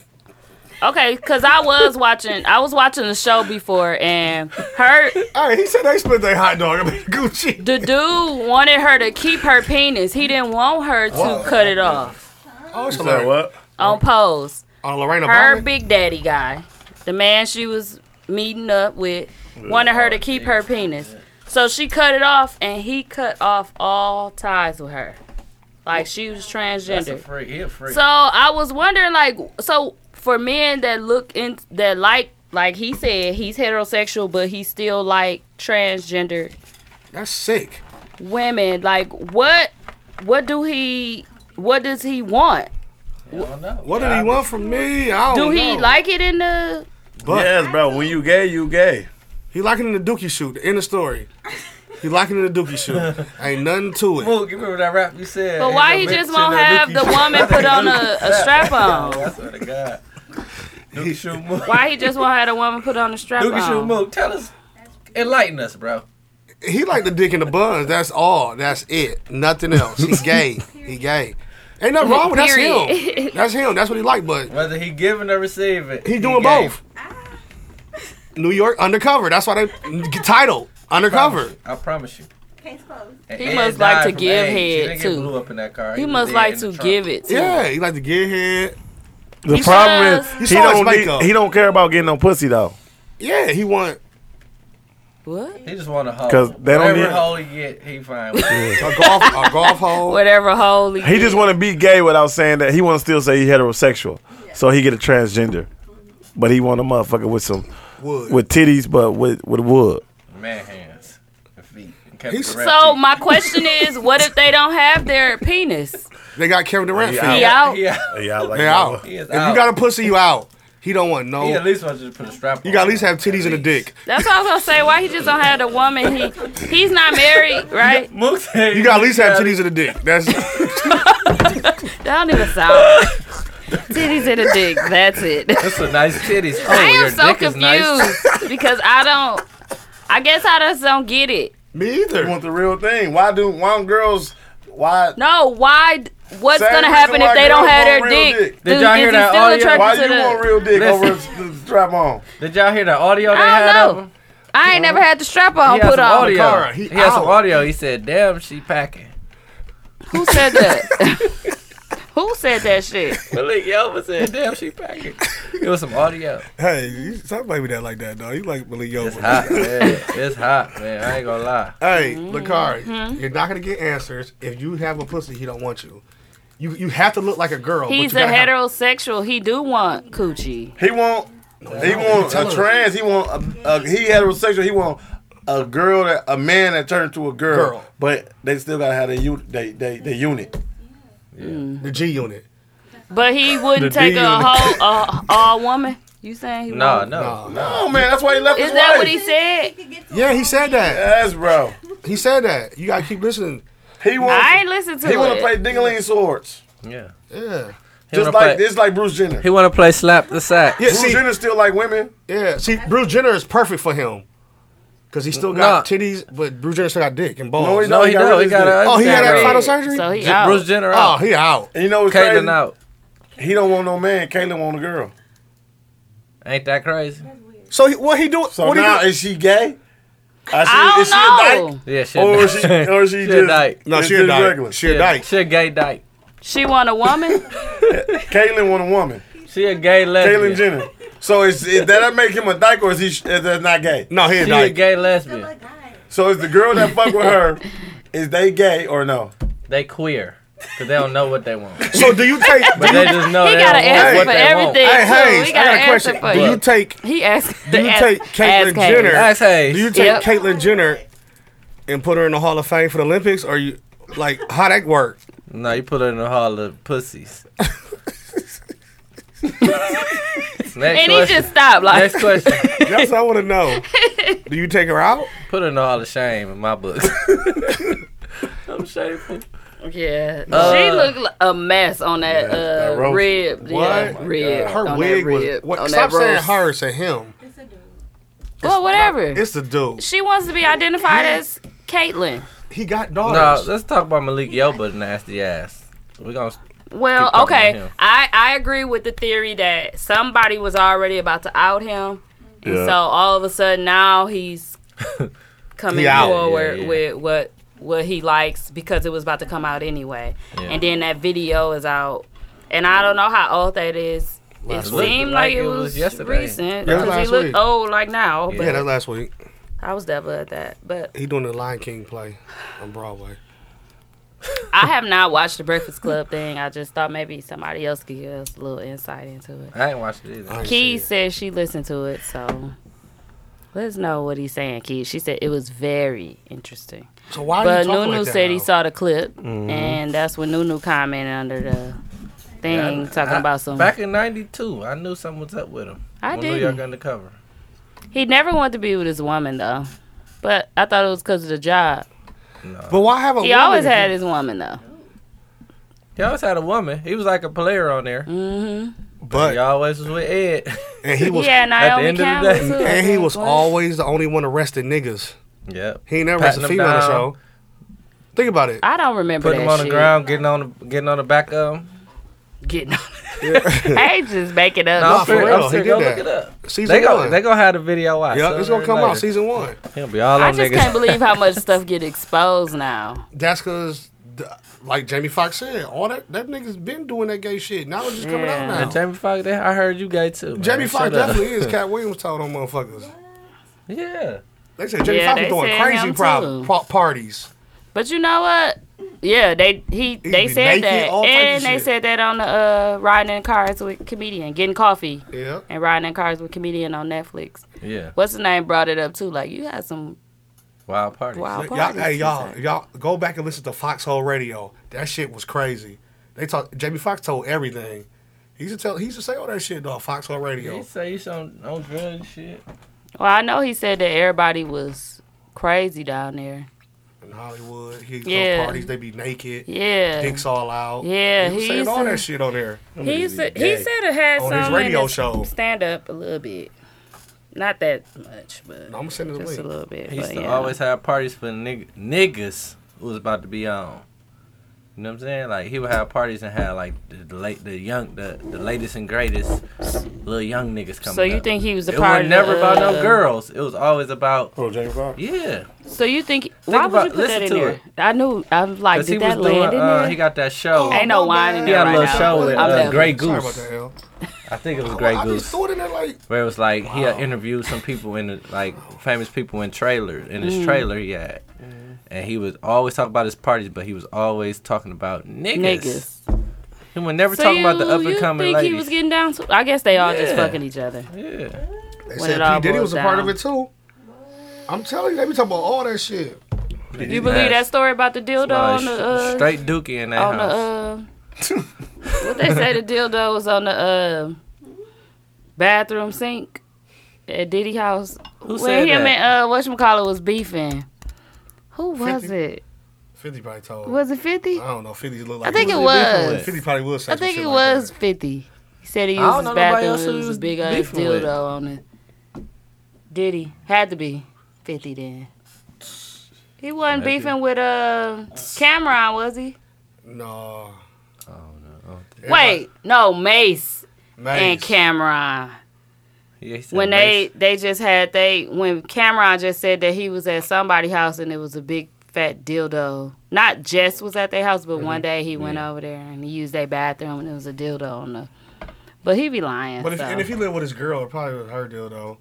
Speaker 3: Okay, cause I was watching, I was watching the show before, and her
Speaker 4: Hey, he said they split their *laughs* hot dog. I mean, Gucci.
Speaker 3: the dude wanted her to keep her penis. He didn't want her to cut it off
Speaker 4: Oh, it's
Speaker 5: Like what?
Speaker 3: on pose.
Speaker 4: Oh, Lorena
Speaker 3: her
Speaker 4: Bobbitt?
Speaker 3: big daddy guy, the man she was meeting up with, wanted her to keep her penis. So she cut it off, and he cut off all ties with her. Like she was
Speaker 1: That's a
Speaker 3: transgender.
Speaker 1: freak. He a freak.
Speaker 3: So I was wondering, like, so for men that look in that like, like he said, he's heterosexual, but he still like transgender
Speaker 4: That's sick.
Speaker 3: women. Like, what, what do he, what does he want?
Speaker 1: I don't know.
Speaker 4: What did he want from me? I
Speaker 3: Do
Speaker 4: don't
Speaker 3: he
Speaker 4: know.
Speaker 3: like it in the?
Speaker 4: But
Speaker 5: yes, bro. When you gay, you gay.
Speaker 4: he liking the Dookie shoot. End of story. He liking the Dookie shoot. Ain't nothing to it.
Speaker 1: Mook, you remember that rap you said?
Speaker 3: But
Speaker 1: Ain't
Speaker 3: why
Speaker 1: no
Speaker 3: he
Speaker 1: bitch
Speaker 3: just
Speaker 1: in
Speaker 3: won't
Speaker 1: a
Speaker 3: have
Speaker 1: Dookie
Speaker 3: the
Speaker 1: shoe.
Speaker 3: woman put on a, a strap
Speaker 1: *laughs*
Speaker 3: on?
Speaker 1: I swear to God. Dookie shoe Mook.
Speaker 3: Why he just won't have the woman put on a strap
Speaker 1: Dookie shoe
Speaker 3: on?
Speaker 1: Mook. Tell us. Enlighten us, bro.
Speaker 4: He like the dick in the buns. That's all. That's it. Nothing else. He gay. He gay. Ain't nothing wrong with that's him.
Speaker 3: Period.
Speaker 4: That's him. That's what he like. But
Speaker 1: Whether he giving or receiving.
Speaker 4: he doing
Speaker 1: gave.
Speaker 4: both. New York undercover. That's why they title undercover.
Speaker 1: I promise you.
Speaker 8: Case closed.
Speaker 1: And
Speaker 3: He
Speaker 1: Ed
Speaker 3: must like
Speaker 1: died
Speaker 3: to
Speaker 1: from
Speaker 3: give
Speaker 1: AIDS. He
Speaker 3: head,
Speaker 1: didn't get
Speaker 3: too.
Speaker 1: blew up in that car.
Speaker 3: He
Speaker 1: was
Speaker 3: must
Speaker 1: dead
Speaker 3: like
Speaker 1: in
Speaker 3: to
Speaker 1: the trunk.
Speaker 3: give it to.
Speaker 4: Yeah, he like to get head.
Speaker 5: The
Speaker 3: He
Speaker 5: problem
Speaker 3: does.
Speaker 5: is
Speaker 4: He
Speaker 5: he
Speaker 4: saw his
Speaker 5: don't need,
Speaker 4: makeup.
Speaker 5: he don't care about getting no pussy though.
Speaker 4: Yeah, he want
Speaker 3: What?
Speaker 1: He just want a hoe.
Speaker 7: 'Cause they don't
Speaker 1: Whatever
Speaker 7: need-
Speaker 1: hoe he get, he fine with it.
Speaker 4: A golf, a golf hole.
Speaker 3: *laughs* Whatever holy.
Speaker 7: He just want to be gay without saying that. He want to still say he heterosexual, so he get a transgender, but he want a motherfucker with some
Speaker 4: Wood.
Speaker 7: with titties, but with with wood.
Speaker 1: Man hands and feet. And kept
Speaker 4: He's-
Speaker 1: the rap
Speaker 3: So
Speaker 1: sheet.
Speaker 3: my question is, what if they don't have
Speaker 1: *laughs*
Speaker 3: their penis? Oh,
Speaker 4: They got Kevin Durant
Speaker 7: Yeah.
Speaker 4: feet.
Speaker 3: He out.
Speaker 1: Yeah.
Speaker 7: Yeah, I like
Speaker 4: They out.
Speaker 1: He is
Speaker 4: If
Speaker 1: out.
Speaker 4: you got a pussy, you out. He don't want
Speaker 1: He at
Speaker 4: no.
Speaker 1: least wants you to put a strap on.
Speaker 4: You got at least have titties and a dick.
Speaker 3: That's what I was gonna say. Why he just don't have the woman? He he's not married, *laughs* right?
Speaker 1: Mook said
Speaker 4: You got at least have titties and a dick. That's
Speaker 1: *laughs*
Speaker 3: That don't even sound. Titties and a dick. That's it.
Speaker 1: That's
Speaker 5: *laughs*
Speaker 1: a nice titties. Oh,
Speaker 3: *laughs* I
Speaker 1: your
Speaker 3: am so
Speaker 1: dick is
Speaker 3: confused
Speaker 1: nice. *laughs*
Speaker 3: because I don't. I guess I just don't get it.
Speaker 4: me
Speaker 5: You
Speaker 4: either.
Speaker 5: want the real thing? Why do why don't girls? Why
Speaker 3: No, why? What's
Speaker 5: Same
Speaker 3: gonna
Speaker 5: reason
Speaker 3: happen
Speaker 5: why
Speaker 3: if they don't
Speaker 5: girls
Speaker 3: have
Speaker 5: want
Speaker 3: their
Speaker 5: real
Speaker 3: dick?
Speaker 5: dick.
Speaker 1: Did y'all hear that audio?
Speaker 5: why
Speaker 3: attracted
Speaker 5: you
Speaker 3: to
Speaker 5: want
Speaker 3: the?
Speaker 5: real dick
Speaker 1: Listen.
Speaker 5: over the strap on?
Speaker 1: Did y'all hear the audio they
Speaker 3: I
Speaker 1: had
Speaker 3: don't
Speaker 1: up?
Speaker 3: know. I ain't never had the strap on
Speaker 1: He had
Speaker 3: put
Speaker 1: some
Speaker 3: on.
Speaker 1: audio.
Speaker 4: Cara,
Speaker 1: He
Speaker 4: he
Speaker 1: had some
Speaker 4: out.
Speaker 1: audio. He said, "Damn, she packing."
Speaker 3: Who said
Speaker 1: *laughs*
Speaker 3: that? Who said that shit?
Speaker 1: Malik Yelva said, "Damn, she packing." It was some audio.
Speaker 4: Hey, you stop playing with that like that, dog. You like Billy
Speaker 1: It's
Speaker 4: Yoba.
Speaker 1: hot, man. It's hot, man. I ain't gonna lie.
Speaker 4: Hey,
Speaker 3: Mm-hmm.
Speaker 4: Lakari, you're not gonna get answers if you have a pussy. He don't want you. You you have to look like a girl.
Speaker 3: He's a
Speaker 4: but you gotta have-
Speaker 3: heterosexual. He do want coochie.
Speaker 5: He want he want a trans. He want a, a he heterosexual. He want a girl that a man that turned to a girl.
Speaker 4: Girl.
Speaker 5: But they still gotta have their unit. They they they unit.
Speaker 3: Mm.
Speaker 4: the G unit.
Speaker 3: But
Speaker 4: *laughs*
Speaker 3: he wouldn't
Speaker 4: The
Speaker 3: take
Speaker 4: D
Speaker 3: a
Speaker 4: unit. *laughs*
Speaker 3: whole a all woman. You saying he
Speaker 1: No,
Speaker 3: won't?
Speaker 1: no.
Speaker 5: Oh man, that's why he left
Speaker 3: Is
Speaker 5: his
Speaker 3: that
Speaker 5: wife.
Speaker 3: what he said?
Speaker 4: Yeah, he said that.
Speaker 5: Yes, bro.
Speaker 4: He said that. You gotta keep listening.
Speaker 5: He
Speaker 3: I ain't
Speaker 5: want
Speaker 3: listen to
Speaker 5: he want
Speaker 3: it.
Speaker 5: to play dingling swords.
Speaker 1: Yeah.
Speaker 4: Yeah,
Speaker 1: He
Speaker 5: Just
Speaker 1: wanna
Speaker 5: like
Speaker 1: play,
Speaker 5: just like Bruce Jenner.
Speaker 1: He wanna play slap the sack.
Speaker 4: yeah.
Speaker 5: Bruce
Speaker 4: See,
Speaker 5: Jenner still like women.
Speaker 4: yeah. See, Bruce Jenner is perfect for him because he still got
Speaker 1: Nah.
Speaker 4: titties, but Bruce Jenner still got dick and
Speaker 5: No,
Speaker 4: balls.
Speaker 5: he
Speaker 1: No, he
Speaker 5: got
Speaker 1: don't.
Speaker 5: rid
Speaker 1: He
Speaker 5: of
Speaker 1: got
Speaker 5: his
Speaker 1: a
Speaker 4: oh, he had that
Speaker 1: understanding.
Speaker 4: final surgery.
Speaker 3: So he
Speaker 1: Ju-
Speaker 3: out.
Speaker 1: Bruce Jenner
Speaker 4: oh,
Speaker 1: out.
Speaker 4: he out.
Speaker 5: And you know what's
Speaker 1: Caitlyn
Speaker 5: crazy?
Speaker 1: out.
Speaker 5: He don't want no man. Caitlyn want a girl.
Speaker 1: Ain't that crazy?
Speaker 4: So he, what he do?
Speaker 5: So
Speaker 4: what
Speaker 5: now
Speaker 4: he do?
Speaker 5: is she gay? I, see,
Speaker 3: I don't know.
Speaker 1: Yeah, she.
Speaker 5: Or she, or she,
Speaker 1: *laughs* She a
Speaker 5: just
Speaker 1: dyke.
Speaker 4: No,
Speaker 5: it's
Speaker 4: she a
Speaker 5: just
Speaker 4: dyke.
Speaker 5: regular.
Speaker 4: She a
Speaker 1: dyke.
Speaker 4: dyke.
Speaker 1: She a gay dyke.
Speaker 3: She want a
Speaker 5: *laughs*
Speaker 3: woman.
Speaker 5: Caitlyn want a woman.
Speaker 1: She a gay lesbian.
Speaker 5: Caitlyn Jenner. So is, is that make him a dyke or is he is that not gay?
Speaker 4: No, he a
Speaker 1: She a
Speaker 4: dyke.
Speaker 1: gay lesbian.
Speaker 5: So is the girl that fuck with
Speaker 3: *laughs*
Speaker 5: her is they gay or no?
Speaker 1: They queer. Cause they don't know what they
Speaker 3: *laughs*
Speaker 1: want.
Speaker 4: So do you take?
Speaker 1: But they just know
Speaker 3: he
Speaker 1: they
Speaker 3: got
Speaker 1: don't want
Speaker 3: an answer
Speaker 1: what
Speaker 3: for
Speaker 1: they
Speaker 3: everything.
Speaker 1: want.
Speaker 4: hey,
Speaker 3: too.
Speaker 4: Hayes,
Speaker 3: he
Speaker 4: I got a
Speaker 3: answer
Speaker 4: question.
Speaker 3: for
Speaker 4: Do you take?
Speaker 3: He asked.
Speaker 4: Do you take Caitlyn Jenner?
Speaker 1: Ask Hayes.
Speaker 4: Do you take
Speaker 3: Yep.
Speaker 4: Caitlyn Jenner and put her in the Hall of Fame for the Olympics, or you like how that work?
Speaker 1: No, you put her in the hall of
Speaker 3: *laughs*
Speaker 1: pussies. Next
Speaker 3: And he
Speaker 1: question.
Speaker 3: just stopped. Like
Speaker 1: Next question.
Speaker 4: *laughs* That's what I want to know. Do you take her out?
Speaker 1: Put her in the hall of shame in my books. I'm shameful.
Speaker 3: yeah, she
Speaker 1: Uh,
Speaker 3: looked like a mess on that,
Speaker 5: that
Speaker 3: uh,
Speaker 5: roast.
Speaker 3: rib. Yeah,
Speaker 4: What?
Speaker 3: rib.
Speaker 4: Her
Speaker 3: on
Speaker 4: wig
Speaker 3: that
Speaker 4: was.
Speaker 3: rib,
Speaker 4: What,
Speaker 3: on
Speaker 4: stop
Speaker 3: that
Speaker 4: saying
Speaker 3: roast.
Speaker 4: her, say him.
Speaker 3: Well, whatever.
Speaker 4: It's the dude.
Speaker 3: she wants to be identified as Caitlyn.
Speaker 4: Oh He got
Speaker 1: No,
Speaker 4: *laughs* daughters.
Speaker 1: let's talk about Malik Yoba's nasty ass. We gonna
Speaker 3: Well,
Speaker 1: Keep talking about
Speaker 3: okay.
Speaker 1: him.
Speaker 3: I, I agree with the theory that somebody was already about to out him. And
Speaker 7: Yeah.
Speaker 3: so all of a sudden
Speaker 1: *laughs*
Speaker 3: now he's coming
Speaker 4: He out.
Speaker 3: forward
Speaker 1: Yeah, yeah.
Speaker 3: with what what he likes because it was about to come out anyway.
Speaker 1: Yeah.
Speaker 3: And then that video is out. And I don't know how old that is. It
Speaker 1: week.
Speaker 3: seemed like it was,
Speaker 1: yesterday.
Speaker 3: recent.
Speaker 4: Yeah, it was
Speaker 3: Because he
Speaker 4: last
Speaker 3: looked
Speaker 4: week.
Speaker 3: old like now.
Speaker 1: Yeah.
Speaker 3: But
Speaker 4: yeah, that's last week.
Speaker 3: I was devil at that.
Speaker 1: *laughs*
Speaker 3: But
Speaker 4: He doing the Lion King play on Broadway.
Speaker 3: I have not watched the Breakfast Club thing. I just thought maybe somebody else could give us a little insight into it.
Speaker 1: I ain't watched it either.
Speaker 4: I ain't
Speaker 3: Key
Speaker 4: seen
Speaker 3: said she listened to it, so let's know what he's saying, Key. She said it was very interesting.
Speaker 4: it. So why? are
Speaker 3: But
Speaker 4: you talking
Speaker 3: Nunu
Speaker 4: like that
Speaker 3: said he
Speaker 4: now?
Speaker 3: saw the clip, and that's when Nunu commented under the thing
Speaker 1: I-
Speaker 3: talking
Speaker 1: I-
Speaker 3: about some.
Speaker 1: Back in '92, I knew something was up with him.
Speaker 3: I
Speaker 1: when New York
Speaker 3: did.
Speaker 1: undercover.
Speaker 3: He never wanted to be with his woman though, but I thought it was because of the job.
Speaker 4: But why have a?
Speaker 3: He
Speaker 4: woman
Speaker 3: always
Speaker 4: if
Speaker 3: had
Speaker 4: you-
Speaker 3: his woman though.
Speaker 1: He always had a woman. He was like a player on
Speaker 3: Mm-hmm.
Speaker 1: there. He
Speaker 4: But
Speaker 1: always was with Ed.
Speaker 4: *laughs* and he was
Speaker 3: *laughs* Yeah,
Speaker 1: at the
Speaker 3: Naomi
Speaker 1: end of the
Speaker 3: Campbell
Speaker 1: day-
Speaker 3: too. I
Speaker 4: and he
Speaker 3: think,
Speaker 4: was
Speaker 3: wasn't
Speaker 4: always the only one arresting niggas.
Speaker 1: yep.
Speaker 4: He ain't never arrested a
Speaker 1: Patting them
Speaker 4: female on the
Speaker 1: down.
Speaker 4: show. Think about it.
Speaker 3: I don't remember
Speaker 1: Putting
Speaker 3: that
Speaker 1: him on the
Speaker 3: shit. *laughs*
Speaker 1: ground, getting on the getting on the back of him.
Speaker 4: *laughs*
Speaker 3: Getting on. *laughs* I ain't just making up.
Speaker 1: No,
Speaker 4: for
Speaker 1: I'm
Speaker 4: real, he
Speaker 1: serious. I'm serious.
Speaker 4: did
Speaker 1: Go
Speaker 4: that.
Speaker 1: look it up.
Speaker 4: Season
Speaker 1: They gonna
Speaker 4: one.
Speaker 1: they gonna have the video out.
Speaker 4: Yep, it's
Speaker 1: sooner
Speaker 4: gonna
Speaker 1: or
Speaker 4: come out
Speaker 1: later.
Speaker 4: season one.
Speaker 1: He'll be all on
Speaker 3: I just
Speaker 1: niggas.
Speaker 3: can't believe how much stuff get exposed now.
Speaker 4: That's because, like Jamie Foxx said, all that that niggas been doing that gay shit. Now it's just coming
Speaker 3: Yeah.
Speaker 1: And
Speaker 4: out now.
Speaker 1: Jamie Foxx, they- I heard you gay too. man.
Speaker 4: Jamie
Speaker 1: Shut *laughs*
Speaker 4: Foxx
Speaker 1: up.
Speaker 4: definitely is Cat Williams told them motherfuckers.
Speaker 1: Yeah.
Speaker 4: They said Jamie
Speaker 3: Yeah,
Speaker 4: Foxx was
Speaker 3: they
Speaker 4: doing
Speaker 3: said
Speaker 4: crazy
Speaker 3: him
Speaker 4: prob-
Speaker 3: too.
Speaker 4: pro- parties.
Speaker 3: But you know what? Yeah, they he they
Speaker 4: be
Speaker 3: said
Speaker 4: naked,
Speaker 3: that,
Speaker 4: all types of
Speaker 3: and they
Speaker 4: shit.
Speaker 3: said that on the uh, riding in cars with comedian, getting coffee,
Speaker 4: Yeah.
Speaker 3: and riding in cars with comedian on Netflix.
Speaker 1: Yeah.
Speaker 3: What's the name brought it up too? Like you had some
Speaker 1: Wild party.
Speaker 3: wild
Speaker 4: Y'all,
Speaker 3: parties.
Speaker 4: hey y'all, y'all go back and listen to Foxhole Radio. That shit was crazy. They talk. Jamie Foxx told everything. He used to tell. He used to say all that shit on Foxhole Radio.
Speaker 1: He say you some on drugs shit.
Speaker 3: Well, I know he said that everybody was crazy down there.
Speaker 4: in Hollywood. He yeah.
Speaker 3: Yeah.
Speaker 4: parties, they be naked,
Speaker 3: Yeah,
Speaker 4: dicks all out.
Speaker 3: Yeah,
Speaker 4: he, was
Speaker 3: he
Speaker 4: saying
Speaker 3: used
Speaker 4: all
Speaker 3: to-
Speaker 4: that shit on there.
Speaker 3: he used to, he said it had
Speaker 4: On
Speaker 3: some
Speaker 4: his
Speaker 3: in
Speaker 4: radio
Speaker 3: his
Speaker 4: show.
Speaker 3: stand up a little bit, not that much, but
Speaker 4: I'm gonna send it a
Speaker 3: just a
Speaker 4: link.
Speaker 3: little bit.
Speaker 1: He used
Speaker 3: but
Speaker 1: to
Speaker 3: yeah.
Speaker 1: always have parties for nigg- niggas who was about to be on. You know what I'm saying? Like he would have parties and have like the, the late, the young, the, the latest and greatest little young niggas coming.
Speaker 3: So you
Speaker 1: up.
Speaker 3: think he was a
Speaker 1: it
Speaker 3: part
Speaker 1: was
Speaker 3: of
Speaker 1: never
Speaker 3: the,
Speaker 1: about no
Speaker 3: uh,
Speaker 1: girls? It was always about
Speaker 5: Oh, Jamie Foxx.
Speaker 1: yeah.
Speaker 3: So you think? why
Speaker 1: about-
Speaker 3: would you put
Speaker 1: listen
Speaker 3: that in
Speaker 1: to
Speaker 3: there?
Speaker 1: it.
Speaker 3: I knew. I'm like,
Speaker 1: 'Cause
Speaker 3: did that
Speaker 1: doing,
Speaker 3: land in
Speaker 1: uh,
Speaker 3: there?
Speaker 1: he got that show.
Speaker 3: Ain't no Oh, wine in
Speaker 1: he
Speaker 3: there
Speaker 1: had a
Speaker 3: right
Speaker 1: little
Speaker 3: now.
Speaker 1: show with
Speaker 3: I'm
Speaker 1: uh,
Speaker 3: done.
Speaker 1: Grey
Speaker 4: Sorry about
Speaker 1: Goose.
Speaker 4: that, L. Oh,
Speaker 1: I think it was Grey
Speaker 4: I
Speaker 1: Goose.
Speaker 4: just threw it in there like Oh.
Speaker 1: where it was like he had interviewed some people in the, like famous people in trailers in
Speaker 3: Mm.
Speaker 1: his trailer he had,
Speaker 4: Mm.
Speaker 1: and he was always talking about his parties, but he was always talking about niggas.
Speaker 3: Niggas.
Speaker 1: He was never
Speaker 3: So
Speaker 1: talking
Speaker 3: you,
Speaker 1: about the up and
Speaker 3: you
Speaker 1: coming
Speaker 3: think
Speaker 1: ladies.
Speaker 3: he was getting down to? I guess they all
Speaker 1: Yeah.
Speaker 3: just fucking each other.
Speaker 1: yeah,
Speaker 4: they
Speaker 3: it
Speaker 4: said
Speaker 3: all
Speaker 4: P Diddy was
Speaker 3: boils
Speaker 4: a part
Speaker 3: down.
Speaker 4: of it too. I'm telling you, they be talking about all that shit.
Speaker 3: You believe that story about the dildo
Speaker 1: Probably
Speaker 3: on the
Speaker 1: sh-
Speaker 3: uh,
Speaker 1: straight dookie in that
Speaker 3: on the
Speaker 1: house.
Speaker 3: uh, what they say the dildo was on the uh, bathroom sink at Diddy house
Speaker 1: Who
Speaker 3: when
Speaker 1: said
Speaker 3: him
Speaker 1: that?
Speaker 3: and uh, whatchamacallit was beefing. Who was
Speaker 4: 50?
Speaker 3: it?
Speaker 4: Fifty probably told.
Speaker 3: Was it Fifty?
Speaker 4: I don't know. Fifty looked like.
Speaker 3: I think
Speaker 4: he
Speaker 3: it
Speaker 1: beefing
Speaker 3: was.
Speaker 1: with?
Speaker 4: Fifty probably was.
Speaker 3: I think it was 50. He said he
Speaker 1: I don't
Speaker 3: used
Speaker 1: know
Speaker 3: his
Speaker 1: nobody
Speaker 3: bathroom.
Speaker 1: else
Speaker 3: It
Speaker 1: who
Speaker 3: was a
Speaker 1: was
Speaker 3: big ass
Speaker 1: beefing
Speaker 3: dildo
Speaker 1: with.
Speaker 3: on it. Did he? Had to be 50 then. He wasn't
Speaker 1: Maybe.
Speaker 3: beefing with uh, Cameron, was he?
Speaker 4: No.
Speaker 3: Wait, no, Mace and
Speaker 4: Mace.
Speaker 3: Cameron.
Speaker 1: Yeah, he said
Speaker 3: When
Speaker 1: Mace-
Speaker 3: they they just had they when Cameron just said that he was at somebody's house and it was a big fat dildo. Not Jess was at their house, but
Speaker 4: Mm-hmm.
Speaker 3: one day he went over there and he used their bathroom and it was a dildo on the. But he be lying.
Speaker 4: But if,
Speaker 3: so.
Speaker 4: and if he lived with his girl, it probably was her deal though.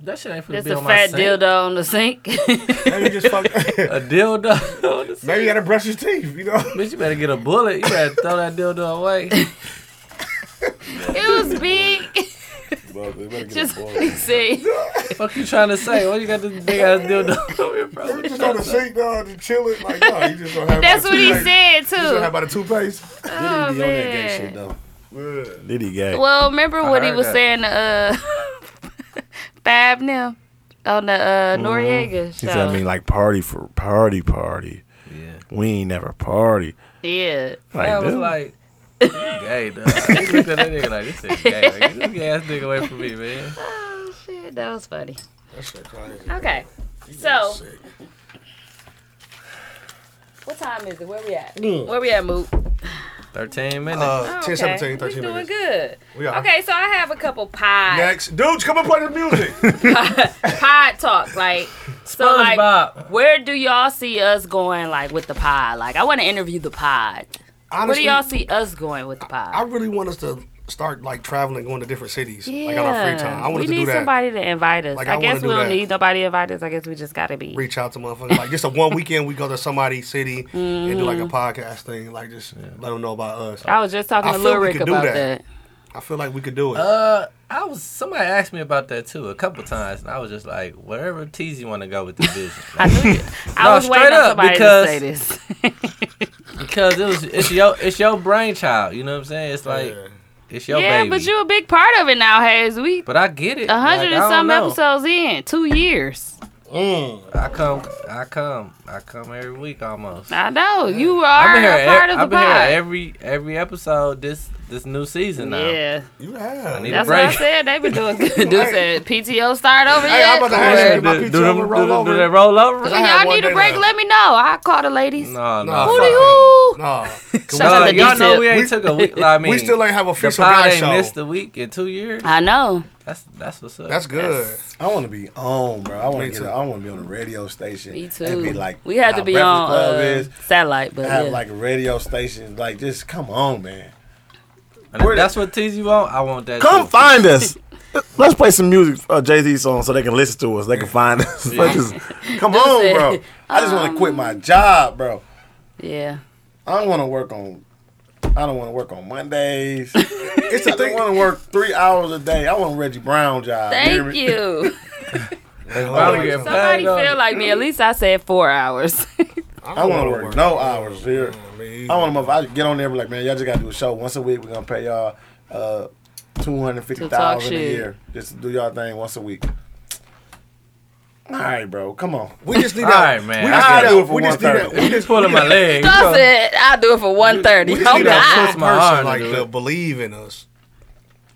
Speaker 1: that shit ain't finna
Speaker 3: Just
Speaker 1: be
Speaker 3: a
Speaker 1: on my
Speaker 3: fat
Speaker 1: sink.
Speaker 3: dildo on the sink.
Speaker 4: Maybe
Speaker 3: *laughs*
Speaker 4: just fuck.
Speaker 1: *laughs* A dildo. on the sink.
Speaker 4: Maybe you gotta brush your teeth. You know.
Speaker 1: Bitch, you better get a bullet. You better throw that
Speaker 4: *laughs*
Speaker 1: dildo away.
Speaker 3: it was big. *laughs* Just
Speaker 4: *laughs*
Speaker 3: please see.
Speaker 4: Oh
Speaker 1: Fuck you trying to say? Why you got this big ass dildo *laughs* over here, bro?
Speaker 4: just on the sink, dog, just chilling. Like, no, you just don't have.
Speaker 3: That's what he
Speaker 4: toothpaste.
Speaker 3: said
Speaker 4: You Just don't have
Speaker 3: too.
Speaker 4: about a toothpaste.
Speaker 3: Oh,
Speaker 5: He on that gay
Speaker 3: man.
Speaker 5: shit, though.
Speaker 4: Yeah.
Speaker 7: Did he gay?
Speaker 3: Well, remember
Speaker 1: I
Speaker 3: what he
Speaker 1: heard
Speaker 3: was
Speaker 1: that.
Speaker 3: saying to uh, *laughs* Fab now on the uh,
Speaker 4: Mm-hmm.
Speaker 3: Noriega
Speaker 7: She Mm-hmm. said, I mean,
Speaker 3: show.
Speaker 7: like party for party, party.
Speaker 1: Yeah.
Speaker 7: We ain't never party.
Speaker 3: Yeah,
Speaker 7: Like,
Speaker 1: I was
Speaker 7: dude,
Speaker 1: like, you gay, dog. I looked at that nigga like, this is gay. Like, get this gay
Speaker 3: *laughs*
Speaker 1: ass nigga away from me, man.
Speaker 3: oh, shit, that was funny.
Speaker 4: That shit crazy.
Speaker 3: Okay, so what time is it? Where we at? Where we at, Moot?
Speaker 1: 13 minutes.
Speaker 4: Uh, 10, 17,
Speaker 3: We're
Speaker 4: 13
Speaker 3: doing
Speaker 4: minutes.
Speaker 3: good.
Speaker 4: We are.
Speaker 3: Okay, so I have a couple pies.
Speaker 4: Next. Dudes, come and play the music.
Speaker 3: pod talk. Like, so, like,
Speaker 1: SpongeBob.
Speaker 3: where do y'all see us going, like, with the pod? Like, I want to interview the pod. Where do
Speaker 4: Honestly,
Speaker 3: y'all see us going with the
Speaker 4: I
Speaker 3: pod?
Speaker 4: really want us to start, like, traveling, going to different cities. Like, on our free time. I want
Speaker 3: we
Speaker 4: us to do
Speaker 3: need
Speaker 4: that.
Speaker 3: somebody to invite us.
Speaker 4: Like, I
Speaker 3: I,
Speaker 4: wanna
Speaker 3: guess
Speaker 4: do
Speaker 3: we don't
Speaker 4: that.
Speaker 3: need nobody to invite us. I guess we just gotta be.
Speaker 4: Reach out to motherfuckers. Like, just a one weekend, we go to somebody's city and do, like, a podcast thing. Like, just let them know about us.
Speaker 3: Mm. I was just talking
Speaker 4: I
Speaker 3: to
Speaker 4: feel
Speaker 3: Lil
Speaker 4: we
Speaker 3: Rick
Speaker 4: could do
Speaker 3: about that.
Speaker 4: that. I feel like we could do it.
Speaker 1: Uh, I was somebody asked me about that too a couple times, and I was just like, wherever TZ want to go with this business,
Speaker 3: *laughs* I, knew it. I
Speaker 1: No,
Speaker 3: was waiting
Speaker 1: straight
Speaker 3: on
Speaker 1: up,
Speaker 3: somebody
Speaker 1: because-
Speaker 3: to say this. *laughs*
Speaker 1: because it was it's your it's your brainchild. You know what I'm saying? It's like
Speaker 4: Yeah.
Speaker 1: it's your
Speaker 3: yeah,
Speaker 1: baby.
Speaker 3: but you a big part of it now, Hayes. We
Speaker 1: But I get it.
Speaker 3: a hundred
Speaker 1: Like, I
Speaker 3: and
Speaker 1: don't
Speaker 3: some
Speaker 1: know.
Speaker 3: episodes in, two years.
Speaker 1: I come, I come, I come every week almost.
Speaker 3: I know you
Speaker 1: I've
Speaker 3: are
Speaker 1: been here.
Speaker 3: a
Speaker 1: ev-
Speaker 3: part of the
Speaker 1: I've been here
Speaker 3: pod.
Speaker 1: every every episode this this new season now.
Speaker 3: yeah.
Speaker 4: you have.
Speaker 1: need-
Speaker 3: That's
Speaker 1: break.
Speaker 3: what
Speaker 4: *laughs*
Speaker 3: I said. They been doing good. Dude said PTO start over
Speaker 4: Hey,
Speaker 3: yet.
Speaker 4: I'm about to
Speaker 1: Go
Speaker 4: ask
Speaker 1: ahead,
Speaker 4: you, my
Speaker 1: do-
Speaker 4: PTO
Speaker 1: do them-
Speaker 4: will
Speaker 1: do
Speaker 4: roll
Speaker 1: them- Do
Speaker 4: over.
Speaker 1: that roll over?
Speaker 4: I
Speaker 3: When
Speaker 4: had
Speaker 3: y'all
Speaker 4: one
Speaker 3: need a
Speaker 4: day
Speaker 3: break,
Speaker 4: left.
Speaker 3: let me know. I'll call the ladies.
Speaker 1: No,
Speaker 4: Nah,
Speaker 1: no.
Speaker 4: fuck
Speaker 1: fuck.
Speaker 4: it.
Speaker 3: Woo!
Speaker 4: Nah.
Speaker 3: Shout out
Speaker 1: Like,
Speaker 3: to
Speaker 1: y'all know
Speaker 3: D-Tip.
Speaker 1: we ain't
Speaker 4: We-
Speaker 1: took a week. Like, I
Speaker 4: *laughs*
Speaker 1: mean,
Speaker 4: we still ain't have
Speaker 1: the
Speaker 4: official
Speaker 1: pod
Speaker 4: guy
Speaker 1: ain't
Speaker 4: show.
Speaker 1: missed a week in two years.
Speaker 3: I know.
Speaker 1: That's that's what's up.
Speaker 4: That's good.
Speaker 5: I want to be on, bro. I want
Speaker 4: Me
Speaker 5: to get.
Speaker 4: too.
Speaker 5: I want to be on a radio station.
Speaker 3: Me
Speaker 5: And
Speaker 3: too.
Speaker 5: be like,
Speaker 3: we had
Speaker 5: how
Speaker 3: to be
Speaker 5: Breakfast
Speaker 3: on
Speaker 5: Club
Speaker 3: uh,
Speaker 5: is.
Speaker 3: satellite, but
Speaker 5: Have
Speaker 3: yeah.
Speaker 5: like a radio station. Like, just come on, man.
Speaker 1: And if that's what TZ want. I want that.
Speaker 7: come
Speaker 1: too.
Speaker 7: find us. *laughs* Let's play some music, uh, Jay Z song, so they can listen to us. They can find us. *laughs* Let's just-
Speaker 5: Come
Speaker 3: That's
Speaker 5: on,
Speaker 3: it. *laughs*
Speaker 5: bro. I just want to quit my job, bro.
Speaker 3: Um, Yeah.
Speaker 5: I don't want to work on. I don't want to work on
Speaker 3: *laughs*
Speaker 5: Mondays. it's a thing. I want to work three hours a day. I want a Reggie Brown job. hear
Speaker 3: Thank
Speaker 5: me?
Speaker 4: *laughs*
Speaker 3: you.
Speaker 1: Probably get
Speaker 3: Somebody
Speaker 1: paid on
Speaker 3: feel
Speaker 1: it.
Speaker 3: like me. At least I said four hours. *laughs*
Speaker 5: I want to work, no hours here.
Speaker 4: me
Speaker 5: I want them. I get on there, and be like, man, y'all just gotta do a show once a week. We're gonna pay y'all uh, two hundred fifty thousand a
Speaker 3: shit.
Speaker 5: year. Just do y'all thing once a week. All right, bro. Come on.
Speaker 4: We just need
Speaker 1: All
Speaker 4: that.
Speaker 1: right, man.
Speaker 4: We
Speaker 1: I
Speaker 4: just
Speaker 1: gotta
Speaker 4: need
Speaker 5: do it
Speaker 4: that.
Speaker 5: for
Speaker 4: We just need that.
Speaker 5: 130.
Speaker 4: We
Speaker 1: He's pulling my leg.
Speaker 3: I said I'll do it for one thirty.
Speaker 4: just need that
Speaker 1: God.
Speaker 4: one
Speaker 1: My
Speaker 4: person
Speaker 1: arm
Speaker 4: like
Speaker 1: to do
Speaker 4: to
Speaker 1: it.
Speaker 4: believe in us.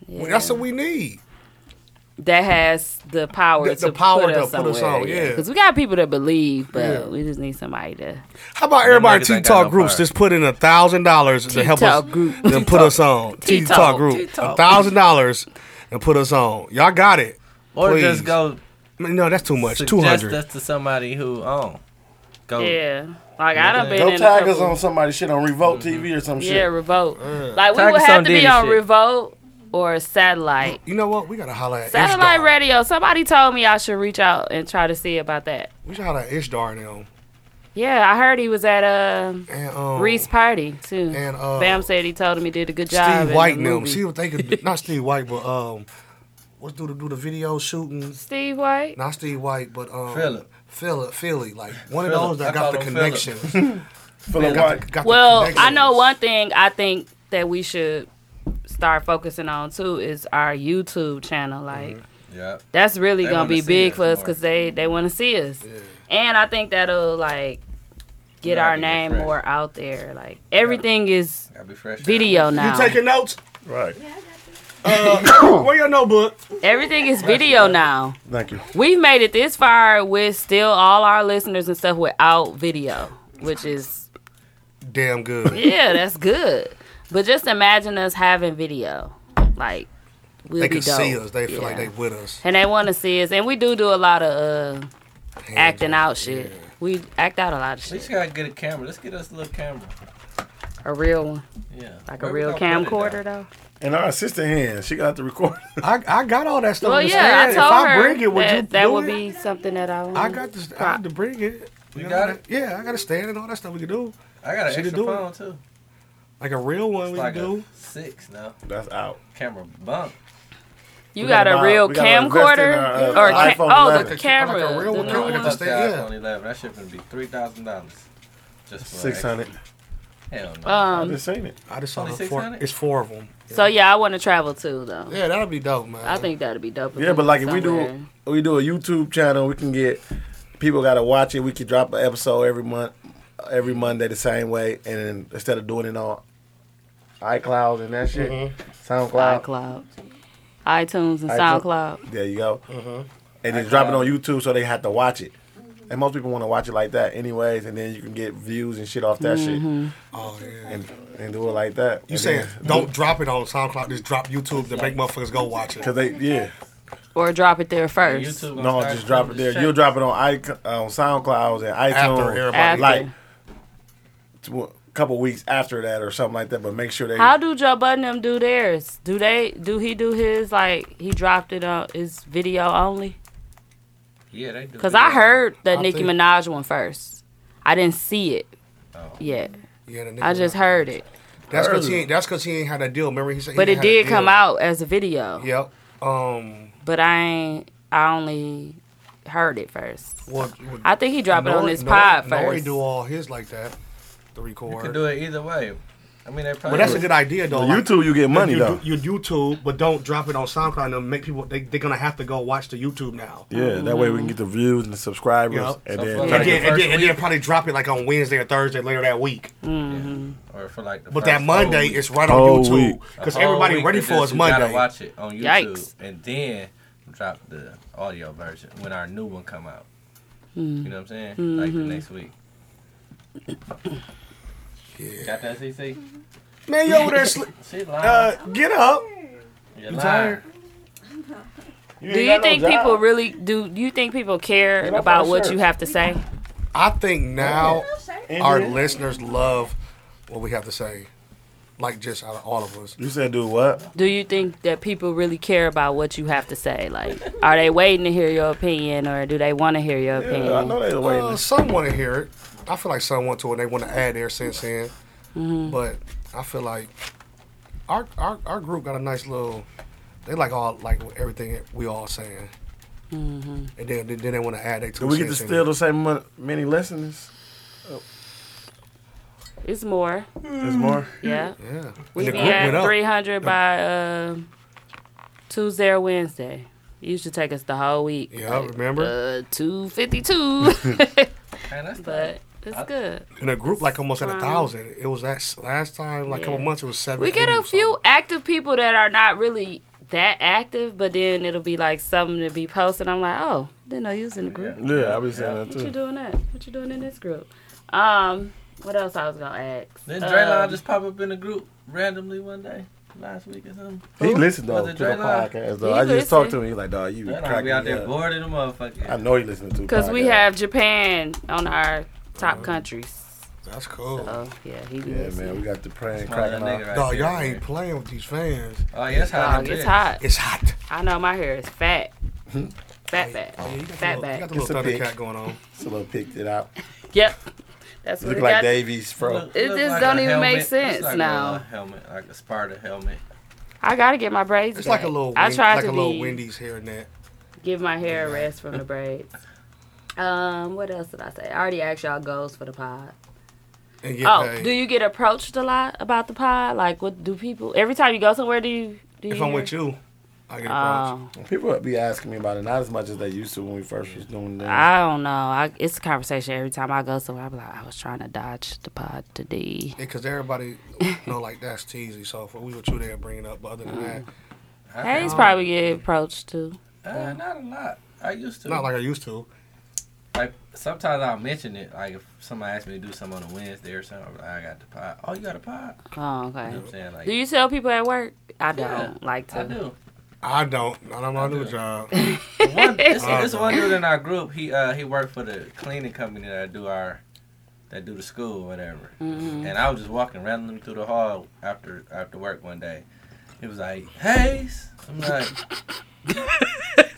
Speaker 4: That's what we need.
Speaker 3: that has the power
Speaker 4: The- the
Speaker 3: to
Speaker 4: power
Speaker 3: put
Speaker 4: to
Speaker 3: us
Speaker 4: put
Speaker 3: somewhere.
Speaker 4: us on, yeah.
Speaker 3: because we got people that believe, but we just need somebody to
Speaker 4: How about everybody
Speaker 1: niggas ain't got
Speaker 4: TikTok
Speaker 1: no
Speaker 4: groups
Speaker 1: fire.
Speaker 4: just put in a thousand dollars to help us
Speaker 3: TikTok group.
Speaker 4: and put us on
Speaker 3: *laughs*
Speaker 4: TikTok group
Speaker 3: TikTok.
Speaker 4: a thousand dollars and put us on. Y'all got it.
Speaker 1: Or
Speaker 4: Please.
Speaker 1: just go
Speaker 4: No, that's too much.
Speaker 1: suggest
Speaker 4: Two hundred.
Speaker 1: us to somebody who own. Go.
Speaker 3: yeah. Like I done been
Speaker 5: Go
Speaker 3: in
Speaker 5: tag
Speaker 3: a
Speaker 5: us
Speaker 3: couple,
Speaker 5: on somebody shit on Revolt TV or some
Speaker 3: yeah
Speaker 5: shit.
Speaker 3: revolt. Like we
Speaker 1: Tag
Speaker 3: would
Speaker 1: us
Speaker 3: have
Speaker 1: on
Speaker 3: to be
Speaker 1: Diddy
Speaker 3: on
Speaker 1: shit.
Speaker 3: revolt or satellite.
Speaker 4: You know what? We gotta holler at
Speaker 3: Satellite
Speaker 4: Ishdar.
Speaker 3: radio. Somebody told me I should reach out and try to see about that.
Speaker 4: We should holler at Ishdar now.
Speaker 3: Yeah, I heard he was at a
Speaker 4: And um,
Speaker 3: Reese party too.
Speaker 4: and, uh,
Speaker 3: Bam said he told him he did a good job.
Speaker 4: Steve White
Speaker 3: in
Speaker 4: and
Speaker 3: the
Speaker 4: them.
Speaker 3: movie.
Speaker 4: See what they
Speaker 3: *laughs*
Speaker 4: could do. not Steve White, but um what's do the do the video shooting.
Speaker 3: Steve White.
Speaker 4: Not Steve White, but um
Speaker 1: Phillip.
Speaker 4: Phillip, Philly. Like one
Speaker 1: Phillip.
Speaker 4: of those
Speaker 1: I
Speaker 4: that got
Speaker 1: call
Speaker 4: the
Speaker 1: him
Speaker 4: connections.
Speaker 1: *laughs*
Speaker 4: *laughs*
Speaker 5: Philip
Speaker 4: Got
Speaker 5: White.
Speaker 4: the- got the
Speaker 3: Well, I
Speaker 4: connections.
Speaker 3: know one thing I think that we should start focusing on too is our YouTube channel. Like
Speaker 4: Mm-hmm.
Speaker 1: Yeah.
Speaker 3: that's really
Speaker 1: They
Speaker 3: gonna
Speaker 1: wanna
Speaker 3: be
Speaker 1: see
Speaker 3: big
Speaker 1: us
Speaker 3: for us
Speaker 1: more.
Speaker 3: because they they want to see us, and I think that'll like get
Speaker 1: Yeah, I
Speaker 3: our
Speaker 1: think
Speaker 3: name
Speaker 1: that's right.
Speaker 3: more out there. Like everything is
Speaker 1: Gotta be fresh.
Speaker 3: video now.
Speaker 4: You taking notes? Uh,
Speaker 7: right.
Speaker 1: *coughs*
Speaker 4: Where your notebook?
Speaker 3: everything is video now.
Speaker 5: Thank you.
Speaker 3: We've made it this far with still all our listeners and stuff without video, which is
Speaker 4: Damn good.
Speaker 3: Yeah, that's good. But just imagine us having video. Like we'll
Speaker 4: They
Speaker 3: be
Speaker 4: can see
Speaker 3: dope.
Speaker 4: us. They feel like
Speaker 3: Yeah.
Speaker 4: they with us.
Speaker 3: and they want to see us. And we do do a lot of uh, acting out shit. We act out a lot of
Speaker 1: We
Speaker 3: shit.
Speaker 1: just gotta get a camera. Let's get us a little camera.
Speaker 3: A real one,
Speaker 1: Yeah.
Speaker 3: like
Speaker 1: Where
Speaker 3: a
Speaker 1: we
Speaker 3: real
Speaker 1: gonna put it
Speaker 3: camcorder though.
Speaker 5: And our assistant hand, she got to record.
Speaker 4: *laughs* I, I got all that stuff.
Speaker 3: Well,
Speaker 4: in the
Speaker 3: yeah, I
Speaker 4: stand.
Speaker 3: told
Speaker 4: if I
Speaker 3: her
Speaker 4: bring it, would
Speaker 3: that
Speaker 4: you
Speaker 3: that
Speaker 4: do
Speaker 3: would
Speaker 4: it?
Speaker 3: be something that I.
Speaker 4: I
Speaker 3: want.
Speaker 4: got this. I had to bring it.
Speaker 1: You got it?
Speaker 4: Yeah, I got a stand and all that stuff we can do.
Speaker 1: I got an
Speaker 4: She can
Speaker 1: extra
Speaker 4: do it.
Speaker 1: phone too.
Speaker 4: Like a real one
Speaker 1: It's
Speaker 4: we
Speaker 1: like
Speaker 4: can do.
Speaker 1: a six now.
Speaker 5: That's out.
Speaker 1: Camera bump.
Speaker 3: You
Speaker 5: We
Speaker 3: got
Speaker 5: gotta
Speaker 3: a
Speaker 5: buy-
Speaker 3: real
Speaker 5: we gotta invest in
Speaker 3: camcorder
Speaker 5: our, uh,
Speaker 3: or ca-
Speaker 5: iPhone
Speaker 3: oh
Speaker 5: 11.
Speaker 3: the
Speaker 5: Like
Speaker 3: camera.
Speaker 4: a real
Speaker 3: the
Speaker 4: one,
Speaker 3: new
Speaker 4: no,
Speaker 1: Fuck
Speaker 4: I
Speaker 1: the
Speaker 4: got
Speaker 3: one.
Speaker 4: the stand,
Speaker 1: iPhone 11. That shit gonna be three thousand dollars. Just for
Speaker 5: Six hundred.
Speaker 1: extra. Hell no.
Speaker 5: I
Speaker 3: Um.
Speaker 5: just seen it.
Speaker 4: I just saw
Speaker 1: Only
Speaker 4: the four.
Speaker 1: 600?
Speaker 4: It's four of them.
Speaker 3: So yeah, I want to travel too though.
Speaker 4: Yeah, that'll be dope, man.
Speaker 3: I think that'd be dope.
Speaker 5: Yeah, but like if we
Speaker 3: somewhere.
Speaker 5: do we do a YouTube channel, we can get people gotta watch it. We could drop an episode every month, every Monday the same way, and then instead of doing it on iCloud and that shit,
Speaker 4: Mm-hmm.
Speaker 5: SoundCloud.
Speaker 3: iCloud, iTunes, and
Speaker 5: iTunes.
Speaker 3: SoundCloud.
Speaker 5: There you go.
Speaker 4: Mm-hmm.
Speaker 5: And then drop it on YouTube so they have to watch it. And most people want to watch it like that, anyways. And then you can get views and shit off that
Speaker 3: Mm-hmm.
Speaker 5: shit,
Speaker 4: Oh yeah.
Speaker 5: and and do it like that.
Speaker 4: You saying don't drop it on SoundCloud? Just drop YouTube to make motherfuckers go watch it.
Speaker 5: *laughs* Cause they yeah
Speaker 3: Or drop it there first.
Speaker 1: YouTube.
Speaker 5: no
Speaker 1: gonna
Speaker 5: just
Speaker 1: start-
Speaker 5: drop it there.
Speaker 1: check.
Speaker 5: You'll drop it on i on SoundCloud and iTunes
Speaker 4: After everybody.
Speaker 5: like
Speaker 3: After.
Speaker 5: to a couple weeks after that or something like that. But make sure they
Speaker 3: How do Joe Budden them do theirs? Do they? Do he do his like he dropped it on his video only?
Speaker 1: Yeah, they do.
Speaker 3: Cause I heard that
Speaker 4: I
Speaker 3: Nicki
Speaker 4: think-
Speaker 3: Minaj one first. I didn't see it
Speaker 1: Oh.
Speaker 3: yet.
Speaker 4: Yeah, the nigga
Speaker 3: I just heard it,
Speaker 4: That's because he. Ain't, that's because he ain't had that deal. Remember he said. he
Speaker 3: but
Speaker 4: ain't
Speaker 3: it
Speaker 4: had that
Speaker 3: did come
Speaker 4: deal.
Speaker 3: out as a video.
Speaker 4: Yep. Um.
Speaker 3: But I ain't. I only heard it first.
Speaker 4: What? what
Speaker 3: I think he dropped it on
Speaker 4: Nori-
Speaker 3: his
Speaker 4: Nori-
Speaker 3: pod
Speaker 4: Nori
Speaker 3: first.
Speaker 4: do all his like that. The record.
Speaker 1: You can do it either way. I mean, they probably.
Speaker 4: Well, that's a good idea though.
Speaker 7: On
Speaker 4: like,
Speaker 7: YouTube, you get money
Speaker 4: you
Speaker 7: though.
Speaker 4: Do, you YouTube, but don't drop it on SoundCloud. And make people they are gonna have to go watch the YouTube now.
Speaker 7: Yeah, that way we can get the views and the subscribers,
Speaker 4: Yup.
Speaker 7: and
Speaker 1: So
Speaker 7: then
Speaker 1: for
Speaker 7: try
Speaker 1: like
Speaker 7: to
Speaker 4: And
Speaker 1: the
Speaker 4: then, and,
Speaker 1: first
Speaker 4: then, and then
Speaker 1: week.
Speaker 4: probably drop it like on Wednesday or Thursday later that week.
Speaker 1: Or for like the
Speaker 4: But
Speaker 1: first
Speaker 4: that Monday
Speaker 1: whole
Speaker 4: it's right
Speaker 7: Whole
Speaker 4: on YouTube
Speaker 7: week.
Speaker 4: because
Speaker 1: whole
Speaker 4: everybody
Speaker 1: week,
Speaker 4: ready
Speaker 1: it's
Speaker 4: for
Speaker 1: just
Speaker 4: us
Speaker 1: you gotta
Speaker 4: Monday.
Speaker 1: Watch it on YouTube
Speaker 3: Yikes.
Speaker 1: and then drop the audio version when our new one come out.
Speaker 3: Hmm.
Speaker 1: You know what I'm saying? Like the next week. Got that CC?
Speaker 4: Man, you over there? Sleep.
Speaker 1: She lying.
Speaker 4: Uh, get up.
Speaker 1: you
Speaker 3: *laughs*
Speaker 1: tired?
Speaker 3: Do you think people really do? You think people care
Speaker 5: off
Speaker 3: about
Speaker 5: my
Speaker 3: what
Speaker 5: shirt.
Speaker 3: you have to say?
Speaker 4: I think now
Speaker 8: No shirt.
Speaker 4: our listeners love what we have to say. like just out of all of us.
Speaker 7: You said do what?
Speaker 3: Do you think that people really care about what you have to say? Like, are they waiting to hear your opinion, or do they want to hear your opinion?
Speaker 7: I know they were
Speaker 4: Uh,
Speaker 7: waiting.
Speaker 4: some want to hear it. I feel like some want to, and they want to add their sense in.
Speaker 3: Mm-hmm.
Speaker 4: But I feel like our, our our group got a nice little. They like all like everything we all saying,
Speaker 3: Mm-hmm.
Speaker 4: and then then they want to add their
Speaker 7: Do
Speaker 4: two
Speaker 7: we get to
Speaker 4: cents in.
Speaker 7: steal the same mon- many lessons?
Speaker 3: It's more.
Speaker 7: There's more.
Speaker 3: Yeah.
Speaker 4: Yeah,
Speaker 3: We
Speaker 4: and the
Speaker 3: be
Speaker 4: group went
Speaker 3: at
Speaker 4: up.
Speaker 3: 300 by uh, Tuesday or Wednesday. It used to take us the whole week.
Speaker 4: Yeah, I remember.
Speaker 3: Uh, 252.
Speaker 1: Man, that's
Speaker 3: but it's good.
Speaker 4: In a group like almost at a
Speaker 3: Wow.
Speaker 4: thousand. It was that s- last time, like a couple
Speaker 3: Yeah.
Speaker 4: months, it was seven.
Speaker 3: We get a few active people that are not really that active, but then it'll be like something to be posted. I'm like, oh, *laughs* didn't know you was in the group.
Speaker 7: Yeah, I be saying that
Speaker 3: What you
Speaker 7: too.
Speaker 3: doing that? What you doing in this group? Um, what else I was gonna ask?
Speaker 1: Didn't Draylon
Speaker 3: Um,
Speaker 1: just pop up in the group randomly one day last week or something?
Speaker 7: He listened though
Speaker 1: Was
Speaker 7: to
Speaker 1: it
Speaker 7: the
Speaker 1: Draylon?
Speaker 7: podcast though.
Speaker 3: He
Speaker 7: I just
Speaker 3: listened.
Speaker 7: talked to him. He's like, dog, you
Speaker 1: Draylon be
Speaker 7: cracking
Speaker 1: out there
Speaker 7: up.
Speaker 1: bored in the
Speaker 7: I
Speaker 1: motherfucker.
Speaker 7: know he listened to. the
Speaker 3: Because we
Speaker 7: podcast.
Speaker 3: have Japan on our top countries.
Speaker 4: That's cool.
Speaker 3: So, yeah, he
Speaker 7: Yeah,
Speaker 3: lives.
Speaker 7: man, we got the praying,
Speaker 1: Smart little
Speaker 7: cracking
Speaker 1: nigga
Speaker 7: off.
Speaker 1: right
Speaker 4: Dog,
Speaker 1: there,
Speaker 4: y'all
Speaker 1: man.
Speaker 4: ain't playing with these fans.
Speaker 1: Oh, yeah, that's how
Speaker 3: Dog,
Speaker 1: it
Speaker 3: it's
Speaker 1: is.
Speaker 3: hot.
Speaker 4: It's hot.
Speaker 3: I know my hair
Speaker 4: *laughs*
Speaker 3: is fat. Fat, fat.
Speaker 4: Yeah, you got the
Speaker 3: Fat
Speaker 4: little- You got
Speaker 3: back.
Speaker 4: the little
Speaker 5: It's a
Speaker 4: Thundercat
Speaker 5: pig.
Speaker 4: going on.
Speaker 5: Solo picked it out.
Speaker 3: Yep. That's what
Speaker 5: Look
Speaker 3: it
Speaker 5: like
Speaker 3: got.
Speaker 5: Davies fro.
Speaker 3: It
Speaker 1: Look
Speaker 3: just
Speaker 1: like
Speaker 3: don't
Speaker 1: a
Speaker 3: even
Speaker 1: helmet.
Speaker 3: make
Speaker 1: It's
Speaker 3: sense
Speaker 1: like
Speaker 3: now.
Speaker 1: A helmet, like a Sparta helmet.
Speaker 3: I gotta get my braids.
Speaker 4: It's like a
Speaker 3: back.
Speaker 4: little,
Speaker 3: I
Speaker 4: Wen-
Speaker 3: tried
Speaker 4: like
Speaker 3: to
Speaker 4: a little
Speaker 3: be-
Speaker 4: Wendy's here and that.
Speaker 3: give my hair a rest from the braids. Um, what else did I say? I already asked y'all goals for the pod.
Speaker 4: And get
Speaker 3: Oh,
Speaker 4: paid.
Speaker 3: do you get approached a lot about the pod? Like, what do people every time you go somewhere? Do you? Do you
Speaker 4: if I'm
Speaker 3: hear-
Speaker 4: with you, I get approached.
Speaker 3: Oh,
Speaker 5: People be asking me about it, not as much as they used to when we first was doing that.
Speaker 4: Ah.
Speaker 3: I don't know. I, it's a conversation every time I go somewhere. I'm like, I was trying to dodge the pod today.
Speaker 4: Because *laughs* everybody know like that's teasy. So if we were two there bringing up, but other than that,
Speaker 1: I
Speaker 3: Hayes
Speaker 1: think-
Speaker 3: Mm-hmm. probably get approached too.
Speaker 1: Uh, not a lot. I used to.
Speaker 4: not like I used to.
Speaker 1: Like, sometimes I'll mention it. Like if somebody asks me to do something on a Wednesday or something, I'm like, I got the pot. Oh, you got a pot?
Speaker 3: Oh,
Speaker 1: You know
Speaker 3: okay.
Speaker 1: what I'm saying? Like,
Speaker 3: Do you tell people at work? I don't
Speaker 1: Yeah,
Speaker 3: like to.
Speaker 1: I do.
Speaker 4: I don't. Not on my
Speaker 1: I
Speaker 4: new
Speaker 1: do. *laughs*
Speaker 4: job.
Speaker 1: One, this, this
Speaker 4: Oh,
Speaker 1: one dude in our group, he uh he worked for the cleaning company that do our that do the school or whatever. And I was just walking randomly through the hall after after work one day. He was like, Hayes. I'm
Speaker 4: *laughs*
Speaker 1: like.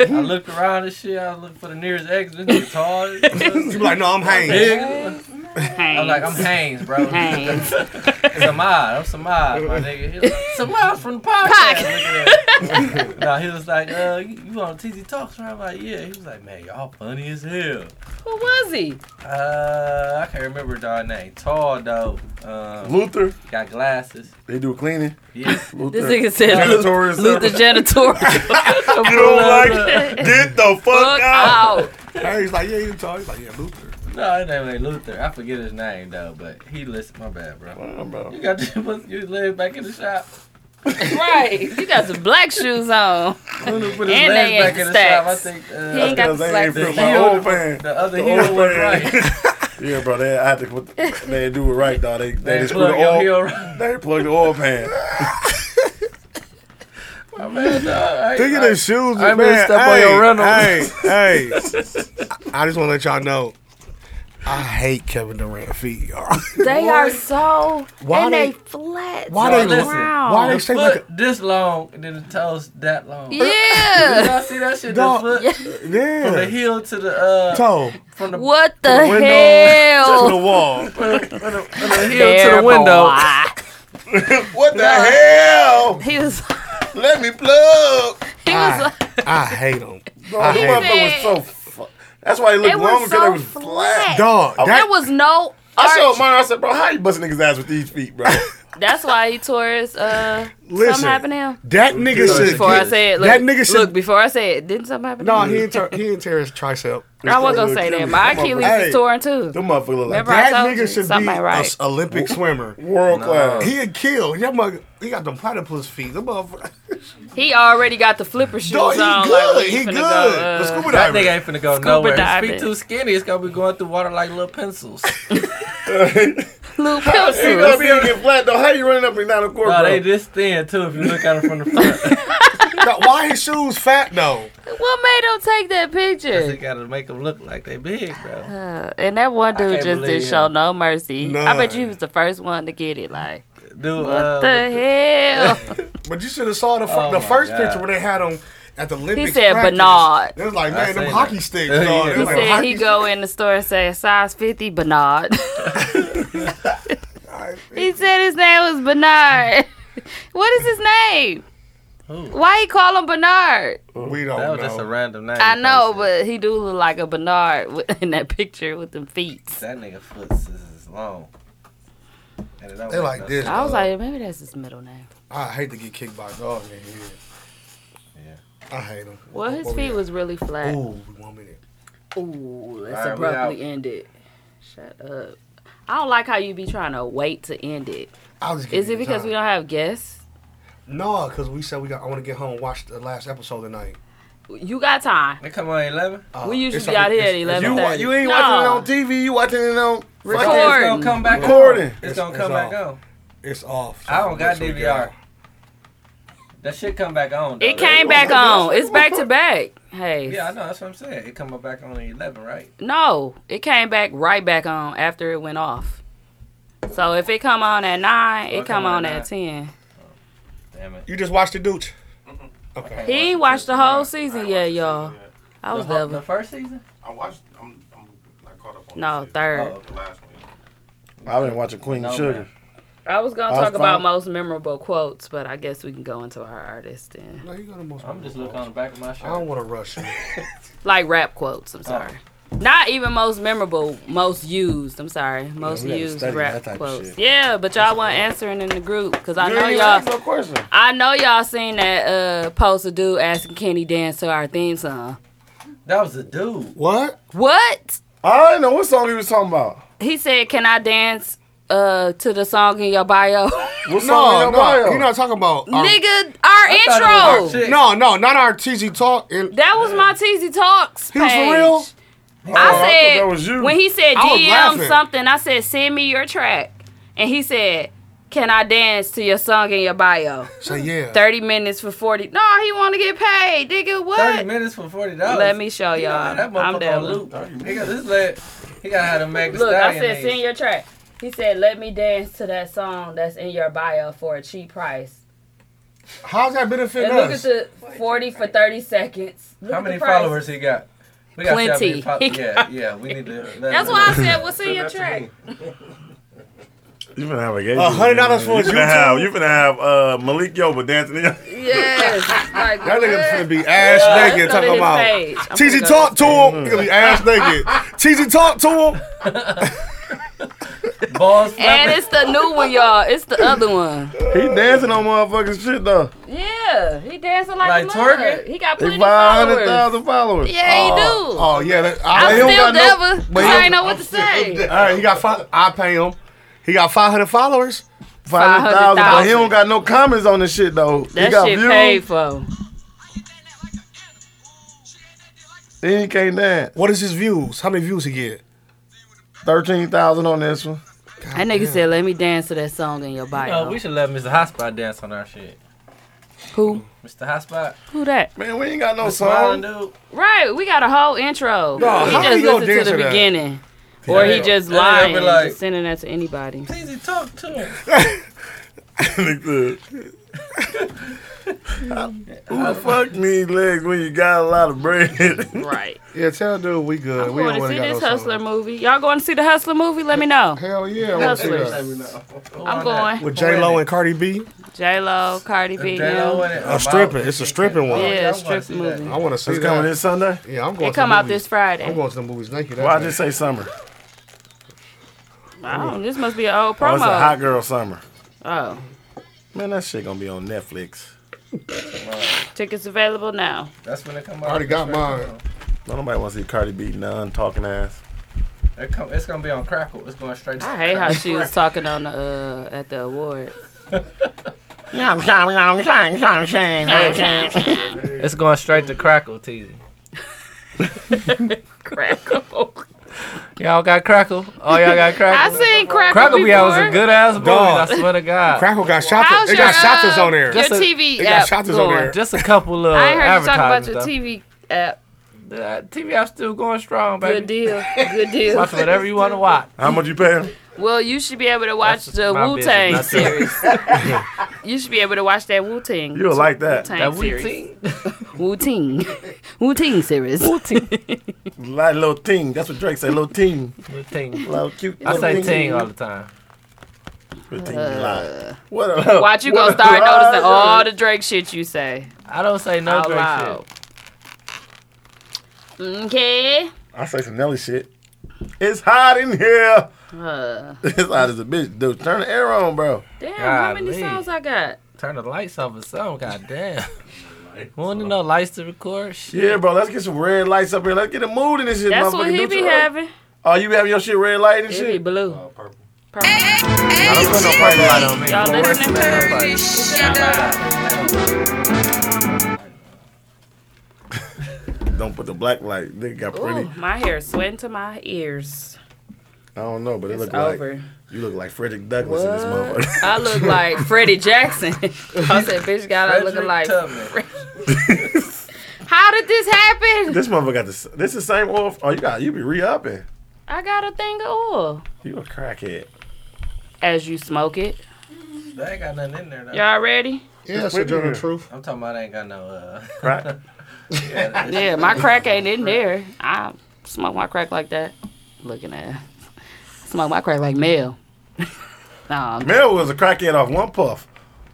Speaker 1: I looked around and shit. I was looking for the nearest exit. This nigga
Speaker 4: *laughs*
Speaker 1: tall. as
Speaker 4: you be
Speaker 1: fuck.
Speaker 4: like, no, I'm hanging.
Speaker 1: Big. I'm
Speaker 3: Hayes.
Speaker 1: like, I'm Hayes, bro. *laughs*
Speaker 3: Hayes.
Speaker 1: Samad. I'm Samad, my nigga. He was like, Samad from the *laughs* podcast. Look at that. nah, he was like, uh, you, you on TZ Talks, right? I'm like, yeah. He was like, man, y'all funny as hell.
Speaker 3: Who was he?
Speaker 1: Uh, I can't remember his dog name. Tall though. Um,
Speaker 7: Luther,
Speaker 1: got
Speaker 3: *laughs*
Speaker 1: glasses.
Speaker 7: they do cleaning.
Speaker 1: Yeah.
Speaker 7: Luther,
Speaker 3: This nigga said Lu-
Speaker 7: janitorial
Speaker 3: Luther
Speaker 7: service. *laughs*
Speaker 3: Janitorial.
Speaker 7: *laughs* You don't like it? Get the fuck
Speaker 3: Fuck
Speaker 7: out.
Speaker 3: out.
Speaker 4: Hey, he's like, yeah, you tall. He's like, yeah, Luther.
Speaker 1: No, his name ain't Luther. I forget his name though, but he listened. My bad, bro.
Speaker 7: Damn, bro.
Speaker 1: You got to you leg back in the shop.
Speaker 3: Right. You got some black shoes on.
Speaker 1: Put his
Speaker 3: they
Speaker 1: legs back
Speaker 3: ain't
Speaker 1: in the shop. I
Speaker 3: stacks.
Speaker 1: think
Speaker 3: He ain't
Speaker 1: uh,
Speaker 3: got the
Speaker 7: Because they ain't
Speaker 3: slacks.
Speaker 7: put
Speaker 1: The
Speaker 7: my
Speaker 1: heel-
Speaker 7: old fan.
Speaker 1: the other
Speaker 7: The
Speaker 1: heel
Speaker 7: old
Speaker 1: was
Speaker 7: man.
Speaker 1: right.
Speaker 5: *laughs*
Speaker 7: Yeah, bro, they I had to put, they do it right, dog. They they,
Speaker 1: They
Speaker 7: just put
Speaker 1: plug
Speaker 7: the
Speaker 1: your
Speaker 7: oil.
Speaker 1: heel right.
Speaker 7: They plug the oil pan.
Speaker 1: *laughs* My man, dog. I-
Speaker 7: Think of
Speaker 1: I-
Speaker 7: their shoes,
Speaker 1: I
Speaker 7: man.
Speaker 1: really step on
Speaker 7: Hey,
Speaker 1: your rental.
Speaker 7: Hey, hey.
Speaker 1: *laughs*
Speaker 4: I just want to let y'all know. I hate Kevin Durant feet, y'all. *laughs*
Speaker 3: They are so
Speaker 4: Why
Speaker 3: and
Speaker 4: they-
Speaker 3: they, flat.
Speaker 4: why
Speaker 3: to
Speaker 1: they-
Speaker 3: the
Speaker 1: listen,
Speaker 3: ground.
Speaker 4: why they-
Speaker 1: The
Speaker 4: Say like
Speaker 1: foot this long and then the toes that long. *laughs*
Speaker 3: Yeah.
Speaker 1: Y'all see that shit? The
Speaker 4: Dog.
Speaker 1: foot from the
Speaker 4: Yeah.
Speaker 1: heel to the uh
Speaker 4: Toe.
Speaker 1: from the
Speaker 3: What the
Speaker 7: window
Speaker 3: hell?
Speaker 7: to the wall.
Speaker 1: from the heel to the
Speaker 3: Terrible. *laughs*
Speaker 1: window. *laughs*
Speaker 5: What the hell?
Speaker 3: He was
Speaker 5: Let me plug.
Speaker 3: *laughs* he was
Speaker 1: Ah,
Speaker 3: like,
Speaker 4: I hate them.
Speaker 5: Bro,
Speaker 4: hate
Speaker 5: them motherfuckers
Speaker 3: said-
Speaker 5: was so. Fu- That's why they look
Speaker 3: They were
Speaker 5: long because they
Speaker 3: so
Speaker 5: was flat.
Speaker 3: flat.
Speaker 4: Dog,
Speaker 3: there
Speaker 4: that,
Speaker 3: was no
Speaker 5: I showed
Speaker 3: arch.
Speaker 5: mine. I said, bro, how you busting niggas ass with these feet,
Speaker 3: *laughs*
Speaker 5: bro?
Speaker 3: That's why he tore his uh
Speaker 4: Listen.
Speaker 3: something happened to him.
Speaker 4: that nigga should.
Speaker 3: Before I said look,
Speaker 4: that nigga should.
Speaker 3: look before I said didn't something happen
Speaker 4: no,
Speaker 3: to
Speaker 4: he
Speaker 3: him?
Speaker 4: didn't, tear, he didn't tear his tricep.
Speaker 3: I wasn't gonna say that. My Achilles is torn too.
Speaker 7: Them motherfuckers look like
Speaker 3: Remember I
Speaker 4: That
Speaker 3: told you
Speaker 4: nigga should
Speaker 3: something
Speaker 4: be
Speaker 3: ain't
Speaker 4: an
Speaker 3: right.
Speaker 4: Olympic swimmer.
Speaker 7: world class.
Speaker 4: He had killed. That mug, he got them platypus feet. The motherfucker.
Speaker 3: He already got the flipper shoes
Speaker 4: Dog,
Speaker 3: on.
Speaker 4: he
Speaker 3: like,
Speaker 4: good.
Speaker 3: we
Speaker 4: he
Speaker 3: finna
Speaker 4: good.
Speaker 3: go,
Speaker 4: the
Speaker 3: uh,
Speaker 4: scuba
Speaker 1: That
Speaker 4: diver.
Speaker 1: nigga ain't finna go
Speaker 3: Scuba
Speaker 1: nowhere. His
Speaker 3: diving.
Speaker 1: feet too skinny. It's gonna be going through water like
Speaker 4: *laughs*
Speaker 1: little pencils. *laughs*
Speaker 3: Luke
Speaker 7: He
Speaker 3: Pilsen.
Speaker 7: gonna be able to
Speaker 1: *laughs*
Speaker 7: get flat though. How you running up and down the court,
Speaker 1: No,
Speaker 7: bro?
Speaker 1: they this thin too. If you look at them from the front,
Speaker 4: Dog, why his shoes fat though?
Speaker 3: What made him take that
Speaker 1: they
Speaker 3: picture?
Speaker 1: gotta make them look like they big, bro.
Speaker 3: Uh, and that one dude
Speaker 1: can't
Speaker 3: just
Speaker 1: believe
Speaker 3: didn't
Speaker 1: him.
Speaker 3: show no mercy. I
Speaker 4: None.
Speaker 3: bet you he was the first one to get it. Like,
Speaker 1: do
Speaker 3: What
Speaker 1: uh,
Speaker 3: the hell?
Speaker 4: *laughs* But you should have saw the, fir-
Speaker 1: Oh
Speaker 4: the
Speaker 1: my
Speaker 4: first
Speaker 1: God.
Speaker 4: picture when they had him at the Olympics.
Speaker 3: said
Speaker 4: practice.
Speaker 3: Bernard.
Speaker 4: It was like,
Speaker 1: I
Speaker 4: man, them
Speaker 1: seen
Speaker 4: hockey
Speaker 1: that.
Speaker 4: sticks.
Speaker 1: *laughs* Yeah.
Speaker 4: dog. They
Speaker 1: He
Speaker 3: *laughs* He
Speaker 4: like
Speaker 3: said
Speaker 4: hockey
Speaker 3: he go in the store and say size
Speaker 1: *laughs*
Speaker 3: fifty Bernard. he said his name was Bernard. *laughs* what is his name? Why he call him Bernard?
Speaker 4: sticks. We don't
Speaker 1: That was
Speaker 4: know.
Speaker 1: just a random name.
Speaker 3: I know,
Speaker 1: person.
Speaker 3: but he do look like a Bernard *laughs* with- in that picture with them feet.
Speaker 1: that nigga foot is is long. And it don't
Speaker 4: They
Speaker 1: make
Speaker 4: like
Speaker 1: no
Speaker 4: this.
Speaker 1: sense.
Speaker 3: I was like, maybe that's his middle name.
Speaker 4: I hate to get kicked by a dog in here. I hate him.
Speaker 3: Well, his feet was really flat.
Speaker 4: Ooh, one minute.
Speaker 3: Ooh, let's
Speaker 1: All right, we
Speaker 3: abruptly end it. Shut up. uh, I don't like how you be trying to wait to end it.
Speaker 4: I'll just give
Speaker 3: Is
Speaker 4: you
Speaker 3: it
Speaker 4: the
Speaker 3: because we
Speaker 4: time.
Speaker 3: don't have guests?
Speaker 4: No, because we said we got. I want to get home and watch the last episode tonight.
Speaker 3: You got time.
Speaker 1: They come on eleven.
Speaker 4: Uh,
Speaker 3: We usually
Speaker 4: it's
Speaker 3: be
Speaker 4: on-
Speaker 3: out here at
Speaker 4: it's- it's-
Speaker 3: eleven thirty.
Speaker 5: You ain't watching it on TV. You watching it on
Speaker 1: It's
Speaker 3: Recording.
Speaker 1: gonna come back.
Speaker 5: Recording.
Speaker 1: On. It's gonna
Speaker 4: It's-
Speaker 1: come
Speaker 4: it's
Speaker 1: back on.
Speaker 4: It's off.
Speaker 1: I don't got
Speaker 4: So we
Speaker 1: DVR.
Speaker 4: got-
Speaker 1: That shit come back on. though,
Speaker 3: It
Speaker 1: right?
Speaker 3: came back on. It's back to back. Hey,
Speaker 1: Yeah, I know. That's what I'm saying. It come back on at eleven, right?
Speaker 3: no, it came back right back on after it went off. So if it come on at nine, it
Speaker 1: It'll
Speaker 3: come on at ten.
Speaker 1: Damn it.
Speaker 4: You just watched the Dooch.
Speaker 1: Mm-hmm. Okay.
Speaker 3: He ain't watched the whole season yet, y'all. I was
Speaker 1: the, the
Speaker 3: level.
Speaker 1: first season.
Speaker 9: I watched. I'm, I'm like caught up on
Speaker 3: No,
Speaker 9: this shit.
Speaker 3: third.
Speaker 1: Oh.
Speaker 7: Oh,
Speaker 9: the last one.
Speaker 5: I've been watching Queen
Speaker 1: No,
Speaker 5: Sugar.
Speaker 1: man.
Speaker 3: I was gonna
Speaker 5: I was
Speaker 3: talk about
Speaker 5: fine.
Speaker 3: most memorable quotes, but I guess we can go into our artist then.
Speaker 4: No, you got the most.
Speaker 1: I'm just looking on the back of my shirt.
Speaker 4: I don't want to rush
Speaker 3: *laughs*
Speaker 4: you.
Speaker 3: Like rap quotes,
Speaker 5: Oh.
Speaker 3: I'm sorry. Not even most memorable, most used. I'm sorry, most
Speaker 5: we gotta
Speaker 3: used
Speaker 5: study
Speaker 3: rap
Speaker 5: that type of
Speaker 3: quotes.
Speaker 5: shit.
Speaker 3: Yeah, but y'all weren't answering in the group because I
Speaker 5: You
Speaker 3: know
Speaker 5: ain't
Speaker 3: y'all.
Speaker 5: asked no question.
Speaker 3: I know y'all seen that uh post a dude asking can he dance to our theme song.
Speaker 1: That was a dude.
Speaker 4: What?
Speaker 3: What?
Speaker 5: I didn't know what song he was talking about.
Speaker 3: He said, Can I dance uh to the song in your bio? *laughs*
Speaker 5: What song
Speaker 4: No,
Speaker 5: in your
Speaker 4: no,
Speaker 5: bio?
Speaker 4: you're not talking about. our-
Speaker 3: Nigga, our
Speaker 1: thought it was our
Speaker 3: intro.
Speaker 1: shit.
Speaker 4: No, no, not our TZ talk. And
Speaker 3: that was my TZ Talks.
Speaker 4: he was
Speaker 3: page.
Speaker 4: for real.
Speaker 3: I
Speaker 5: Oh, I
Speaker 3: said
Speaker 5: thought that was you.
Speaker 3: when he said
Speaker 4: I was
Speaker 3: DM
Speaker 4: laughing.
Speaker 3: something, I said, Send me your track. And he said, Can I dance to your song in your bio?
Speaker 4: So yeah.
Speaker 3: Thirty minutes for forty. No, he wanna get paid. Nigga,
Speaker 1: Thirty
Speaker 3: what?
Speaker 1: minutes for forty dollars.
Speaker 3: Let me show y'all.
Speaker 1: That
Speaker 3: I'm
Speaker 1: motherfucker on
Speaker 3: down with-
Speaker 1: loop. He got this leg. He got how to make the
Speaker 3: Look, I
Speaker 1: stallion
Speaker 3: said
Speaker 1: name.
Speaker 3: send your track. He said, "Let me dance to that song that's in your bio for a cheap price."
Speaker 4: How's that benefiting
Speaker 3: And look at
Speaker 4: us?
Speaker 3: the forty for thirty seconds. Look
Speaker 1: How
Speaker 3: at the
Speaker 1: many
Speaker 3: price.
Speaker 1: followers he got? We got
Speaker 3: Plenty.
Speaker 1: Fo-
Speaker 3: *laughs*
Speaker 1: yeah, yeah, we need to. let
Speaker 3: That's
Speaker 1: him
Speaker 3: why I
Speaker 1: know.
Speaker 3: said, "What's in your track?" *laughs*
Speaker 7: You finna have a gay.
Speaker 4: A hundred dollars for
Speaker 7: you
Speaker 4: his
Speaker 7: finna have
Speaker 4: YouTube?
Speaker 7: you finna have uh, Malik Yoba dancing. In your-
Speaker 3: Yes. Like,
Speaker 4: That nigga's
Speaker 3: what?
Speaker 4: finna
Speaker 3: *laughs*
Speaker 4: be ass
Speaker 3: Yeah,
Speaker 4: naked
Speaker 3: let's go to
Speaker 4: talking
Speaker 3: his
Speaker 4: about.
Speaker 3: page. I'm
Speaker 4: TZ
Speaker 3: finna go
Speaker 4: talk
Speaker 3: to-
Speaker 4: to him. He gonna be ass naked.
Speaker 3: *laughs*
Speaker 4: TZ talk to him.
Speaker 1: *laughs* Balls
Speaker 3: And
Speaker 1: flapping.
Speaker 3: it's the new one, y'all. It's the other one.
Speaker 5: he dancing on motherfucking shit though.
Speaker 3: Yeah, he dancing like,
Speaker 1: Like
Speaker 3: a
Speaker 1: twerking?
Speaker 3: mug. He got
Speaker 5: He
Speaker 3: plenty
Speaker 5: five hundred
Speaker 3: followers.
Speaker 5: thousand followers.
Speaker 3: Yeah, he do.
Speaker 4: Oh yeah, that,
Speaker 3: I'm
Speaker 4: I,
Speaker 5: don't
Speaker 3: still
Speaker 5: got no-
Speaker 3: never.
Speaker 5: but he
Speaker 3: I
Speaker 5: don't-
Speaker 3: ain't know what to say.
Speaker 4: all right, he got five. I pay him. He got five hundred followers.
Speaker 5: Five hundred thousand. But he
Speaker 3: 500,000.
Speaker 5: don't got no comments on this shit though. he
Speaker 3: That
Speaker 5: got
Speaker 3: shit
Speaker 5: views.
Speaker 3: paid for.
Speaker 5: Then he can't dance.
Speaker 4: What is his views? How many views he get?
Speaker 5: Thirteen thousand on this one.
Speaker 3: That nigga said, "Let me dance to that song in your
Speaker 1: No,
Speaker 3: bio."
Speaker 1: we should let Mr. Hotspot dance on our shit.
Speaker 3: Who?
Speaker 1: Mr. Hotspot,
Speaker 3: Who that?
Speaker 5: Man, we ain't got no
Speaker 1: the smiling
Speaker 5: song.
Speaker 1: dude.
Speaker 3: Right, we got a whole intro.
Speaker 4: No,
Speaker 3: he
Speaker 4: how
Speaker 3: just
Speaker 4: he gonna
Speaker 3: listened
Speaker 4: dance
Speaker 3: to the
Speaker 4: to that?
Speaker 3: beginning, or he just
Speaker 1: And they'll be
Speaker 3: lying,
Speaker 1: like-
Speaker 3: just sending that to anybody.
Speaker 1: Please he talk to
Speaker 3: *laughs*
Speaker 1: him.
Speaker 7: Who
Speaker 5: Who
Speaker 3: Uh,
Speaker 7: the fuck need legs when you got a lot of bread? *laughs*
Speaker 3: Right.
Speaker 4: Yeah, tell dude we good.
Speaker 3: I'm
Speaker 4: we
Speaker 3: going to
Speaker 4: really
Speaker 3: see
Speaker 4: got
Speaker 3: this
Speaker 4: no
Speaker 3: Hustler
Speaker 4: songs.
Speaker 3: movie. Y'all going to see the Hustler movie? Let me know.
Speaker 4: Hell yeah, I want to see
Speaker 3: Hustlers.
Speaker 4: that.
Speaker 3: I'm going.
Speaker 4: With J Lo and Cardi B,
Speaker 3: J Lo, Cardi B, yeah.
Speaker 4: a stripping. It's a stripping one.
Speaker 3: Yeah, strip movie.
Speaker 4: I want to see
Speaker 7: It's
Speaker 4: that.
Speaker 7: coming this Sunday.
Speaker 4: Yeah, I'm going.
Speaker 3: It
Speaker 4: to
Speaker 3: come
Speaker 4: the
Speaker 3: out
Speaker 4: movies.
Speaker 3: this Friday.
Speaker 4: I'm going to the movies. Thank you.
Speaker 7: Why just say summer?
Speaker 3: Oh, this must be an old
Speaker 7: Oh, it's a hot
Speaker 3: promo.
Speaker 7: girl summer.
Speaker 3: Oh,
Speaker 7: Man, that shit gonna be on Netflix.
Speaker 3: tickets available now.
Speaker 1: That's when it come out.
Speaker 4: I already got
Speaker 1: That's when it
Speaker 4: mine.
Speaker 7: Don't nobody want to see Cardi B none talking ass.
Speaker 1: come out. It come, it's gonna be on Crackle. It's going straight. to
Speaker 3: I hate how she was talking on the uh, at the award.
Speaker 1: *laughs* It's going straight to Crackle, TZ.
Speaker 3: *laughs* Crackle.
Speaker 1: Y'all got Crackle. Oh, y'all got
Speaker 3: *laughs* I
Speaker 1: Crackle.
Speaker 3: seen Crackle,
Speaker 1: Crackle
Speaker 3: before.
Speaker 1: be out was a good ass movie. I
Speaker 4: Dog.
Speaker 1: swear to God.
Speaker 4: Crackle got
Speaker 3: How's
Speaker 4: shot. They
Speaker 3: your,
Speaker 4: got shotters
Speaker 3: uh,
Speaker 4: on there.
Speaker 3: Your
Speaker 1: Just a-
Speaker 3: TV
Speaker 4: They
Speaker 3: app
Speaker 4: got shotters on
Speaker 3: going.
Speaker 4: there.
Speaker 1: Just a couple of.
Speaker 3: I ain't heard you talk about
Speaker 1: advertising
Speaker 3: your TV app.
Speaker 1: stuff. Uh, TV, I'm still going strong, baby. *laughs*
Speaker 3: Good deal. Good deal.
Speaker 1: Watch whatever you want to watch.
Speaker 3: *laughs*
Speaker 7: How much you paying?
Speaker 3: Well, you should be able to watch
Speaker 1: That's
Speaker 3: the
Speaker 1: my
Speaker 3: Wu Tang
Speaker 1: business, not
Speaker 3: series. you should be able to watch that Wu Tang.
Speaker 7: You'll like that.
Speaker 1: That
Speaker 3: Wu
Speaker 1: we
Speaker 3: Tang
Speaker 1: think.
Speaker 3: Wu *laughs* Tang. Wu Tang series.
Speaker 5: Like little ting. That's what Drake said. Little ting.
Speaker 1: We think.
Speaker 5: Little cute.
Speaker 1: I
Speaker 5: little
Speaker 1: say
Speaker 5: ting.
Speaker 1: ting all the time.
Speaker 5: Little ting be
Speaker 3: Uh,
Speaker 5: lying. What a
Speaker 3: *laughs* Watch you gonna start noticing all the Drake shit you say
Speaker 1: I don't say no
Speaker 3: out
Speaker 1: Drake
Speaker 3: loud.
Speaker 1: shit.
Speaker 3: Okay.
Speaker 5: I say some Nelly shit. It's hot in here.
Speaker 3: Uh,
Speaker 5: *laughs* It's hot as a bitch, dude. Turn the air on, bro.
Speaker 3: damn, how many
Speaker 1: Golly.
Speaker 3: songs I got?
Speaker 1: Turn the lights off or something. Goddamn. Won't no lights to record? Shit.
Speaker 5: Yeah, bro. Let's get some red lights up here. Let's get a mood in this shit.
Speaker 3: That's what
Speaker 5: motherfucker.
Speaker 3: he
Speaker 5: Do
Speaker 3: be
Speaker 5: your-
Speaker 3: having.
Speaker 5: Oh, you having your shit red light and
Speaker 3: It be
Speaker 5: shit?
Speaker 3: blue.
Speaker 9: purple.
Speaker 3: Purple.
Speaker 1: I Oh, don't put no purple light on me.
Speaker 3: Y'all
Speaker 1: Don't
Speaker 3: listening
Speaker 1: worry about that light.
Speaker 5: *laughs* Don't put the black light. Nigga got pretty.
Speaker 3: Ooh, my hair is sweating to my ears.
Speaker 5: I don't know, but it
Speaker 3: It's
Speaker 5: look like
Speaker 3: over.
Speaker 5: you look like Frederick Douglass in this
Speaker 3: What?
Speaker 5: motherfucker.
Speaker 3: I
Speaker 5: *laughs*
Speaker 3: look like Freddie Jackson. I said, bitch, got I looking
Speaker 1: Frederick
Speaker 3: like.
Speaker 1: Tubman.
Speaker 3: *laughs* How did this happen?
Speaker 5: this motherfucker got this. This the same oil. Oh, you got you be re upping.
Speaker 3: I got a thing of oil.
Speaker 5: You a crackhead.
Speaker 3: As you smoke it.
Speaker 1: They ain't got nothing in there though.
Speaker 3: Y'all ready?
Speaker 4: Yeah, that's
Speaker 5: Wait
Speaker 4: the
Speaker 5: a
Speaker 4: general
Speaker 5: minute.
Speaker 4: truth.
Speaker 1: I'm talking about I ain't got no uh *laughs*
Speaker 5: Crack.
Speaker 3: Yeah, my crack ain't in there. I smoke my crack like that. Looking at smoke my crack
Speaker 5: *laughs*
Speaker 3: like Mel. nah,
Speaker 5: Mel was a crackhead off one puff.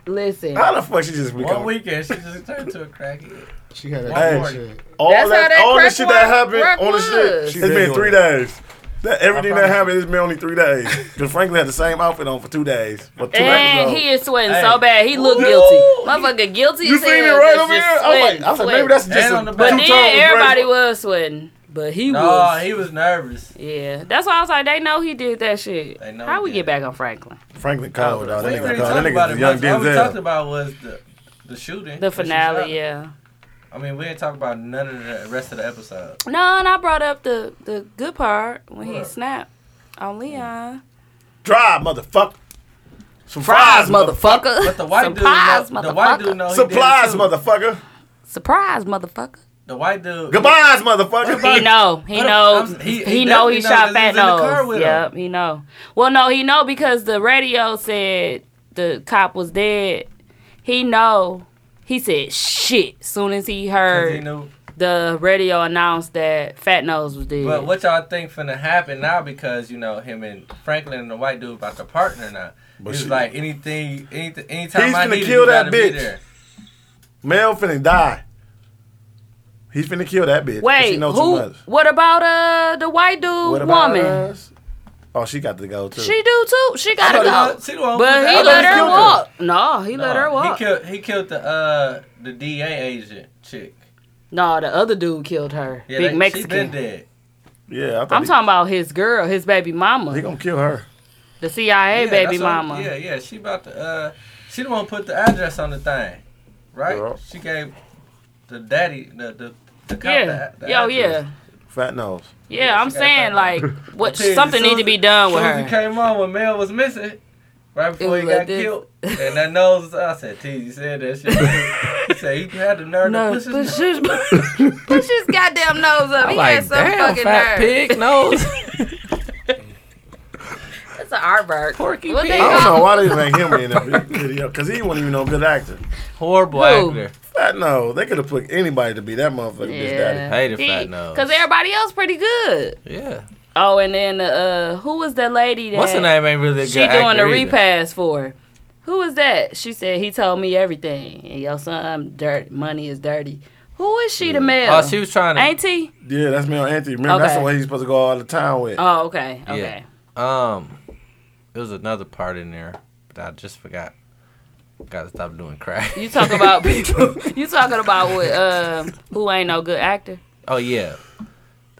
Speaker 3: listen.
Speaker 5: How the fuck she just become?
Speaker 1: one weekend she just turned to a crackhead.
Speaker 4: She had
Speaker 1: Hey.
Speaker 4: that shit.
Speaker 5: All
Speaker 3: That's how that
Speaker 5: all
Speaker 3: crack
Speaker 5: the shit that
Speaker 3: was-
Speaker 5: happened
Speaker 3: crack
Speaker 5: on the shit.
Speaker 3: was.
Speaker 5: It's been three days. That everything that
Speaker 1: promise
Speaker 5: happened has been only three
Speaker 1: *laughs*
Speaker 5: days. Cause Franklin had the same outfit on for two days. For two
Speaker 3: And
Speaker 5: episodes.
Speaker 3: he is sweating
Speaker 1: Hey.
Speaker 3: so bad. He look guilty. Motherfucker guilty
Speaker 5: you
Speaker 3: as hell.
Speaker 5: seen it right
Speaker 3: but
Speaker 5: over
Speaker 3: just
Speaker 5: here? I was like,
Speaker 3: sweating,
Speaker 5: I was like,
Speaker 3: sweating.
Speaker 5: maybe that's just
Speaker 1: And
Speaker 5: a
Speaker 1: on the back.
Speaker 3: But
Speaker 5: two-tone break.
Speaker 3: then everybody was sweating. But he
Speaker 1: No,
Speaker 3: was.
Speaker 1: he was nervous.
Speaker 3: yeah, that's why I was like, they know he did that shit.
Speaker 1: They know
Speaker 3: How
Speaker 1: he
Speaker 3: we
Speaker 1: did
Speaker 3: get back on Franklin?
Speaker 5: Franklin Cole, dog.
Speaker 1: Oh, we
Speaker 5: That
Speaker 1: ain't
Speaker 5: nigga
Speaker 1: really
Speaker 5: Cole. That
Speaker 1: talked about
Speaker 5: nigga's
Speaker 1: it
Speaker 5: a young
Speaker 1: much. All we talked
Speaker 5: Denzel.
Speaker 1: about was the the shooting.
Speaker 3: The
Speaker 1: that she shot.
Speaker 3: finale, yeah.
Speaker 1: I mean, we didn't talk about none of the rest of the episode.
Speaker 3: No, and I brought up the the good part when he
Speaker 1: What?
Speaker 3: snapped on Leon.
Speaker 5: Drive, motherfucker. Some
Speaker 3: Fries,
Speaker 5: fries, motherfucker.
Speaker 3: motherfucker.
Speaker 1: But the white
Speaker 3: Surprise,
Speaker 1: dude, know,
Speaker 3: motherfucker.
Speaker 1: the white dude, know he did it
Speaker 5: Supplies,
Speaker 1: too.
Speaker 5: motherfucker.
Speaker 3: Surprise, motherfucker.
Speaker 1: The white dude.
Speaker 5: Goodbyes, motherfucker.
Speaker 3: He know. He
Speaker 1: But I'm-
Speaker 3: know.
Speaker 1: I'm-
Speaker 3: He,
Speaker 1: he-
Speaker 3: he
Speaker 1: he
Speaker 3: know he
Speaker 1: definitely know
Speaker 3: shot
Speaker 1: 'cause
Speaker 3: Fat
Speaker 1: he's in the car
Speaker 3: Nose.
Speaker 1: with
Speaker 3: Yep, he know. Well, no, he know because the radio said the cop was dead. He know. He said shit soon as he
Speaker 1: 'Cause
Speaker 3: heard
Speaker 1: he knew.
Speaker 3: the radio announced that Fat Nose was dead.
Speaker 1: But what y'all think finna happen now? Because you know him and Franklin and the white dude about to partner now.
Speaker 5: But
Speaker 1: He's
Speaker 5: she-
Speaker 1: like anything, anything, anytime
Speaker 5: He's
Speaker 1: I
Speaker 5: finna
Speaker 1: need it,
Speaker 5: kill
Speaker 1: you
Speaker 5: that
Speaker 1: gotta be
Speaker 5: bitch.
Speaker 1: there.
Speaker 5: Mel finna die. He's finna kill that bitch. 'cause she
Speaker 3: Wait,
Speaker 5: know
Speaker 3: who?
Speaker 5: too much.
Speaker 3: What about uh the white dude
Speaker 5: What about
Speaker 3: woman?
Speaker 5: us? Oh, she got to go too.
Speaker 3: She do too. She gotta
Speaker 1: She the
Speaker 3: go.
Speaker 1: one- she the
Speaker 5: Oh,
Speaker 1: one who
Speaker 3: But
Speaker 1: killed
Speaker 3: he
Speaker 1: that
Speaker 3: let
Speaker 1: bitch.
Speaker 3: her
Speaker 5: killed her.
Speaker 3: walk. No, he let
Speaker 1: No,
Speaker 3: her walk.
Speaker 1: He killed. He killed the uh the DA agent chick.
Speaker 3: no, the other dude killed her.
Speaker 1: Yeah,
Speaker 3: Big
Speaker 1: they- She been
Speaker 3: Mexican.
Speaker 1: dead.
Speaker 5: yeah, I thought
Speaker 3: I'm
Speaker 5: he,
Speaker 3: talking about his girl, his baby mama,
Speaker 5: He gonna kill her.
Speaker 3: the CIA
Speaker 1: Yeah, that's
Speaker 3: baby
Speaker 1: what-
Speaker 3: mama.
Speaker 1: Yeah, yeah. She about to. Uh, she the one who put the address on the thing, right?
Speaker 5: Yeah.
Speaker 1: She gave the daddy the the. the cop
Speaker 3: Yeah.
Speaker 1: the- the
Speaker 3: Yo,
Speaker 1: address.
Speaker 3: yeah.
Speaker 5: Fat nose.
Speaker 3: Yeah, I'm
Speaker 1: she got
Speaker 3: saying
Speaker 1: that. *laughs*
Speaker 3: like what
Speaker 1: Tell you,
Speaker 3: something
Speaker 1: soon
Speaker 3: need to
Speaker 1: as-
Speaker 3: be done with
Speaker 1: soon as
Speaker 3: her.
Speaker 1: He came on when Mel was missing, right before
Speaker 3: was
Speaker 1: he
Speaker 3: like
Speaker 1: got
Speaker 3: this.
Speaker 1: killed, and that nose. I said, "T, you said that shit."
Speaker 3: *laughs*
Speaker 1: he said he had the nerve
Speaker 3: No,
Speaker 1: to push his.
Speaker 3: push his,
Speaker 1: *laughs*
Speaker 3: push his goddamn nose up. he had some fucking nerve.
Speaker 1: nose.
Speaker 3: *laughs* That's an artwork. Porky what they
Speaker 5: I don't
Speaker 3: call-
Speaker 5: know
Speaker 3: *laughs*
Speaker 5: why they make him in that video because he wasn't even no good actor.
Speaker 1: Horrible
Speaker 3: Who?
Speaker 1: actor.
Speaker 5: Fat nose. They could have put anybody to be that motherfucker. Bitch daddy.
Speaker 1: Hate a
Speaker 3: He-
Speaker 1: fat nose.
Speaker 3: Cause everybody else pretty good.
Speaker 1: Yeah.
Speaker 3: Oh, and then uh, who was that lady that
Speaker 1: What's her name? Ain't really a good
Speaker 3: she doing
Speaker 1: actor
Speaker 3: the
Speaker 1: either.
Speaker 3: repass for? Who was that? She said he told me everything. And your son dirt money is dirty. Who is she to Mel?
Speaker 1: Oh, she was trying to.
Speaker 3: Auntie?
Speaker 5: Yeah, that's Mel Anthony. Remember, that's the
Speaker 3: Okay.
Speaker 5: way he's supposed to go all the time with.
Speaker 3: Oh, okay. Okay.
Speaker 1: Um, it was another part in there that I just forgot. Gotta stop doing crack.
Speaker 3: You
Speaker 1: *laughs*
Speaker 3: talking about you talking about what uh who ain't no good actor?
Speaker 1: Oh yeah.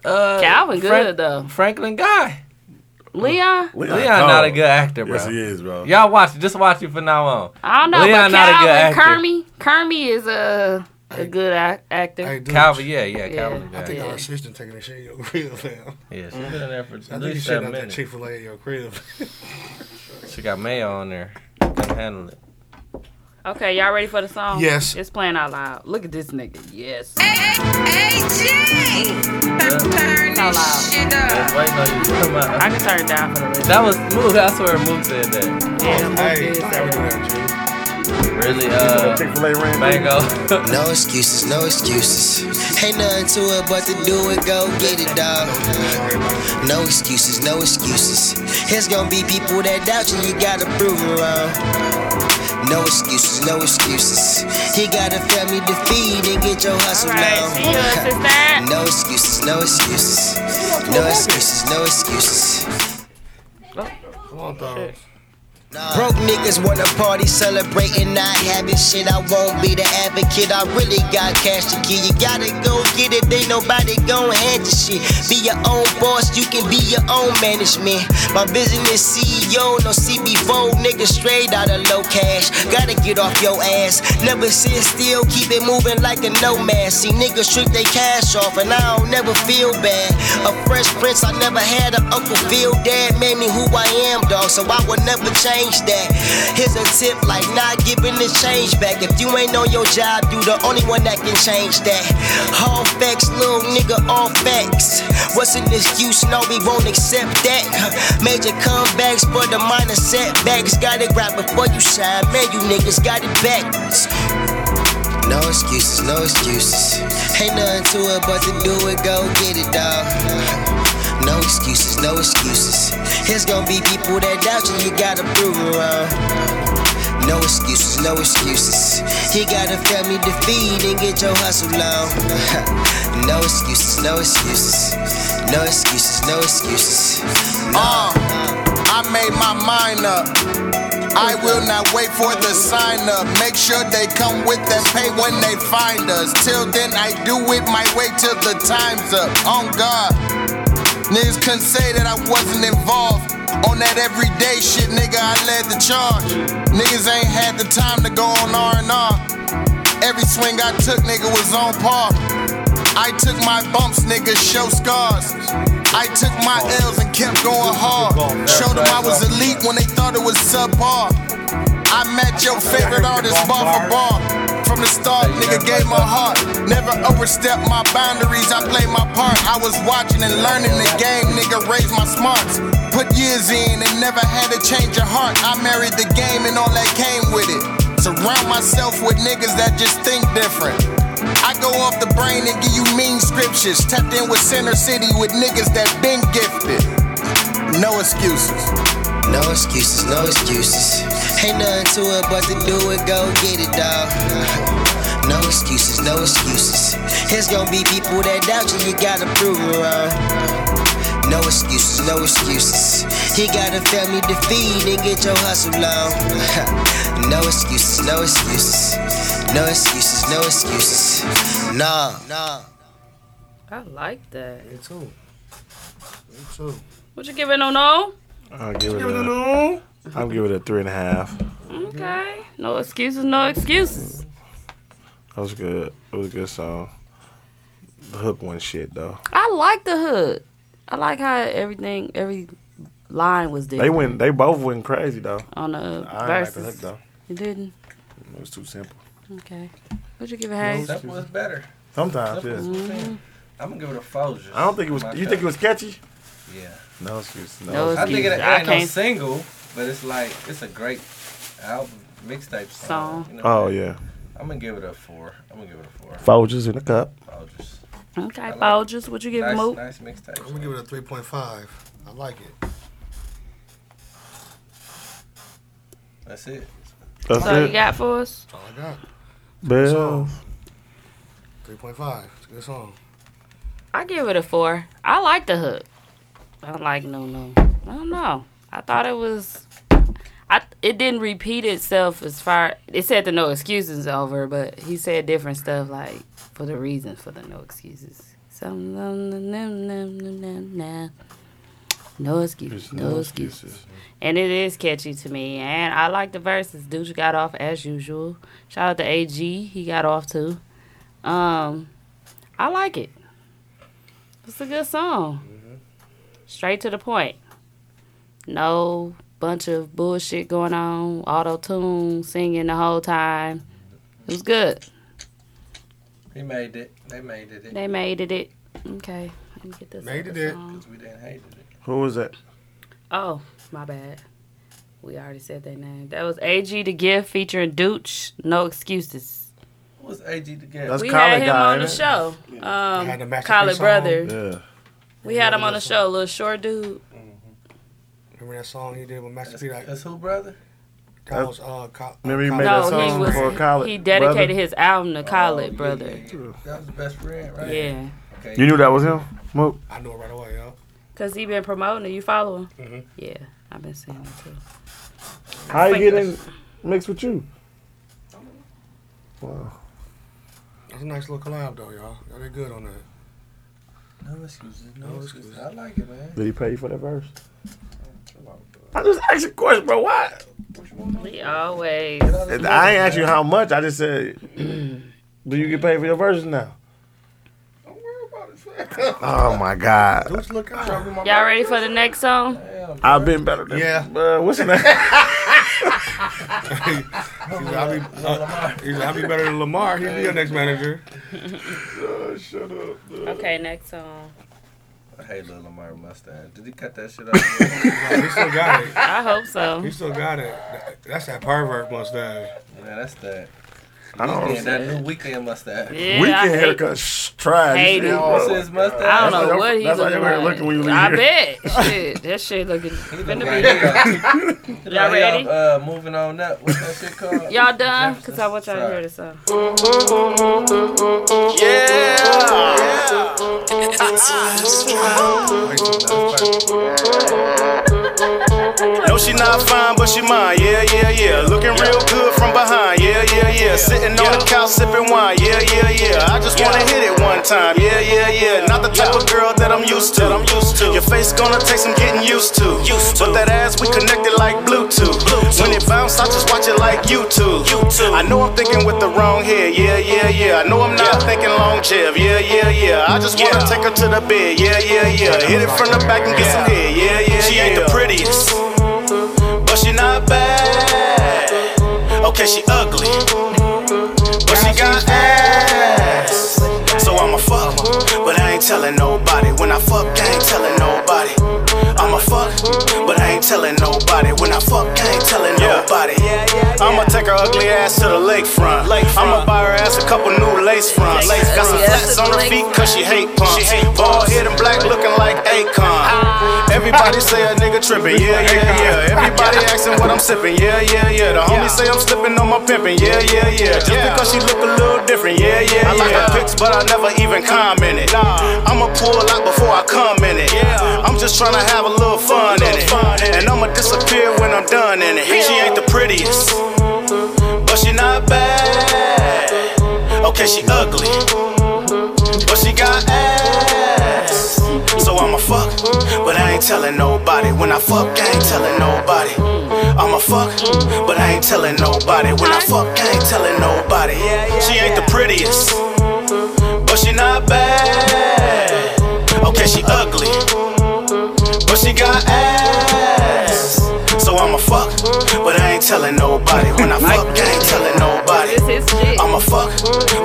Speaker 1: Uh,
Speaker 3: Calvin good,
Speaker 1: Frank-
Speaker 3: though.
Speaker 1: Franklin Guy.
Speaker 3: Leon?
Speaker 1: Leon not a good actor, bro.
Speaker 5: Yes, he is, bro.
Speaker 1: Y'all watch. Just watch it from now on.
Speaker 3: I don't know,
Speaker 1: Leon
Speaker 3: but
Speaker 1: not a good
Speaker 3: Calvin
Speaker 1: actor.
Speaker 3: Kermy Kermy is a a good ac- actor.
Speaker 4: Hey, dude.
Speaker 1: Calvin, yeah, yeah,
Speaker 3: Yeah.
Speaker 1: Calvin.
Speaker 4: I
Speaker 1: Guy.
Speaker 4: think
Speaker 1: Yeah,
Speaker 3: Yeah.
Speaker 4: our assistant taking that shit in your crib now.
Speaker 1: she's been in there for
Speaker 4: I
Speaker 1: at
Speaker 4: think you
Speaker 1: least
Speaker 4: should
Speaker 1: seven
Speaker 4: have that
Speaker 1: minutes.
Speaker 4: Chick Fil A in your crib.
Speaker 1: She got mayo on there. Can't handle it.
Speaker 3: Okay, y'all ready for the song?
Speaker 4: Yes.
Speaker 3: It's playing out loud. Look at this nigga. Yes.
Speaker 6: Hey, hey, G. Turn
Speaker 3: So loud.
Speaker 6: this shit up.
Speaker 1: was waiting on you. to come out.
Speaker 3: I can turn it down for the list.
Speaker 1: That was Mook. I swear Mook said that.
Speaker 3: Yeah,
Speaker 4: Hey,
Speaker 3: Mook did
Speaker 4: I
Speaker 3: say
Speaker 4: never do
Speaker 3: that.
Speaker 4: that,
Speaker 1: Really, uh,
Speaker 7: Chick Fil A ran.
Speaker 1: Mango.
Speaker 10: *laughs* No excuses, no excuses. Ain't nothing to it but to do it, go get it, dog. No excuses, no excuses. There's gonna be people that doubt you, you gotta prove it wrong. No excuses, no excuses. You got a family to feed and get your hustle
Speaker 3: Alright, see you,
Speaker 10: on. *laughs*
Speaker 3: sister.
Speaker 10: No excuses, no excuses. No excuses, no excuses.
Speaker 4: G. Come on, though.
Speaker 10: Broke niggas wanna party, celebrating, not having shit. I won't be the advocate. I really got cash to give. You gotta go get it. Ain't nobody gon' hand you shit. Be your own boss. You can be your own management. My business CEO, no CB4, nigga, straight out of low cash. Gotta get off your ass. Never sit still. Keep it moving like a nomad. See niggas trick they cash off, and I don't never feel bad. A fresh prince, I never had a Uncle Phil. Dad made me who I am, dog. So I will never change that. Here's a tip, like not giving the change back. If you ain't on your job, you the only one that can change that. All facts, little nigga, all facts. What's an excuse? No, we won't accept that. Major comebacks, but the minor setbacks. Got it right before you shine, man. You niggas got it backwards. No excuses, no excuses. Ain't nothing to it but to do it, go get it, dog. No excuses, no excuses. There's gonna be people that doubt you, you gotta prove it wrong. No excuses, no excuses. You got a family to feed and get your hustle on. *laughs* no excuses, no excuses. No excuses, no excuses.
Speaker 6: Uh, I made my mind up. I will not wait for the sign up. Make sure they come with that pay when they find us. Till then, I do it my way till the time's up. On God. Niggas couldn't say that I wasn't involved. On that everyday shit, nigga, I led the charge. Niggas ain't had the time to go on R&R. Every swing I took, nigga, was on par. I took my bumps, nigga, show scars. I took my L's and kept going hard. Showed them I was elite when they thought it was subpar. I met your favorite artist bar for bar. From the start, nigga gave my heart. Never overstepped my boundaries, I played my part. I was watching and learning the game, nigga raised my smarts. Put years in and never had to change your heart. I married the game and all that came with it. Surround myself with niggas that just think different. I go off the brain and give you mean scriptures. Tapped in with Center City with niggas that been gifted. No excuses.
Speaker 10: No excuses, no excuses. Ain't nothing to it but to do it, go get it, dog. No excuses, no excuses. There's gonna be people that doubt you, you gotta prove it wrong. No excuses, no excuses. You got a family to feed and get your hustle on. *laughs* no excuses, no excuses. No excuses, no excuses. Nah, nah.
Speaker 3: I like that.
Speaker 4: Me too. Me too.
Speaker 3: What you giving on no?
Speaker 7: I'll give it a. I'll give it a three and a half.
Speaker 3: Okay. No excuses, no excuses.
Speaker 7: That was good. It was a good song. The hook one shit though.
Speaker 3: I like the hood. I like how everything, every line was
Speaker 7: They
Speaker 3: different
Speaker 7: went. They both went crazy though.
Speaker 3: on the
Speaker 7: I didn't like the
Speaker 3: verses.
Speaker 7: hook though.
Speaker 3: you didn't?
Speaker 7: It was too simple.
Speaker 3: Okay. What you give it, Hayes?
Speaker 1: That was better.
Speaker 7: Sometimes,
Speaker 1: That was
Speaker 7: yeah.
Speaker 1: I'm gonna give it a four. Just
Speaker 7: I don't think it was.
Speaker 1: for
Speaker 7: You think it was catchy?
Speaker 1: myself. Yeah.
Speaker 7: No excuse. No.
Speaker 3: No
Speaker 1: I
Speaker 3: excuse.
Speaker 1: think it, it
Speaker 3: I
Speaker 1: ain't no
Speaker 3: can't-
Speaker 1: single, but it's like it's a great album mixtape song.
Speaker 3: Song.
Speaker 1: You know?
Speaker 7: Oh yeah.
Speaker 1: I'm gonna give it a four. I'm gonna give it a four.
Speaker 7: Folgers in the cup.
Speaker 1: I'll just
Speaker 3: Okay,
Speaker 1: like-
Speaker 3: Folgers, what you give
Speaker 1: nice,
Speaker 3: Mook?
Speaker 1: nice mixtape.
Speaker 4: I'm gonna give it a 3.5. I like it.
Speaker 1: That's it.
Speaker 7: That's
Speaker 3: So you
Speaker 7: it.
Speaker 3: got for us?
Speaker 4: That's all I got.
Speaker 7: Bells.
Speaker 4: 3.5. It's a good song.
Speaker 3: I give it a four. I like the hook. I don't like no no. I don't know. I thought it was. I it didn't repeat itself as far. It said the no excuses over, but he said different stuff like for the reason for the no excuses. Some no no no no no no. No excuses.
Speaker 7: There's
Speaker 3: No, excuses. And it is catchy to me. And I like the verses. Dude got off as usual. Shout out to AG. He got off too. Um, I like it. It's a good song. Straight to the point. No bunch of bullshit going on. Auto tune, singing the whole time. It was good.
Speaker 1: He made it. They made it.
Speaker 3: They made it. it. Okay. Let me get this.
Speaker 4: Made
Speaker 3: other
Speaker 4: it.
Speaker 3: song.
Speaker 1: we didn't hate it.
Speaker 5: Who was that?
Speaker 3: Oh, my bad. We already said that name. That was AG the Gift featuring Dooch. No excuses.
Speaker 1: What's AG together?
Speaker 5: That's
Speaker 3: We had
Speaker 5: Khaled
Speaker 3: him
Speaker 5: guy.
Speaker 3: on the
Speaker 5: ain't it?
Speaker 3: show.
Speaker 4: Had the
Speaker 3: Um,
Speaker 4: masterpiece
Speaker 3: Khaled
Speaker 4: song.
Speaker 3: brother.
Speaker 5: Yeah.
Speaker 3: We had him on the show. Little short dude.
Speaker 4: Remember that song he did with Master P? That
Speaker 1: That's who, brother?
Speaker 4: that was uh, Col-
Speaker 5: Remember he
Speaker 4: Col-
Speaker 5: made that
Speaker 3: No, he
Speaker 5: song for
Speaker 3: was.
Speaker 5: Khaled,
Speaker 3: He dedicated
Speaker 5: brother?
Speaker 3: his album to Khaled
Speaker 1: Oh,
Speaker 3: brother.
Speaker 1: yeah, yeah, yeah. That was the best friend, right?
Speaker 3: Yeah,
Speaker 1: Okay.
Speaker 5: You knew that was him? Mook.
Speaker 4: I knew it right away, yo.
Speaker 3: cause he been promoting it. You follow him?
Speaker 1: Mm-hmm.
Speaker 3: Yeah, I've been saying that too.
Speaker 5: How you
Speaker 3: Wait.
Speaker 5: getting mixed with you? Wow.
Speaker 4: That's a nice little collab though, y'all. Y'all did good on that.
Speaker 1: No excuses. No,
Speaker 4: No
Speaker 1: excuses.
Speaker 4: excuses.
Speaker 1: I like it, man.
Speaker 5: Did he pay you for that verse?
Speaker 1: Chill out, bro.
Speaker 5: I just asked you a question, bro. Why?
Speaker 1: What you want?
Speaker 3: He always.
Speaker 1: Get out
Speaker 5: I
Speaker 1: of
Speaker 5: ain't
Speaker 1: the
Speaker 5: asked you how much. I just said, do you get paid for your verses now?
Speaker 1: Don't worry about it, fam. *laughs*
Speaker 5: Oh my God.
Speaker 4: Dudes look out.
Speaker 3: Y'all ready for the
Speaker 5: *laughs*
Speaker 3: next song?
Speaker 1: Damn,
Speaker 5: I've been better than.
Speaker 4: Yeah.
Speaker 5: Uh, what's your name?
Speaker 7: *laughs*
Speaker 4: He's like, I'll be, uh, he's like, I'll be better than Lamar. He'll be your next manager. *laughs*
Speaker 5: Shut up.
Speaker 3: Okay, next song.
Speaker 1: I hate Lil Lamar mustache. Did he cut that shit off?
Speaker 4: Like, *laughs* he still got it.
Speaker 3: I hope so.
Speaker 4: He still got it. That- That's that pervert mustache.
Speaker 1: yeah, that's that.
Speaker 5: I don't
Speaker 1: Weekend, that
Speaker 5: know.
Speaker 1: new weekend mustache.
Speaker 3: Yeah,
Speaker 5: Weekend
Speaker 3: I hate
Speaker 5: haircut, sh- trash.
Speaker 3: hate it.
Speaker 5: Yeah,
Speaker 1: What's
Speaker 5: bro.
Speaker 1: his mustache?
Speaker 3: I don't
Speaker 5: That's
Speaker 3: know
Speaker 5: why
Speaker 3: what
Speaker 5: y'all-
Speaker 3: he
Speaker 5: that's why
Speaker 3: looking
Speaker 5: y'all
Speaker 3: like.
Speaker 5: ain't looking when you leave
Speaker 3: I
Speaker 5: here. *laughs*
Speaker 1: *laughs*
Speaker 3: bet. Shit, that shit *laughs* looking.
Speaker 1: He
Speaker 3: Finna
Speaker 1: done
Speaker 3: be- *laughs*
Speaker 1: got- he done
Speaker 3: ready?
Speaker 1: got, Uh, moving on up. What's that shit called?
Speaker 3: Y'all done? Cause I want y'all to hear this song.
Speaker 1: *laughs*
Speaker 11: No, she not fine, but she mine. Yeah, yeah, yeah. Looking real good from behind. Yeah, yeah, yeah. Sitting on the couch sipping wine. Yeah, yeah, yeah. I just wanna hit it one time. Yeah, yeah, yeah. Not the type of girl that I'm used to. I'm used to. Your face gonna take some getting used to. Used to. But that ass, we connected like Bluetooth. When it bounce, I just watch it like YouTube. YouTube. I know I'm thinking with the wrong head. Yeah, yeah, yeah. I know I'm not thinking long jib. Yeah, yeah, yeah. I just wanna take her to the bed. Yeah, yeah, yeah. Hit it from the back and get some head. Yeah, yeah, yeah. She ain't the prettiest but she not bad. Okay, she ugly, but she got ass. So I'ma fuck, but I ain't telling nobody. When I fuck, I ain't telling nobody. I'ma fuck, but I ain't telling nobody. When I fuck, I ain't telling nobody. I'ma take her ugly ass to the lakefront. I'ma buy her ass a couple new lace fronts. Got some flats on her feet cause she hate pumps. Ah. Bald head and black looking like Akon. Everybody say a nigga tripping, yeah, yeah, yeah. Everybody asking what I'm sipping, yeah, yeah, yeah. The homies say I'm slipping on my pimping, yeah, yeah, yeah. Just because she look a little different, yeah, yeah, yeah. I like her pics, but I never even commented. I'ma pull out before I come in it. I'm just trying to have a little fun in it. And I'ma disappear when I'm done in it. She ain't the prettiest, but she not bad. Okay, she ugly, but she got ass. So I'ma fuck, but I ain't telling nobody. When I fuck, I ain't telling nobody. I'ma fuck, but I ain't telling nobody. When I fuck, I ain't telling nobody. She ain't the prettiest, but she not bad. Okay, she ugly, but she got ass. So I'ma fuck, but I ain't telling nobody. When I fuck, I ain't telling nobody.
Speaker 3: This is shit.
Speaker 11: I'ma fuck,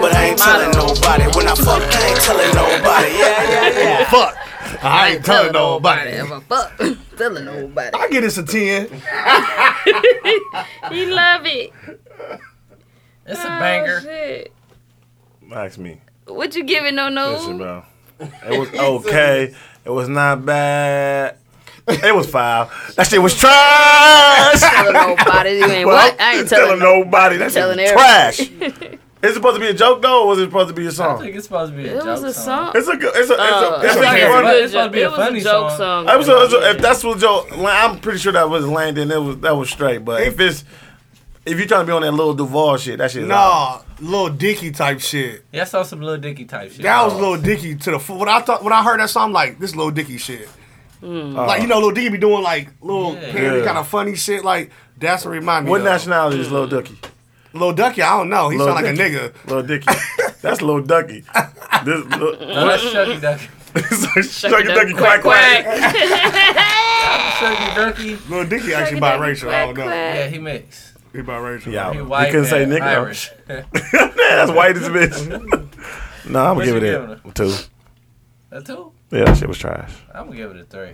Speaker 11: but I ain't telling nobody. When I fuck, I ain't telling nobody. Yeah, yeah, yeah.
Speaker 12: Fuck. I ain't telling nobody.
Speaker 3: Give a fuck. *laughs* Telling nobody.
Speaker 4: I get this a ten.
Speaker 3: He love it.
Speaker 1: It's a
Speaker 3: Oh,
Speaker 1: banger.
Speaker 3: shit.
Speaker 5: Ask me.
Speaker 3: What you giving no
Speaker 5: Listen,
Speaker 3: no?
Speaker 5: bro. It
Speaker 3: *laughs*
Speaker 5: was okay. It was not bad. It was five. That shit was trash.
Speaker 3: Telling nobody. *laughs* You ain't
Speaker 5: Well,
Speaker 3: what? I ain't telling no.
Speaker 5: nobody. That shit
Speaker 3: telling
Speaker 5: was trash. Is
Speaker 3: *laughs*
Speaker 5: it supposed to be a joke though, or was it supposed to be a
Speaker 1: I
Speaker 5: song?
Speaker 1: think it's supposed to be a
Speaker 3: It
Speaker 1: joke
Speaker 3: was a song.
Speaker 5: It's a good. It's a. It's
Speaker 3: Oh,
Speaker 5: a. It's a,
Speaker 1: it's like a
Speaker 5: fun-
Speaker 1: funny-
Speaker 3: good
Speaker 1: it's supposed to
Speaker 3: joke.
Speaker 1: be a
Speaker 3: It was a
Speaker 1: funny
Speaker 3: joke
Speaker 1: song.
Speaker 3: song.
Speaker 5: I'm so,
Speaker 3: *laughs*
Speaker 5: so if that's what Joe, well, I'm pretty sure that was land, then it was that was straight. But if it's if you're trying to be on that little Duval shit, that shit. is out.
Speaker 4: Nah, little Dicky type shit.
Speaker 1: That's on some little Dicky type shit.
Speaker 4: That was little Dicky to the full. When I thought, when I heard that song, I'm like this little Dicky shit.
Speaker 3: Hmm.
Speaker 4: Like you know, little Dicky be doing like little
Speaker 1: Yeah.
Speaker 5: Yeah.
Speaker 4: kind of funny shit. Like that's what remind me.
Speaker 5: What
Speaker 4: of.
Speaker 5: nationality is Lil Ducky?
Speaker 4: Little Ducky, I don't know. Oh, He
Speaker 5: Lil
Speaker 4: sound like a
Speaker 5: Dicky.
Speaker 4: nigga.
Speaker 5: Lil Dicky. That's Lil
Speaker 4: *laughs*
Speaker 5: Ducky. This
Speaker 1: No,
Speaker 5: Lil,
Speaker 1: that's Shucky Ducky.
Speaker 5: *laughs* Shucky Ducky quack quack. *laughs*
Speaker 1: Shucky Ducky.
Speaker 4: Little Dicky actually biracial. I don't know.
Speaker 1: Yeah, he mixed.
Speaker 4: He biracial.
Speaker 5: Yeah,
Speaker 1: He
Speaker 5: he
Speaker 1: white.
Speaker 5: couldn't say
Speaker 1: and
Speaker 5: nigga.
Speaker 1: Irish.
Speaker 5: *laughs* That's white as a bitch. *laughs* nah, I'm
Speaker 1: What
Speaker 5: gonna give
Speaker 1: you
Speaker 5: it that two.
Speaker 1: That too?
Speaker 5: Yeah, that shit was trash.
Speaker 1: I'm gonna give it a three.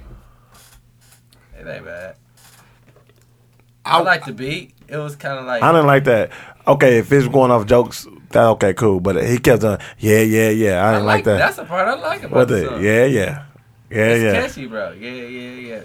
Speaker 1: It ain't bad. I, like the beat. It was kind of like
Speaker 5: I didn't like that. Okay, if it's going off jokes, that okay, cool. But he kept on, yeah, yeah, yeah. I didn't like, that.
Speaker 1: That's the part I like about
Speaker 5: What
Speaker 1: the
Speaker 5: the?
Speaker 1: song.
Speaker 5: Yeah, yeah, yeah,
Speaker 1: it's
Speaker 5: yeah.
Speaker 1: catchy, bro. Yeah, yeah, yeah.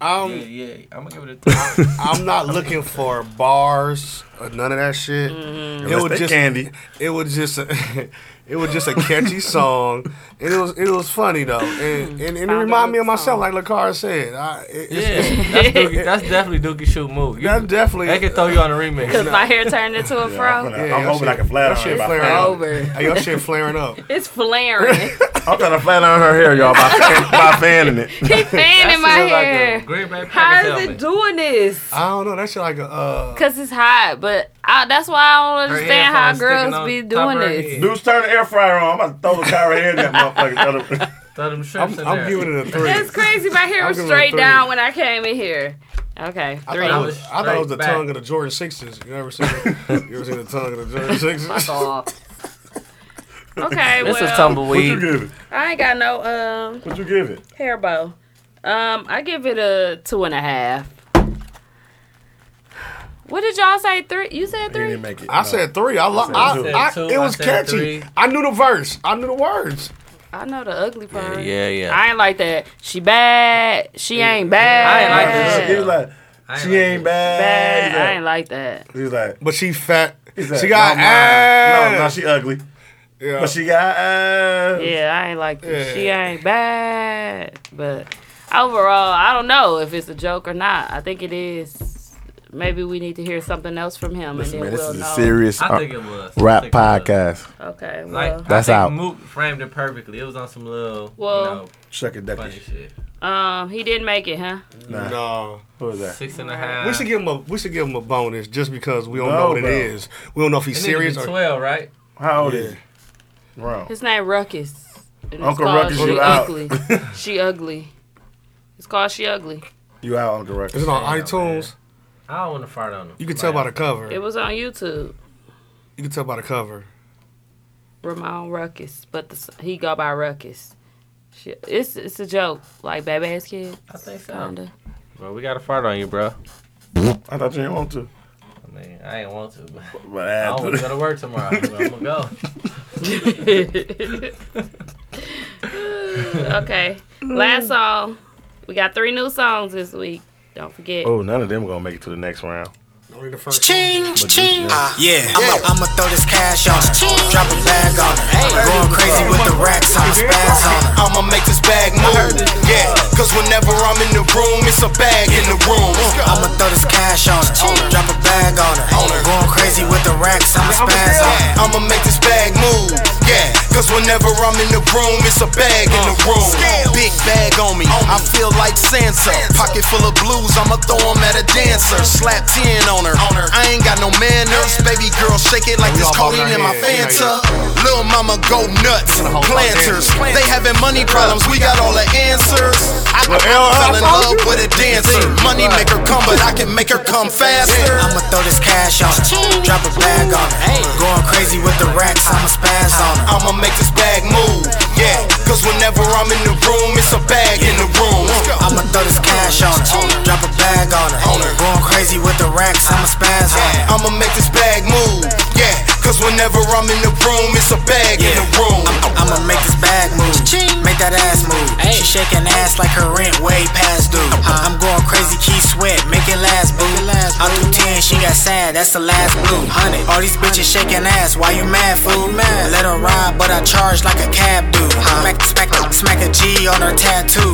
Speaker 4: Um,
Speaker 1: yeah, yeah. I'm gonna give it a three.
Speaker 4: I'm not looking for bars or none of that shit.
Speaker 1: Mm-hmm.
Speaker 5: Unless they candy.
Speaker 4: It was just a, *laughs* it was just a catchy song. And it was it was funny though, and and, and it reminded me of myself, like Lakara said. I, it,
Speaker 1: yeah,
Speaker 4: it's, it's,
Speaker 1: that's, Dookie, that's definitely Dookie shoot move. You,
Speaker 4: that's definitely
Speaker 1: they can throw you on the remix.
Speaker 3: *laughs* Cause my hair turned into a fro.
Speaker 4: Yeah,
Speaker 5: I'm
Speaker 4: your
Speaker 5: hoping I
Speaker 4: shit-
Speaker 5: can flat
Speaker 4: your
Speaker 5: iron
Speaker 4: shit
Speaker 5: it by
Speaker 4: flaring
Speaker 5: Friday.
Speaker 4: up.
Speaker 3: Over.
Speaker 4: Hey, Your shit flaring up.
Speaker 3: It's flaring.
Speaker 5: I'm trying to flat iron her hair, y'all, by, fan, by fanning it. *laughs*
Speaker 1: *laughs*
Speaker 3: He fanning my
Speaker 1: That's like
Speaker 3: hair.
Speaker 1: a Green Bay Packers
Speaker 3: How is
Speaker 1: helmet.
Speaker 3: it doing this?
Speaker 4: I don't know. That shit like a uh,
Speaker 3: Cause it's hot, but I, that's why I don't
Speaker 1: Her
Speaker 3: understand how
Speaker 1: headphones sticking
Speaker 3: girls
Speaker 1: on
Speaker 3: be
Speaker 1: top
Speaker 3: doing
Speaker 1: of her
Speaker 3: this.
Speaker 1: head.
Speaker 5: Dude's turn the air fryer on. I'm about to throw the car hair in that motherfucker.
Speaker 1: Throw them strips
Speaker 4: I'm,
Speaker 1: in
Speaker 4: I'm
Speaker 1: there.
Speaker 4: giving it a three.
Speaker 3: That's crazy.
Speaker 4: *laughs*
Speaker 3: My hair
Speaker 4: I'll
Speaker 3: was
Speaker 4: give it a
Speaker 3: straight
Speaker 4: three.
Speaker 3: down when I came in here. Okay,
Speaker 4: I
Speaker 3: three.
Speaker 4: thought, it was, I thought it was the
Speaker 1: Straight back.
Speaker 4: tongue of the Jordan Sixes. You ever seen? The, you ever seen the tongue of the
Speaker 1: *laughs*
Speaker 4: Jordan
Speaker 3: *laughs*
Speaker 4: Sixes?
Speaker 3: Fuck off. Okay,
Speaker 1: This
Speaker 5: What
Speaker 1: is
Speaker 3: well,
Speaker 5: you
Speaker 1: tumbleweed.
Speaker 5: give it?
Speaker 3: I ain't got no um
Speaker 5: What you give it?
Speaker 3: hair bow. Um, I give it a two and a half. What did y'all say? Three? You said
Speaker 13: He
Speaker 3: three?
Speaker 13: didn't make it.
Speaker 4: I said three. I, lo-
Speaker 1: I said
Speaker 4: I,
Speaker 1: two,
Speaker 4: I, it
Speaker 1: I
Speaker 4: was
Speaker 1: said
Speaker 4: catchy.
Speaker 1: three.
Speaker 4: I knew the verse. I knew the words.
Speaker 3: I know the ugly part.
Speaker 1: yeah, yeah.
Speaker 3: I ain't like that. She bad. She ain't bad.
Speaker 1: I ain't like this.
Speaker 5: He was like,
Speaker 1: I
Speaker 5: she ain't
Speaker 3: Bad. I
Speaker 5: bad.
Speaker 3: ain't like that.
Speaker 5: He was like,
Speaker 4: But she fat.
Speaker 5: he said,
Speaker 4: she got
Speaker 5: no,
Speaker 4: ass.
Speaker 5: mine. No, no, she ugly.
Speaker 4: yeah.
Speaker 5: But she got ass.
Speaker 3: Yeah, I ain't like this.
Speaker 4: Yeah.
Speaker 3: She ain't bad. But overall, I don't know if it's a joke or not. I think it is. Maybe we need to hear something else from him,
Speaker 5: Listen,
Speaker 3: and
Speaker 5: man,
Speaker 3: then
Speaker 5: this
Speaker 3: we'll
Speaker 5: is a
Speaker 3: know.
Speaker 5: serious
Speaker 1: I
Speaker 5: uh,
Speaker 1: think it was I
Speaker 5: rap
Speaker 1: think it was.
Speaker 5: podcast.
Speaker 3: Okay,
Speaker 1: Like
Speaker 3: well,
Speaker 5: That's
Speaker 1: I think
Speaker 5: out.
Speaker 1: Mook framed it perfectly. It was on some little
Speaker 3: Well-
Speaker 1: you know,
Speaker 5: Shuck a duck.
Speaker 1: funny shit.
Speaker 3: um, he didn't make it, huh?
Speaker 5: Nah.
Speaker 4: No.
Speaker 5: Who was that?
Speaker 1: Six and a half.
Speaker 4: We should give him a we should give him a bonus just because we don't
Speaker 5: No,
Speaker 4: know what
Speaker 5: bro.
Speaker 4: it is. We don't know if he's
Speaker 1: it
Speaker 4: serious
Speaker 1: serious be
Speaker 4: or
Speaker 1: twelve, right?
Speaker 5: How old
Speaker 4: Yeah.
Speaker 5: is he? Wrong.
Speaker 3: His name Ruckus. And it's
Speaker 5: Uncle
Speaker 3: called
Speaker 5: Ruckus,
Speaker 3: She
Speaker 5: you out.
Speaker 3: ugly. she ugly. It's called She Ugly.
Speaker 5: You out on the record.
Speaker 4: is it on
Speaker 1: Damn,
Speaker 4: iTunes?
Speaker 1: I don't want to fart on him.
Speaker 4: You can tell by the cover.
Speaker 3: It was on YouTube.
Speaker 4: you can tell by the cover.
Speaker 3: Ramon Ruckus, but the, s- he go by Ruckus. She, it's it's a joke, like bad ass kid.
Speaker 1: I think so. *laughs*
Speaker 3: Kinda.
Speaker 1: Bro, we got to fart on you, bro.
Speaker 5: I thought you didn't want to.
Speaker 1: I mean, I ain't want to, but
Speaker 5: *laughs* But
Speaker 1: I
Speaker 5: I
Speaker 1: want to go to work tomorrow. so I'm gonna
Speaker 5: *laughs*
Speaker 1: go. Mm.
Speaker 3: okay, last song. We got three new songs this week. Don't forget.
Speaker 5: Oh, none of them gonna make it to the next round.
Speaker 4: Only the first
Speaker 14: Ching, ching.
Speaker 5: Ah,
Speaker 15: Yeah.
Speaker 14: I'ma I'ma throw this cash on her. Drop a bag on her. Going crazy with the racks on her. Spaz on her.
Speaker 6: I'ma make this bag move. Yeah, cause whenever I'm in the room, it's a bag in the room.
Speaker 14: I'ma throw this cash on her. Drop a bag on her. Going crazy with the racks on her. Spaz on her.
Speaker 6: Yeah, I'ma make this bag move. Yeah, cause whenever I'm in the room, it's a bag in the room. Big bag Uh, on me, I feel like Sansa. Pocket full of blues, I'ma throw 'em at a dancer. Slap 10 on her. I ain't got no manners. Baby girl, shake it like
Speaker 4: We
Speaker 6: this
Speaker 4: all bobbing
Speaker 6: codeine
Speaker 4: our
Speaker 6: in my
Speaker 4: head.
Speaker 6: Fanta. Lil mama go nuts.
Speaker 4: whole lot of
Speaker 6: Planters,
Speaker 4: dancers.
Speaker 6: they having money problems, we got all the answers. I fell in love with a dancer. Money make her come, but I can make her come faster.
Speaker 14: I'ma throw this cash on her. Drop a bag on her. Going crazy with the racks. I'ma spaz on her.
Speaker 6: I'ma make this bag move. Yeah, cause whenever I'm in the room, it's a bag in the room.
Speaker 14: I'ma throw this cash on her. Drop a bag on her. Going crazy with the racks. I'ma spaz on her.
Speaker 6: I'ma make this bag move. Yeah, cause whenever I'm in the room, it's a bag in the room.
Speaker 14: I'ma make this bag move. Make that ass move. She shaking ass like her rent way past due. I'm going crazy, key sweat, make it last, boo. I threw 10, she got sad, that's the last blue. All these bitches shaking ass, why you mad, fool? Let her ride, but I charge like a cab dude. Smack, smack, smack a G on her tattoo.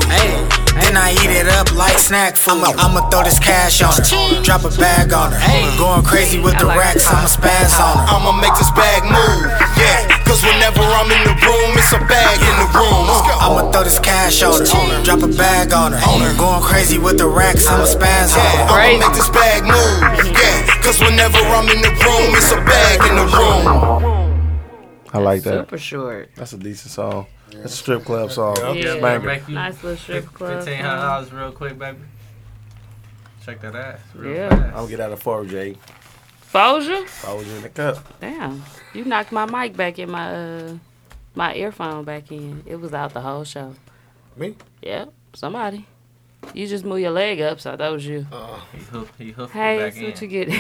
Speaker 14: Then I eat it up like snack food. I'ma, I'ma throw this cash on her. Drop a bag on her. Going crazy with the racks, I'ma spaz on her.
Speaker 6: I'ma make this bag move. Yeah, cause whenever I'm in the room, it's a bag in the room.
Speaker 14: I'ma throw this cash on her. Drop a bag on her. Going crazy with the racks, I'ma spaz on her.
Speaker 6: I'ma make this bag move. Yeah, cause whenever I'm in the room, it's a bag in the room.
Speaker 5: I like that.
Speaker 3: Super short.
Speaker 5: That's a decent song. That's a strip club song.
Speaker 3: Yeah.
Speaker 5: Banger.
Speaker 1: Make you
Speaker 3: Nice little strip club.
Speaker 1: fifteen hundred dollars real quick, baby. Check that ass. Real
Speaker 3: Yeah.
Speaker 5: I'm gonna
Speaker 1: fast.
Speaker 5: get out of four, Jay.
Speaker 3: Folger?
Speaker 5: If I was in the cup.
Speaker 3: Damn. You knocked my mic back in my uh my earphone back in. It was out the whole show.
Speaker 4: Me?
Speaker 3: Yep. Somebody. You just move your leg up, so that was you.
Speaker 1: He hooked, he hooked
Speaker 3: hey,
Speaker 1: it back
Speaker 3: that's
Speaker 1: in.
Speaker 3: what you get.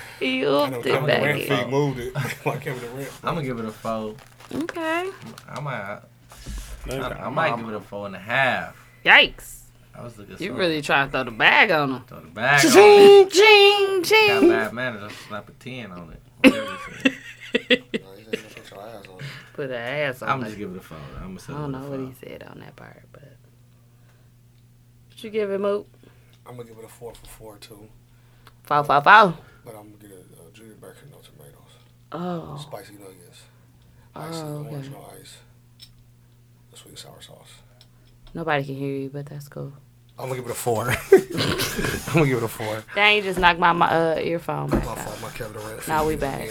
Speaker 3: *laughs* he hooked it back
Speaker 1: Renfree
Speaker 3: in.
Speaker 1: moved
Speaker 4: it. *laughs* Why can't we rent?
Speaker 1: I'm gonna give it a four.
Speaker 3: Okay.
Speaker 1: I might. I,
Speaker 3: you
Speaker 1: I
Speaker 3: got
Speaker 1: might
Speaker 3: mama.
Speaker 1: give it a four and a half.
Speaker 3: Yikes.
Speaker 1: I was looking.
Speaker 3: You
Speaker 1: so-
Speaker 3: really trying to throw the bag on him.
Speaker 1: Throw the bag on
Speaker 3: Ching,
Speaker 1: it.
Speaker 3: ching,
Speaker 1: Got
Speaker 3: ching.
Speaker 1: bad manners. I slap a ten on
Speaker 3: *laughs*
Speaker 1: it. Whatever it.
Speaker 3: Put an ass on
Speaker 1: I'm
Speaker 3: it.
Speaker 1: just giving it a four. I'm
Speaker 3: I
Speaker 1: gonna
Speaker 3: don't know what he said on that part, but. What you give it, Moot?
Speaker 4: I'm gonna give it a four for four too.
Speaker 3: Foul, foul, foul.
Speaker 4: But I'm gonna get a, a junior bacon, no tomatoes,
Speaker 3: Oh.
Speaker 4: spicy nuggets, ice,
Speaker 3: Oh,
Speaker 4: orange,
Speaker 3: okay.
Speaker 4: no ice, sweet and sour sauce.
Speaker 3: Nobody can hear you, but that's cool.
Speaker 4: I'm gonna give it a four. *laughs* I'm gonna give it a four.
Speaker 3: Dang, you just knocked my, my uh, earphone back out.
Speaker 4: My Kevin Durant.
Speaker 3: Now we back.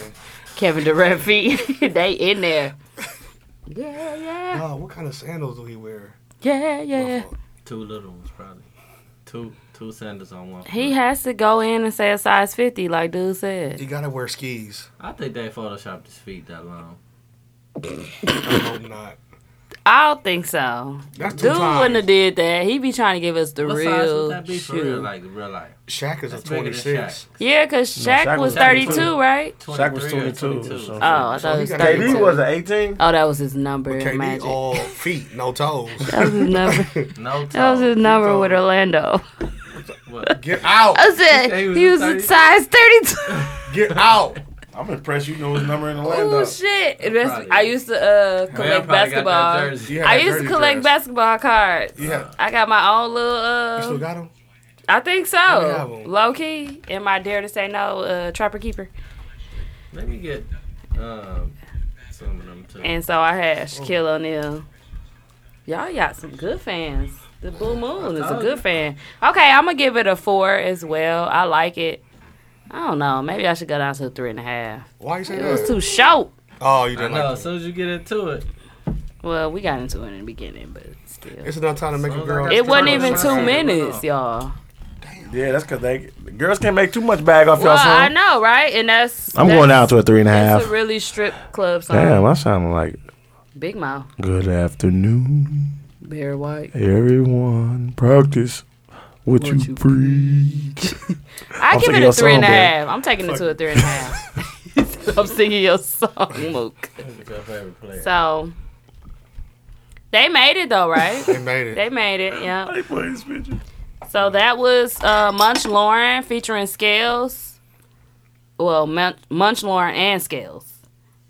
Speaker 3: Kevin Durant feet. *laughs* they in there. Yeah, yeah.
Speaker 4: Oh, what kind of sandals do he wear?
Speaker 3: Yeah, yeah.
Speaker 1: Two little ones probably. Two two sandals on one.
Speaker 3: He has to go in and say a size 50, like dude said.
Speaker 4: You gotta wear skis.
Speaker 1: I think they photoshopped his feet that long.
Speaker 4: I hope not.
Speaker 3: I don't think so.
Speaker 4: That's two
Speaker 3: dude
Speaker 4: times.
Speaker 3: wouldn't have did that. He be trying to give us the
Speaker 1: what size
Speaker 3: real
Speaker 1: would that be for
Speaker 3: shoe.
Speaker 1: real? Like the real life.
Speaker 4: Shaq is a
Speaker 1: That's bigger than
Speaker 4: 26.
Speaker 3: Yeah, cause
Speaker 1: No,
Speaker 3: Shaq,
Speaker 1: Shaq was
Speaker 3: was, 32,
Speaker 1: 22,
Speaker 3: right?
Speaker 1: Shaq was 23 or 22.
Speaker 3: Oh,
Speaker 1: 22.
Speaker 3: I thought
Speaker 4: So he
Speaker 3: it was
Speaker 4: got
Speaker 3: 32.
Speaker 4: KD was an
Speaker 5: 18.
Speaker 3: Oh, that was his number.
Speaker 4: KD
Speaker 3: Magic.
Speaker 4: all feet, no toes.
Speaker 3: *laughs* That was his
Speaker 4: *laughs*
Speaker 3: number.
Speaker 1: no
Speaker 3: That was his number with Orlando. *laughs*
Speaker 4: Get out.
Speaker 3: I said he was, a size 32.
Speaker 4: Get out.
Speaker 7: I'm impressed you know his number in Orlando.
Speaker 3: Oh shit! That's- I used to uh, collect
Speaker 7: probably got that
Speaker 3: basketball.
Speaker 7: jersey. You had
Speaker 3: I
Speaker 7: that
Speaker 3: used to
Speaker 7: jersey
Speaker 3: collect
Speaker 7: dress.
Speaker 3: basketball cards.
Speaker 4: Yeah.
Speaker 3: I got my own little. Uh,
Speaker 4: You still got them?
Speaker 3: I think
Speaker 4: Let me have
Speaker 3: so.
Speaker 4: 'em.
Speaker 3: Low key, am I dare to say no? Uh, Trapper keeper.
Speaker 1: Let me get um some of them too.
Speaker 3: And so I had Shaquille O'Neal. Y'all got some good fans. The Blue Moon is Oh, a
Speaker 1: told
Speaker 3: good fan. Okay, I'm gonna give it a four as well. I like it. I don't know. Maybe I should go down to a three and a half.
Speaker 4: Why you say
Speaker 3: It
Speaker 4: that?
Speaker 3: was too short.
Speaker 4: Oh, you
Speaker 1: I
Speaker 4: didn't
Speaker 1: know.
Speaker 4: like
Speaker 1: as soon as you get into it,
Speaker 3: Well, we got into it in the beginning, but still.
Speaker 4: It's enough time to make a
Speaker 1: as I
Speaker 4: girl.
Speaker 1: got
Speaker 3: It wasn't even two minutes, y'all.
Speaker 5: Yeah, that's because they the girls can't make too much bag off
Speaker 3: Well,
Speaker 5: y'all
Speaker 3: I
Speaker 5: song.
Speaker 3: know, right? And that's
Speaker 5: I'm
Speaker 3: that's-
Speaker 5: going down to a three and a half.
Speaker 3: That's a really strip club song.
Speaker 5: Damn, I sound like
Speaker 3: Big Mouth,
Speaker 5: good afternoon,
Speaker 3: Bear White.
Speaker 5: everyone. Practice what, you, preach. *laughs*
Speaker 3: I
Speaker 5: I'm
Speaker 3: give
Speaker 5: singing
Speaker 3: it
Speaker 5: your
Speaker 3: a three and a
Speaker 5: song, Bear.
Speaker 3: half. I'm taking it to a three and a half. *laughs* I'm singing your song, Mook.
Speaker 1: it's your favorite player.
Speaker 3: So they made it though, right?
Speaker 4: They made it.
Speaker 3: They made it. Yeah.
Speaker 5: Play this picture.
Speaker 3: So that was uh, Munch Lauren featuring Scales. Well, Mun- Munch Lauren and Scales,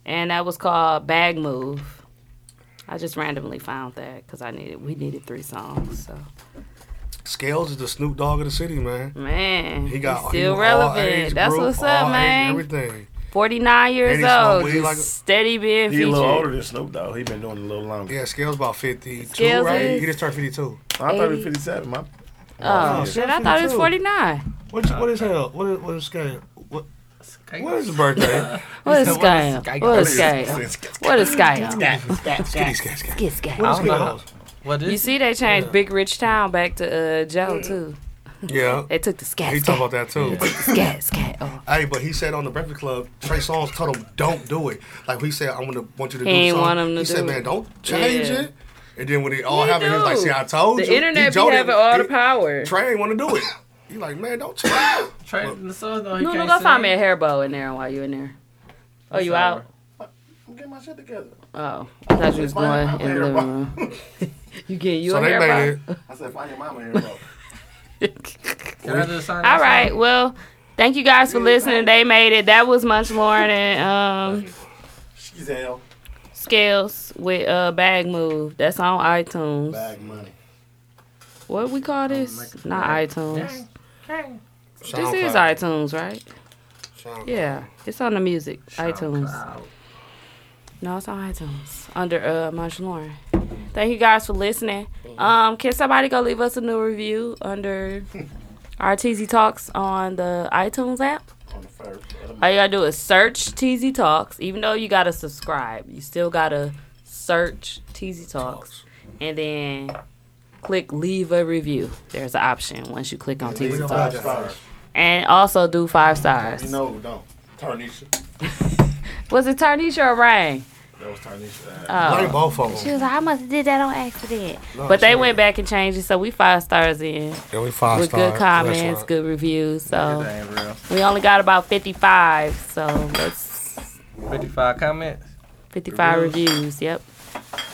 Speaker 3: and that was called Bag Move. I just randomly found that because I needed we needed three songs. So
Speaker 4: Scales is the Snoop Dogg of the city, man.
Speaker 3: man,
Speaker 4: He got
Speaker 3: he's still
Speaker 4: he was all
Speaker 3: relevant.
Speaker 4: age
Speaker 3: That's
Speaker 4: group,
Speaker 3: what's up,
Speaker 4: all age,
Speaker 3: man.
Speaker 4: Everything.
Speaker 3: Forty nine years
Speaker 4: And he
Speaker 3: old,
Speaker 4: smoked weed
Speaker 3: just
Speaker 4: like a-
Speaker 3: steady being
Speaker 7: He a
Speaker 3: featured.
Speaker 7: little older than Snoop though. He been doing it a little longer.
Speaker 4: Yeah, Scales about 52,
Speaker 3: Scales
Speaker 4: right?
Speaker 3: is-
Speaker 4: He just turned 52.
Speaker 7: I thought he was 57. My
Speaker 3: Oh,
Speaker 7: Oh,
Speaker 3: shit! I thought it was
Speaker 4: 52.
Speaker 3: forty nine.
Speaker 4: What is, what is hell? What is, what is Scales? What, what is his
Speaker 3: *laughs*
Speaker 4: birthday?
Speaker 3: What is Sky? What is Sky? What is Sky?
Speaker 4: Skitty, skitty, skitty.
Speaker 3: Skit Sky.
Speaker 4: What is Scales?
Speaker 1: What
Speaker 3: You
Speaker 1: is?
Speaker 3: see, they changed Big Rich Town back to uh, Joe too.
Speaker 4: Yeah.
Speaker 3: They took the scat,
Speaker 4: Uh, He talked about that too.
Speaker 3: scat, scat. Oh.
Speaker 4: Hey, but he said on the Breakfast Club, Trey Songz told him, "Don't do it." Like he said, "I want to want you to
Speaker 3: He
Speaker 4: do
Speaker 3: ain't
Speaker 4: something."
Speaker 3: want him to
Speaker 4: he
Speaker 3: do
Speaker 4: said,
Speaker 3: it.
Speaker 4: "Man, don't change
Speaker 3: Yeah.
Speaker 4: it." And then when it all
Speaker 3: He
Speaker 4: happened, he was like,
Speaker 3: do.
Speaker 4: "See, *laughs* I told
Speaker 3: The
Speaker 4: you." He
Speaker 3: internet be
Speaker 4: joked it.
Speaker 3: having all the
Speaker 4: He-
Speaker 3: power.
Speaker 4: Trey ain't want to do it. He like, man, don't change.
Speaker 1: Trey, the son though he
Speaker 3: No, no,
Speaker 1: can't
Speaker 3: go
Speaker 1: sing.
Speaker 3: find me a hair bow in there while you in there. Oh, you out?
Speaker 7: I'm getting my shit together.
Speaker 3: Oh, I thought you was going in the living
Speaker 4: *laughs*
Speaker 3: room. you getting you
Speaker 4: so
Speaker 3: a
Speaker 4: they
Speaker 3: hair bow?
Speaker 4: made it.
Speaker 7: I said, find your mama here, bro.
Speaker 1: Can I just sign
Speaker 3: *laughs* All
Speaker 1: that
Speaker 3: right.
Speaker 1: song?
Speaker 3: Well, thank you guys for listening. They made it. That was
Speaker 7: *laughs*
Speaker 3: Munch Lauren and um,
Speaker 7: She's hell.
Speaker 3: Scales with uh, Bag Move. That's on iTunes.
Speaker 7: Bag Um, money.
Speaker 3: What we call this? Not iTunes. This
Speaker 4: SoundCloud.
Speaker 3: is iTunes, right?
Speaker 4: SoundCloud.
Speaker 3: Yeah, it's on the music. iTunes. No, it's on iTunes under uh, Munch Lauren. Thank you guys for listening. Um, can somebody go leave us a new review under our TZ Talks on the iTunes app?
Speaker 7: On the first.
Speaker 3: All you gotta do is search TZ Talks. Even though you gotta subscribe, you still gotta search TZ Talks and then click leave a review. There's an option once you click on
Speaker 7: We
Speaker 3: TZ
Speaker 7: don't have
Speaker 3: Talks.
Speaker 7: stars.
Speaker 3: And also do five stars.
Speaker 7: You know, we don't. Tarnisha.
Speaker 3: Was it Tarnisha or Rain?
Speaker 5: That was Tarnisha. Uh,
Speaker 3: Oh.
Speaker 4: Blame both of
Speaker 3: She
Speaker 4: them.
Speaker 3: was like, I must have did that on accident.
Speaker 4: No,
Speaker 3: but
Speaker 4: she-
Speaker 3: they went back and changed it, so we five stars in.
Speaker 4: Yeah, we five
Speaker 3: With
Speaker 4: star
Speaker 3: good comments,
Speaker 4: restaurant.
Speaker 3: good reviews. So
Speaker 1: Yeah, that ain't real.
Speaker 3: we only got about fifty five. So let's
Speaker 1: Fifty five comments.
Speaker 3: fifty five
Speaker 1: Reviews.
Speaker 3: reviews. Yep,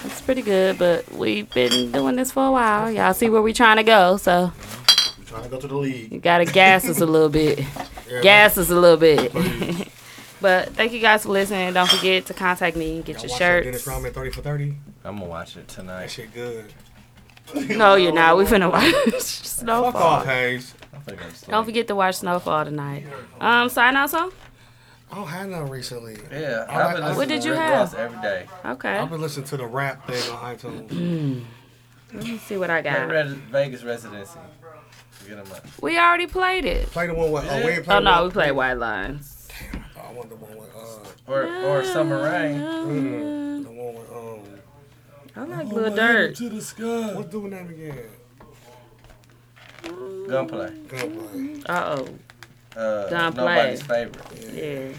Speaker 3: it's pretty good. But we've been doing this for a while. Y'all see where we trying to go. So
Speaker 5: We trying to go to the league.
Speaker 3: you gotta gas us a little bit. gas us a little bit. *laughs* but thank you guys for listening. Don't forget to contact me and get
Speaker 4: Y'all
Speaker 3: your
Speaker 4: watch that Dennis
Speaker 3: shirts.
Speaker 4: Rodman 30 for 30?
Speaker 1: I'm gonna watch it tonight.
Speaker 4: That shit good.
Speaker 3: No, you're not. We finna watch *laughs* Snowfall.
Speaker 4: Fuck off, Hayes.
Speaker 3: Don't forget to watch Snowfall tonight. Um, sign out song.
Speaker 4: I don't have none recently.
Speaker 1: Yeah,
Speaker 4: I like-
Speaker 1: I've been
Speaker 4: I-
Speaker 1: listening
Speaker 3: What did
Speaker 1: to
Speaker 3: you
Speaker 1: Rick
Speaker 3: have?
Speaker 1: Ross every day.
Speaker 3: Okay. Mm.
Speaker 4: I've been listening to the rap thing on iTunes.
Speaker 3: Let me see what I
Speaker 1: Rick
Speaker 3: got.
Speaker 1: Res- Vegas residency. Get him up.
Speaker 3: We already played it.
Speaker 4: Play the one with. Oh, we ain't
Speaker 3: Oh
Speaker 4: playing
Speaker 3: no,
Speaker 4: one-
Speaker 3: we played White Lines.
Speaker 4: Oh, I want the one with. Uh,
Speaker 1: Or or summer
Speaker 3: Mm.
Speaker 1: rain.
Speaker 4: the one with. Um,
Speaker 3: I like Lil Dirt.
Speaker 5: To the sky.
Speaker 4: what's the name again?
Speaker 1: Gunplay.
Speaker 4: Gunplay.
Speaker 3: Uh oh.
Speaker 1: Uh,
Speaker 3: Gunplay.
Speaker 1: Nobody's favorite.
Speaker 3: Yeah.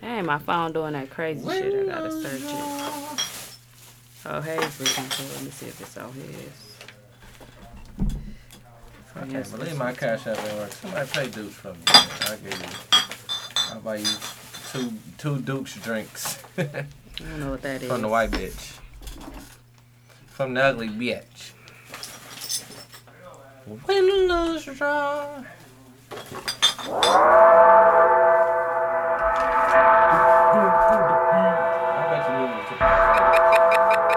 Speaker 3: Dang, my phone doing that crazy shit. I gotta search it. Oh, hey, looking for. Let me see if it's on his.
Speaker 1: I can't believe my cash app ain't work. Somebody pay Dukes for me. I give you. I'll buy you two two Dukes drinks
Speaker 3: I don't know what that
Speaker 1: *laughs*
Speaker 3: is.
Speaker 1: from the white bitch. From the ugly bitch. Windows drawn. I bet you knew it was a- That's what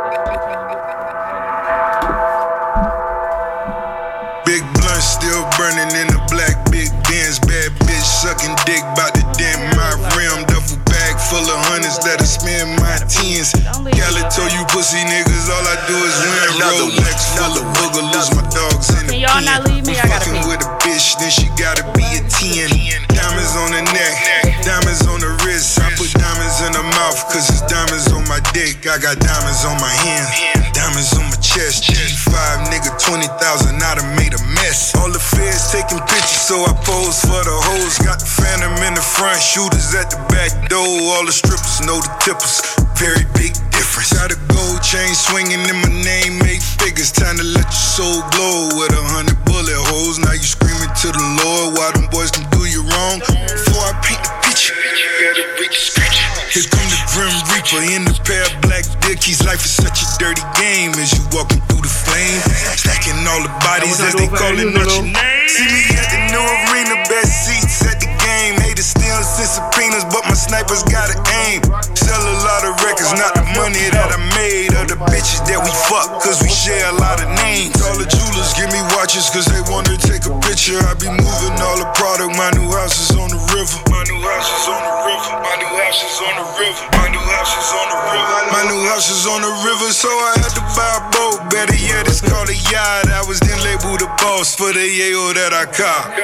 Speaker 1: I'm
Speaker 7: Big
Speaker 1: trying to get.
Speaker 7: blunt still burning in the black big bins. Bad bitch sucking dick bout to dent my rim. Duffel bag full of hundreds that'll spend my tens. Cali told you pussy niggas, all I do is win. Rolex full of boogaloos, my dogs in the
Speaker 3: Can y'all not leave me? I gotta
Speaker 7: fucking
Speaker 3: pee.
Speaker 7: with a bitch, then she gotta be a 10. Diamonds on the neck, diamonds on the wrist. I put diamonds in her mouth, cause it's diamonds on my dick. I got diamonds on my hand, diamonds on my chest. G5, nigga, 20,000, I done made a mess. All the feds taking pictures, so I pose for the hoes. Got the phantom in the front, shooters at the back door. All the strippers know the tippers. Very big difference. Got a gold chain swinging in my name, make figures. Time to let your soul glow with a hundred bullet holes. Now you screaming to the Lord, why them boys can do you wrong? Before I paint the picture, you better read the scripture. Here come the grim reaper in the pair of black dickies. Life is such a dirty game as you walking through the flame, stacking all the bodies as they calling out your name. See me at the new arena, best seats at the game. Haters still send subpoenas, but my snipers gotta aim. Sell a lot of records, not the money that I made. Or the bitches that we fuck, cause we share a lot of names. All the jewelers give me watches, cause they wanna take a picture. I be moving all the product, my new house is on the river. My new house is on the river. My new house is on the river. My new house is on the river. My new house is on the river, so I had to buy a boat. Better yet, it's called a yacht. I was then labeled a boss for the Yale that I caught.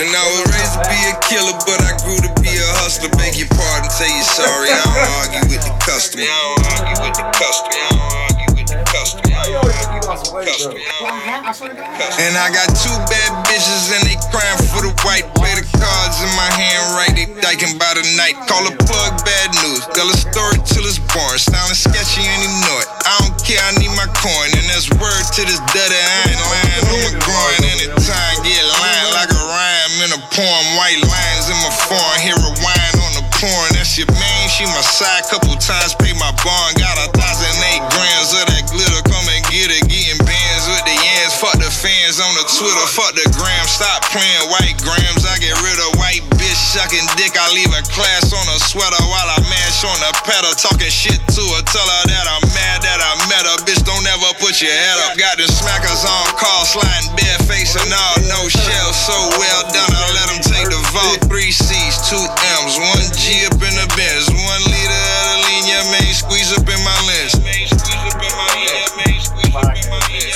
Speaker 7: And I was raised to be a killer, but I grew to be a hustler. Beg your pardon, tell you sorry. I don't argue with the customer. I don't argue with the customer. I don't argue with the customer. I don't argue with the customer. And I got two bad bitches and they crying for the white. Play the cards in my hand right, they dyking by the night. Call a plug bad news, tell a story till it's born. Sounding sketchy and he know it. I don't care, I need my coin. And that's word to this dirty iron line. on my groin and the time get lined like a rhyme in a poem. White lines in my form, here a wine on the porn. That's your main, she my side. Couple times pay my bond, got a thousand eight grams of that glitter. Come and get it, getting bands with the yams. Fuck the fans on the Twitter, fuck the gram. Stop playing white grams. I get rid of white bitch sucking dick. I leave a class on a sweater while I mash on the pedal. Talking shit to her, tell her that I'm mad that I met her. Bitch, don't ever put your head up. Got them smackers on call, sliding bare face and all. No shell, so well done. I let 'em take the vault. Three C's, two M's, one G up in the Benz, one liter of the lean. Your main squeeze up in my lens.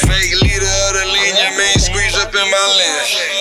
Speaker 7: Fake leader of the lean, your main squeeze up in my lens.